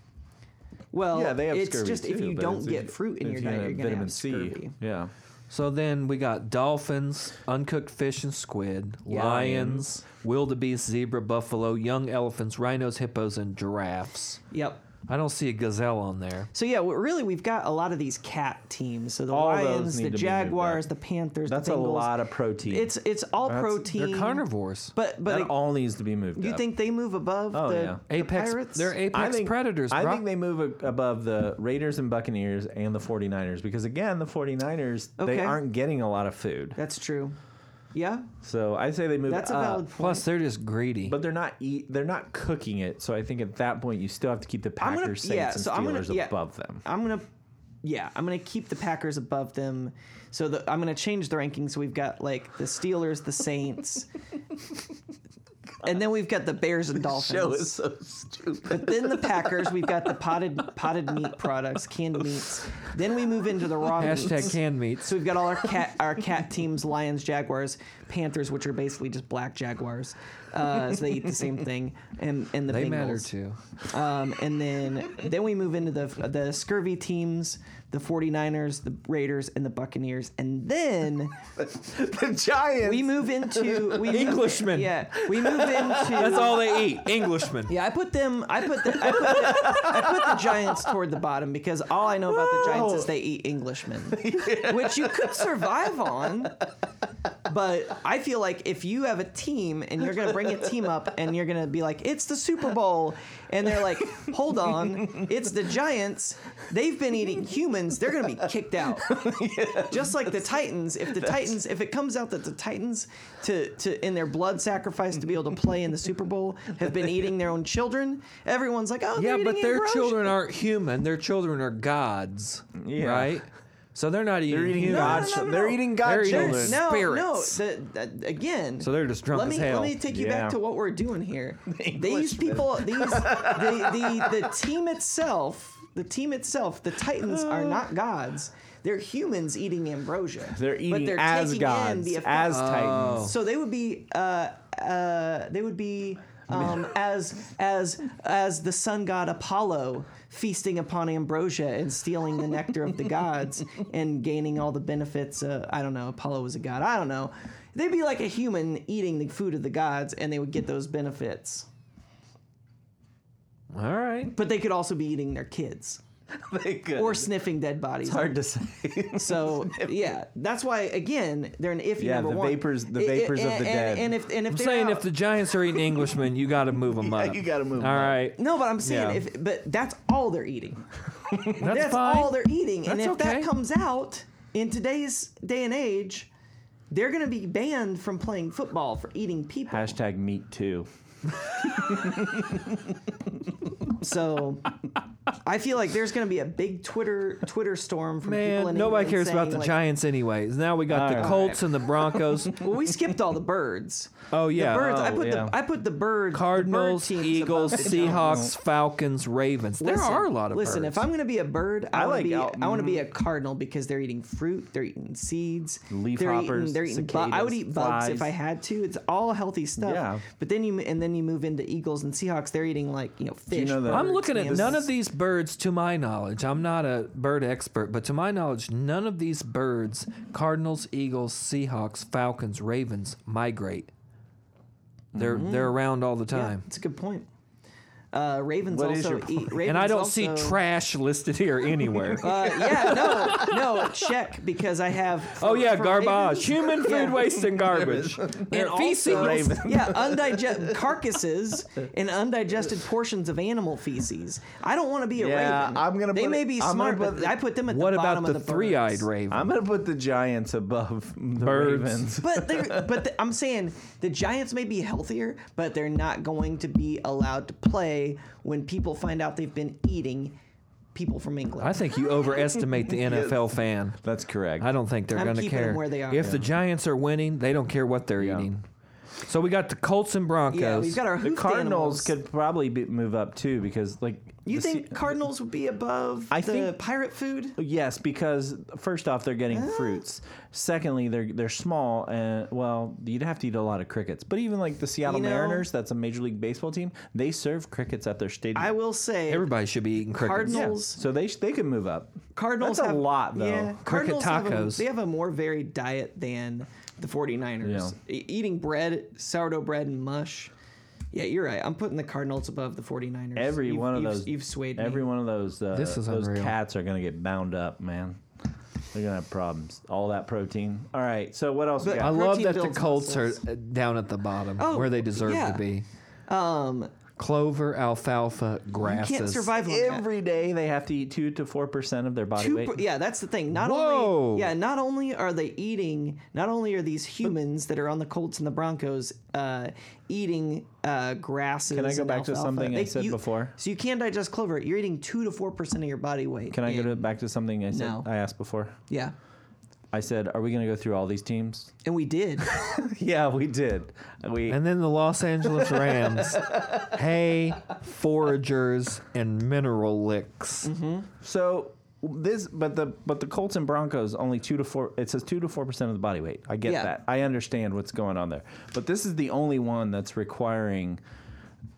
Speaker 2: Well,
Speaker 1: yeah, they have
Speaker 2: it's
Speaker 1: scurvy
Speaker 2: just if
Speaker 1: too,
Speaker 2: you
Speaker 1: but
Speaker 2: don't
Speaker 1: it's-
Speaker 2: get fruit in
Speaker 1: if
Speaker 2: your
Speaker 1: you
Speaker 2: diet,
Speaker 1: have
Speaker 2: you're going to
Speaker 1: vitamin
Speaker 2: have
Speaker 1: C.
Speaker 2: scurvy.
Speaker 1: Yeah.
Speaker 3: So then we got dolphins, uncooked fish and squid,
Speaker 1: Yeah.
Speaker 3: lions, wildebeest, zebra, buffalo, young elephants, rhinos, hippos, and giraffes.
Speaker 2: Yep.
Speaker 3: I don't see a gazelle on there.
Speaker 2: So yeah, we- really, we've got a lot of these cat teams. So the
Speaker 1: All those
Speaker 2: lions,
Speaker 1: need
Speaker 2: the
Speaker 1: to be moved up.
Speaker 2: jaguars, the panthers.
Speaker 1: That's
Speaker 2: the
Speaker 1: a
Speaker 2: Bengals.
Speaker 1: lot of protein.
Speaker 2: It's it's all
Speaker 1: That's-
Speaker 2: protein.
Speaker 3: They're carnivores.
Speaker 2: But but
Speaker 1: that
Speaker 2: it-
Speaker 1: all needs to be moved
Speaker 2: you
Speaker 1: up.
Speaker 2: think they move above
Speaker 1: Oh,
Speaker 2: the,
Speaker 1: yeah.
Speaker 2: the
Speaker 3: apex.
Speaker 2: pirates?
Speaker 3: They're apex predators.
Speaker 1: I
Speaker 3: bro.
Speaker 1: think they move a- above the Raiders and Buccaneers and the 49ers because again, the 49ers
Speaker 2: Okay.
Speaker 1: they aren't getting a lot of food.
Speaker 2: That's true. Yeah,
Speaker 1: So I say they move
Speaker 2: that's a
Speaker 1: up.
Speaker 2: valid point.
Speaker 3: Plus, they're just greedy.
Speaker 1: But they're not eat. They're not cooking it. So I think at that point you still have to keep the
Speaker 2: I'm
Speaker 1: Packers,
Speaker 2: gonna-
Speaker 1: Saints,
Speaker 2: yeah,
Speaker 1: and
Speaker 2: so I'm gonna-
Speaker 1: Steelers
Speaker 2: yeah.
Speaker 1: above them.
Speaker 2: I'm gonna yeah, I'm going to keep the Packers above them. So the, I'm going to change the rankings. So we've got like the Steelers, the Saints, and then we've got the Bears and Dolphins.
Speaker 1: Show is so stupid.
Speaker 2: But then the Packers, we've got the potted potted meat products, canned meats. Then we move into the raw meats.
Speaker 3: Hashtag canned meats.
Speaker 2: So we've got all our cat our cat teams, Lions, Jaguars, Panthers, which are basically just black jaguars. Uh, so they eat the same thing, and and the
Speaker 3: They
Speaker 2: Bengals.
Speaker 3: matter too.
Speaker 2: Um, and then then we move into the the scurvy teams, the 49ers, the Raiders, and the Buccaneers, and then
Speaker 1: the Giants.
Speaker 2: we move into we move-
Speaker 3: Englishmen.
Speaker 2: yeah, we move into
Speaker 3: That's all they eat. Englishmen.
Speaker 2: yeah, I put them. I put the. I put the, I put the Giants toward the bottom because all I know about the Giants is they eat Englishmen, which you could survive on. But I feel like if you have a team and you're going to bring a team up and you're going to be like, it's the Super Bowl, and they're like, hold on, it's the Giants. They've been eating humans. They're going to be kicked out. Just like the Titans. If the Titans, if it comes out that the Titans, to, to in their blood sacrifice to be able to play in the Super Bowl, have been eating their own children, everyone's like, oh,
Speaker 3: Yeah,
Speaker 2: they're
Speaker 3: but
Speaker 2: eating
Speaker 3: their
Speaker 2: Ambrosia.
Speaker 3: children aren't human. Their children are gods,
Speaker 1: Yeah.
Speaker 3: right? So they're not eating.
Speaker 1: they're eating
Speaker 3: humans.
Speaker 1: God.
Speaker 2: no, no,
Speaker 1: They're
Speaker 2: no.
Speaker 1: eating
Speaker 3: They're
Speaker 1: God
Speaker 3: eating
Speaker 1: children.
Speaker 3: no-
Speaker 2: No,
Speaker 3: spirits.
Speaker 2: no. The, the, again,
Speaker 3: So they're just drunk
Speaker 2: let
Speaker 3: as
Speaker 2: me
Speaker 3: hell.
Speaker 2: let me take you
Speaker 1: Yeah.
Speaker 2: back to what we're doing here. these
Speaker 1: Englishmen.
Speaker 2: people, these the, the the team itself, the team itself, the Titans are not gods. They're humans eating ambrosia.
Speaker 1: They're
Speaker 2: but
Speaker 1: eating
Speaker 2: they're
Speaker 1: as
Speaker 2: taking in
Speaker 1: gods,
Speaker 2: the effect-
Speaker 1: as titans.
Speaker 2: so they would be uh, uh, they would be um, as as as the sun god Apollo feasting upon ambrosia and stealing the nectar of the gods and gaining all the benefits. Uh, I don't know. Apollo was a god. I don't know. They'd be like a human eating the food of the gods, and they would get those benefits.
Speaker 1: Oh.
Speaker 3: All right.
Speaker 2: But they could also be eating their kids
Speaker 1: They could.
Speaker 2: or sniffing dead bodies.
Speaker 1: hard to say.
Speaker 2: So yeah, that's why again they're an iffy
Speaker 1: Yeah,
Speaker 2: number
Speaker 1: the
Speaker 2: one.
Speaker 1: vapors- the
Speaker 2: I- I-
Speaker 1: vapors of the
Speaker 2: and-
Speaker 1: dead.
Speaker 2: And if and if
Speaker 3: I'm
Speaker 2: they're
Speaker 3: saying
Speaker 2: out-
Speaker 3: if the Giants are eating Englishmen, you got to move them up.
Speaker 1: you gotta move 'em
Speaker 3: All
Speaker 1: up.
Speaker 3: right.
Speaker 2: No, but I'm saying
Speaker 3: Yeah.
Speaker 2: if but that's all they're eating.
Speaker 3: That's,
Speaker 2: That's
Speaker 3: fine.
Speaker 2: all they're eating. and if
Speaker 3: That's
Speaker 2: that
Speaker 3: okay.
Speaker 2: comes out in today's day and age, they're going to be banned from playing football for eating people.
Speaker 1: Hashtag meat too.
Speaker 2: So I feel like there's going to be a big Twitter Twitter storm from people
Speaker 3: Man,
Speaker 2: in
Speaker 3: nobody
Speaker 2: England
Speaker 3: cares about
Speaker 2: saying,
Speaker 3: the
Speaker 2: like,
Speaker 3: Giants anyways. Now we got
Speaker 1: All
Speaker 3: the
Speaker 1: right.
Speaker 3: Colts and the Broncos.
Speaker 2: Well, we skipped all the birds.
Speaker 3: Oh
Speaker 2: The
Speaker 3: yeah.
Speaker 2: birds. I
Speaker 1: Oh,
Speaker 2: put
Speaker 1: yeah.
Speaker 2: the I put the bird the bird
Speaker 3: Cardinals,
Speaker 2: teams above
Speaker 3: Eagles,
Speaker 2: the
Speaker 3: Seahawks, Falcons, Ravens. There
Speaker 2: Listen,
Speaker 3: are a lot of
Speaker 2: Listen,
Speaker 3: birds.
Speaker 2: if I'm going to be a bird, I,
Speaker 1: I
Speaker 2: want
Speaker 1: like Mm-hmm.
Speaker 2: to be.
Speaker 1: out-
Speaker 2: I want to be a cardinal because they're eating fruit, they're eating seeds,
Speaker 1: Leaf
Speaker 2: they're
Speaker 1: hoppers,
Speaker 2: Eating, they're eating. bu- I would
Speaker 1: cicadas,
Speaker 2: eat bugs if
Speaker 1: flies.
Speaker 2: I had to. It's all healthy stuff.
Speaker 1: Yeah.
Speaker 2: But then you and then you move into eagles and Seahawks. They're eating like you know fish.
Speaker 1: you know that-
Speaker 2: birds,
Speaker 3: I'm looking at
Speaker 2: mammals.
Speaker 3: none of these birds, to my knowledge. I'm not a bird expert, but to my knowledge, none of these birds Cardinals, Eagles, Seahawks, Falcons, Ravens migrate. They're they're around all the
Speaker 2: Mm-hmm. Yeah,
Speaker 3: time.
Speaker 2: it's a good point. Uh, ravens
Speaker 1: What is
Speaker 2: also
Speaker 1: your
Speaker 2: eat. Ravens
Speaker 3: And I don't see
Speaker 2: also-
Speaker 3: trash listed here anywhere.
Speaker 2: Uh, yeah, no, no, check because I have.
Speaker 3: oh yeah,
Speaker 2: for
Speaker 3: garbage.
Speaker 2: ravens-
Speaker 3: Human food
Speaker 2: Yeah.
Speaker 3: waste and garbage. and
Speaker 2: also-
Speaker 3: feces.
Speaker 2: Yeah, undigested carcasses and undigested portions of animal feces. I don't want to be a
Speaker 1: Yeah,
Speaker 2: raven.
Speaker 1: I'm gonna
Speaker 2: They
Speaker 1: put
Speaker 2: may
Speaker 1: it-
Speaker 2: be
Speaker 1: I'm
Speaker 2: smart,
Speaker 1: gonna
Speaker 2: but
Speaker 1: put it-
Speaker 2: I put them at
Speaker 3: What
Speaker 2: the bottom
Speaker 3: about the
Speaker 2: of the
Speaker 3: three-eyed
Speaker 2: birds.
Speaker 3: raven?
Speaker 1: I'm gonna put the Giants above the
Speaker 3: Birds.
Speaker 1: Ravens.
Speaker 2: But they're, but the, I'm saying the Giants may be healthier, but they're not going to be allowed to play when people find out they've been eating people from England.
Speaker 3: I think you overestimate the NFL fan.
Speaker 1: That's correct.
Speaker 3: I don't think they're
Speaker 2: I'm
Speaker 3: going to
Speaker 2: keeping 'em
Speaker 3: care.
Speaker 2: where they are.
Speaker 3: If the Giants are winning, they don't care what they're
Speaker 1: Yeah.
Speaker 3: eating. So we got the Colts and Broncos.
Speaker 2: yeah, we've got our
Speaker 1: the
Speaker 2: hoofed
Speaker 1: Cardinals
Speaker 2: animals.
Speaker 1: could probably be, move up too because like
Speaker 2: You
Speaker 1: the
Speaker 2: think
Speaker 1: Se-
Speaker 2: Cardinals would be above
Speaker 1: I
Speaker 2: the
Speaker 1: think-
Speaker 2: pirate food?
Speaker 1: Yes, because first off, they're getting fruits. Secondly, they're they're small, and well, you'd have to eat a lot of crickets. But even like the Seattle
Speaker 2: You know-
Speaker 1: Mariners, that's a Major League Baseball team, they serve crickets at their stadium.
Speaker 2: I will say
Speaker 3: Everybody should be eating crickets.
Speaker 2: Cardinal-
Speaker 1: yeah.
Speaker 2: Cardinals-
Speaker 1: So they sh- they could move up.
Speaker 2: Cardinals
Speaker 1: That's a
Speaker 2: have,
Speaker 1: lot, though.
Speaker 2: Yeah,
Speaker 3: Cricket
Speaker 2: Cardinals have a-
Speaker 3: tacos.
Speaker 2: they have a more varied diet than the 49ers. E- eating bread, sourdough bread, and mush. Yeah, you're right. I'm putting the Cardinals above the 49ers.
Speaker 1: Every
Speaker 2: You've-
Speaker 1: one of
Speaker 2: you've-
Speaker 1: those.
Speaker 2: You've swayed
Speaker 1: Every
Speaker 2: me.
Speaker 1: one of those. Uh,
Speaker 3: This is
Speaker 1: those
Speaker 3: unreal.
Speaker 1: cats are gonna get bound up, man. They're gonna have problems. All that protein. All right. So what else? we
Speaker 2: But-
Speaker 1: got?
Speaker 3: I love
Speaker 2: Protein
Speaker 3: that the
Speaker 2: builds
Speaker 3: Colts are
Speaker 2: muscles.
Speaker 3: uh, down at the bottom
Speaker 2: Oh,
Speaker 3: where they deserve
Speaker 2: yeah.
Speaker 3: to be.
Speaker 2: Um,
Speaker 3: clover, alfalfa, grasses.
Speaker 2: can't survive on that.
Speaker 1: Every day they have to eat two to four percent of their body
Speaker 2: Two
Speaker 1: weight.
Speaker 2: per- yeah, that's the thing. Not
Speaker 3: Whoa.
Speaker 2: only yeah, not only are they eating, not only are these humans that are on the Colts and the Broncos uh, eating uh, grasses.
Speaker 1: Can I go
Speaker 2: and
Speaker 1: back to
Speaker 2: alfalfa.
Speaker 1: something I
Speaker 2: They-
Speaker 1: said
Speaker 2: you-
Speaker 1: before?
Speaker 2: So you can digest clover. You're eating two to four percent of your body weight.
Speaker 1: Can I go
Speaker 2: And-
Speaker 1: to, back to something I said
Speaker 2: No.
Speaker 1: I asked before?
Speaker 2: Yeah,
Speaker 1: I said, "Are we going to go through all these teams?"
Speaker 2: and we did.
Speaker 1: yeah, we did. We
Speaker 3: And then the Los Angeles Rams, hay, foragers, and mineral licks.
Speaker 2: Mm-hmm.
Speaker 1: so this, but the but the Colts and Broncos only two to four. It says two to four percent of the body weight. I get
Speaker 2: Yeah.
Speaker 1: that. I understand what's going on there. But this is the only one that's requiring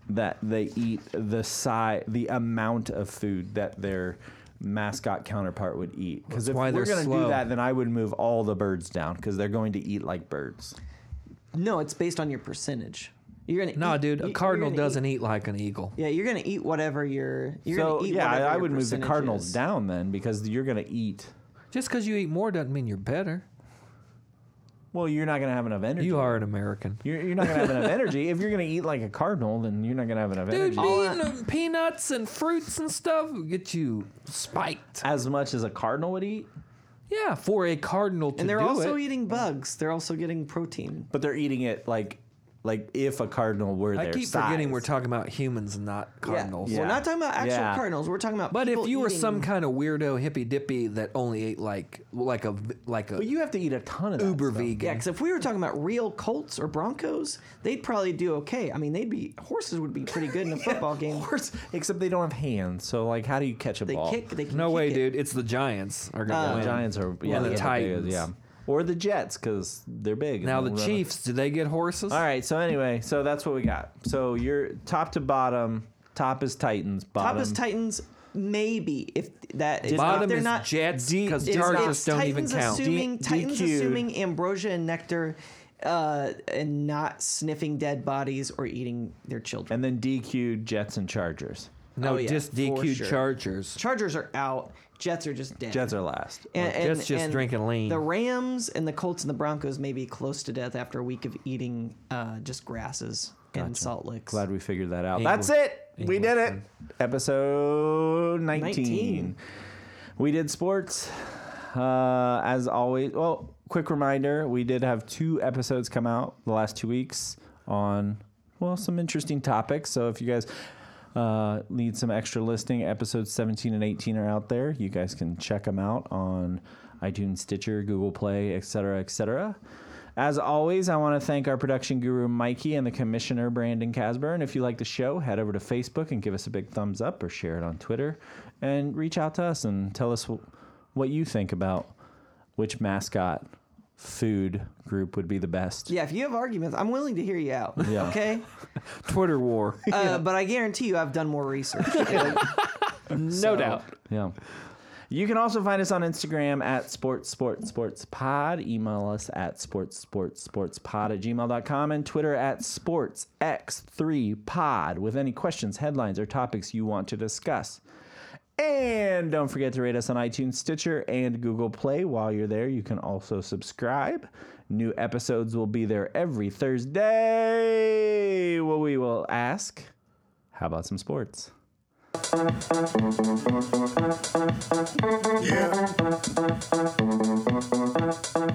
Speaker 1: that they eat the size, the amount of food that their mascot counterpart would eat. Because
Speaker 3: That's
Speaker 1: if
Speaker 3: why
Speaker 1: we're
Speaker 3: they're
Speaker 1: going to do
Speaker 3: slow.
Speaker 1: that, then I would move all the birds down because they're going to eat like birds.
Speaker 2: no, it's based on your percentage. You're gonna
Speaker 3: No,
Speaker 2: eat-
Speaker 3: dude,
Speaker 2: you-
Speaker 3: a
Speaker 2: you're
Speaker 3: cardinal
Speaker 2: gonna eat-
Speaker 3: doesn't e-, eat like an eagle.
Speaker 2: Yeah, you're gonna eat whatever you're. you're
Speaker 1: so
Speaker 2: gonna eat
Speaker 1: yeah, I,
Speaker 2: whatever
Speaker 1: I
Speaker 2: your
Speaker 1: would move the
Speaker 2: percentage
Speaker 1: Cardinals
Speaker 2: is.
Speaker 1: down then because you're going to eat.
Speaker 3: Just because you eat more doesn't mean you're better.
Speaker 1: Well, you're not going to have enough energy.
Speaker 3: You are an American.
Speaker 1: You're, you're not gonna have enough energy. If you're gonna eat like a cardinal, then you're not gonna have enough
Speaker 3: Dude,
Speaker 1: energy.
Speaker 3: bean, and um, peanuts and fruits and stuff will get you spiked.
Speaker 1: As much as a cardinal would eat,
Speaker 3: Yeah, for a cardinal to
Speaker 2: And they're
Speaker 3: do
Speaker 2: also
Speaker 3: it.
Speaker 2: eating bugs. They're also getting protein.
Speaker 1: but they're eating it like like if a cardinal were
Speaker 3: I
Speaker 1: their
Speaker 3: keep
Speaker 1: size.
Speaker 3: forgetting we're talking about humans, not cardinals.
Speaker 1: Yeah.
Speaker 2: We're not talking about actual
Speaker 1: Yeah.
Speaker 2: cardinals. We're talking about.
Speaker 3: But if
Speaker 2: people
Speaker 3: you were
Speaker 2: eating-
Speaker 3: some kind of weirdo hippy dippy that only ate like like a like a
Speaker 1: But you have to eat a ton of that
Speaker 3: uber
Speaker 1: stuff.
Speaker 3: vegan,
Speaker 2: Yeah, because if we were talking about real Colts or Broncos, they'd probably do okay. I mean, they'd be horses would be pretty good in a football game.
Speaker 1: Horse, except they don't have hands. So like, how do you catch a
Speaker 2: They
Speaker 1: ball?
Speaker 2: kick. They can Uh,
Speaker 3: no
Speaker 2: kick
Speaker 3: way,
Speaker 2: it.
Speaker 3: dude. It's the Giants are gonna
Speaker 1: the
Speaker 3: win.
Speaker 1: Giants are yeah,
Speaker 3: Or the
Speaker 1: that's how big it is,
Speaker 3: Titans.
Speaker 1: yeah, or the Jets because they're big. and
Speaker 3: Now the
Speaker 1: they'll run-
Speaker 3: Chiefs, do they get horses?
Speaker 1: All right. So anyway, so that's what we got. So you're top to bottom. Top is Titans. Bottom
Speaker 2: Top is Titans, maybe if that if
Speaker 3: Bottom
Speaker 2: they're
Speaker 3: is
Speaker 2: not
Speaker 3: Jets
Speaker 1: D-
Speaker 3: because
Speaker 2: it's-
Speaker 3: Chargers
Speaker 2: it's
Speaker 3: don't
Speaker 2: Titans
Speaker 3: even count.
Speaker 2: Assuming,
Speaker 1: D-
Speaker 2: Titans
Speaker 1: DQ'd.
Speaker 2: assuming ambrosia and nectar, uh, and not sniffing dead bodies or eating their children.
Speaker 1: and then DQ Jets and Chargers.
Speaker 3: no,
Speaker 2: Oh, yeah,
Speaker 3: just
Speaker 2: for
Speaker 3: DQ
Speaker 2: sure.
Speaker 3: Chargers.
Speaker 2: Chargers are out. Jets are just dead.
Speaker 1: Jets are last.
Speaker 2: and,
Speaker 3: Well, Jets just drinking lean.
Speaker 2: The Rams and the Colts and the Broncos may be close to death after a week of eating uh, just grasses and salt licks.
Speaker 1: Glad we figured that out.
Speaker 3: English-
Speaker 1: That's it. we did it.
Speaker 3: Englishman.
Speaker 1: Episode 19.
Speaker 2: 19.
Speaker 1: We did sports. Uh, as always, well, quick reminder we did have two episodes come out the last two weeks on, well, some interesting topics. So if you guys. Uh, need some extra listening. Episodes 17 and 18 are out there. You guys can check them out on iTunes, Stitcher, Google Play, etc., etc. As always, I want to thank our production guru Mikey and the commissioner Brandon Casburn. if you like the show, head over to Facebook and give us a big thumbs up or share it on Twitter and reach out to us and tell us wh- what you think about which mascot food group would be the best.
Speaker 2: yeah, if you have arguments, I'm willing to hear you out.
Speaker 1: Yeah.
Speaker 2: Okay,
Speaker 3: Twitter war,
Speaker 2: uh, but I guarantee you, I've done more research.
Speaker 3: no doubt.
Speaker 1: Yeah. You can also find us on Instagram at sports sports sports pod. Email us at sports sports sports pod at gmail.com and Twitter at sports x3 pod with any questions, headlines, or topics you want to discuss. And don't forget to rate us on iTunes, Stitcher, and Google Play. While you're there, you can also subscribe. New episodes will be there every Thursday. Well, we will ask, how about some sports?
Speaker 4: Yeah.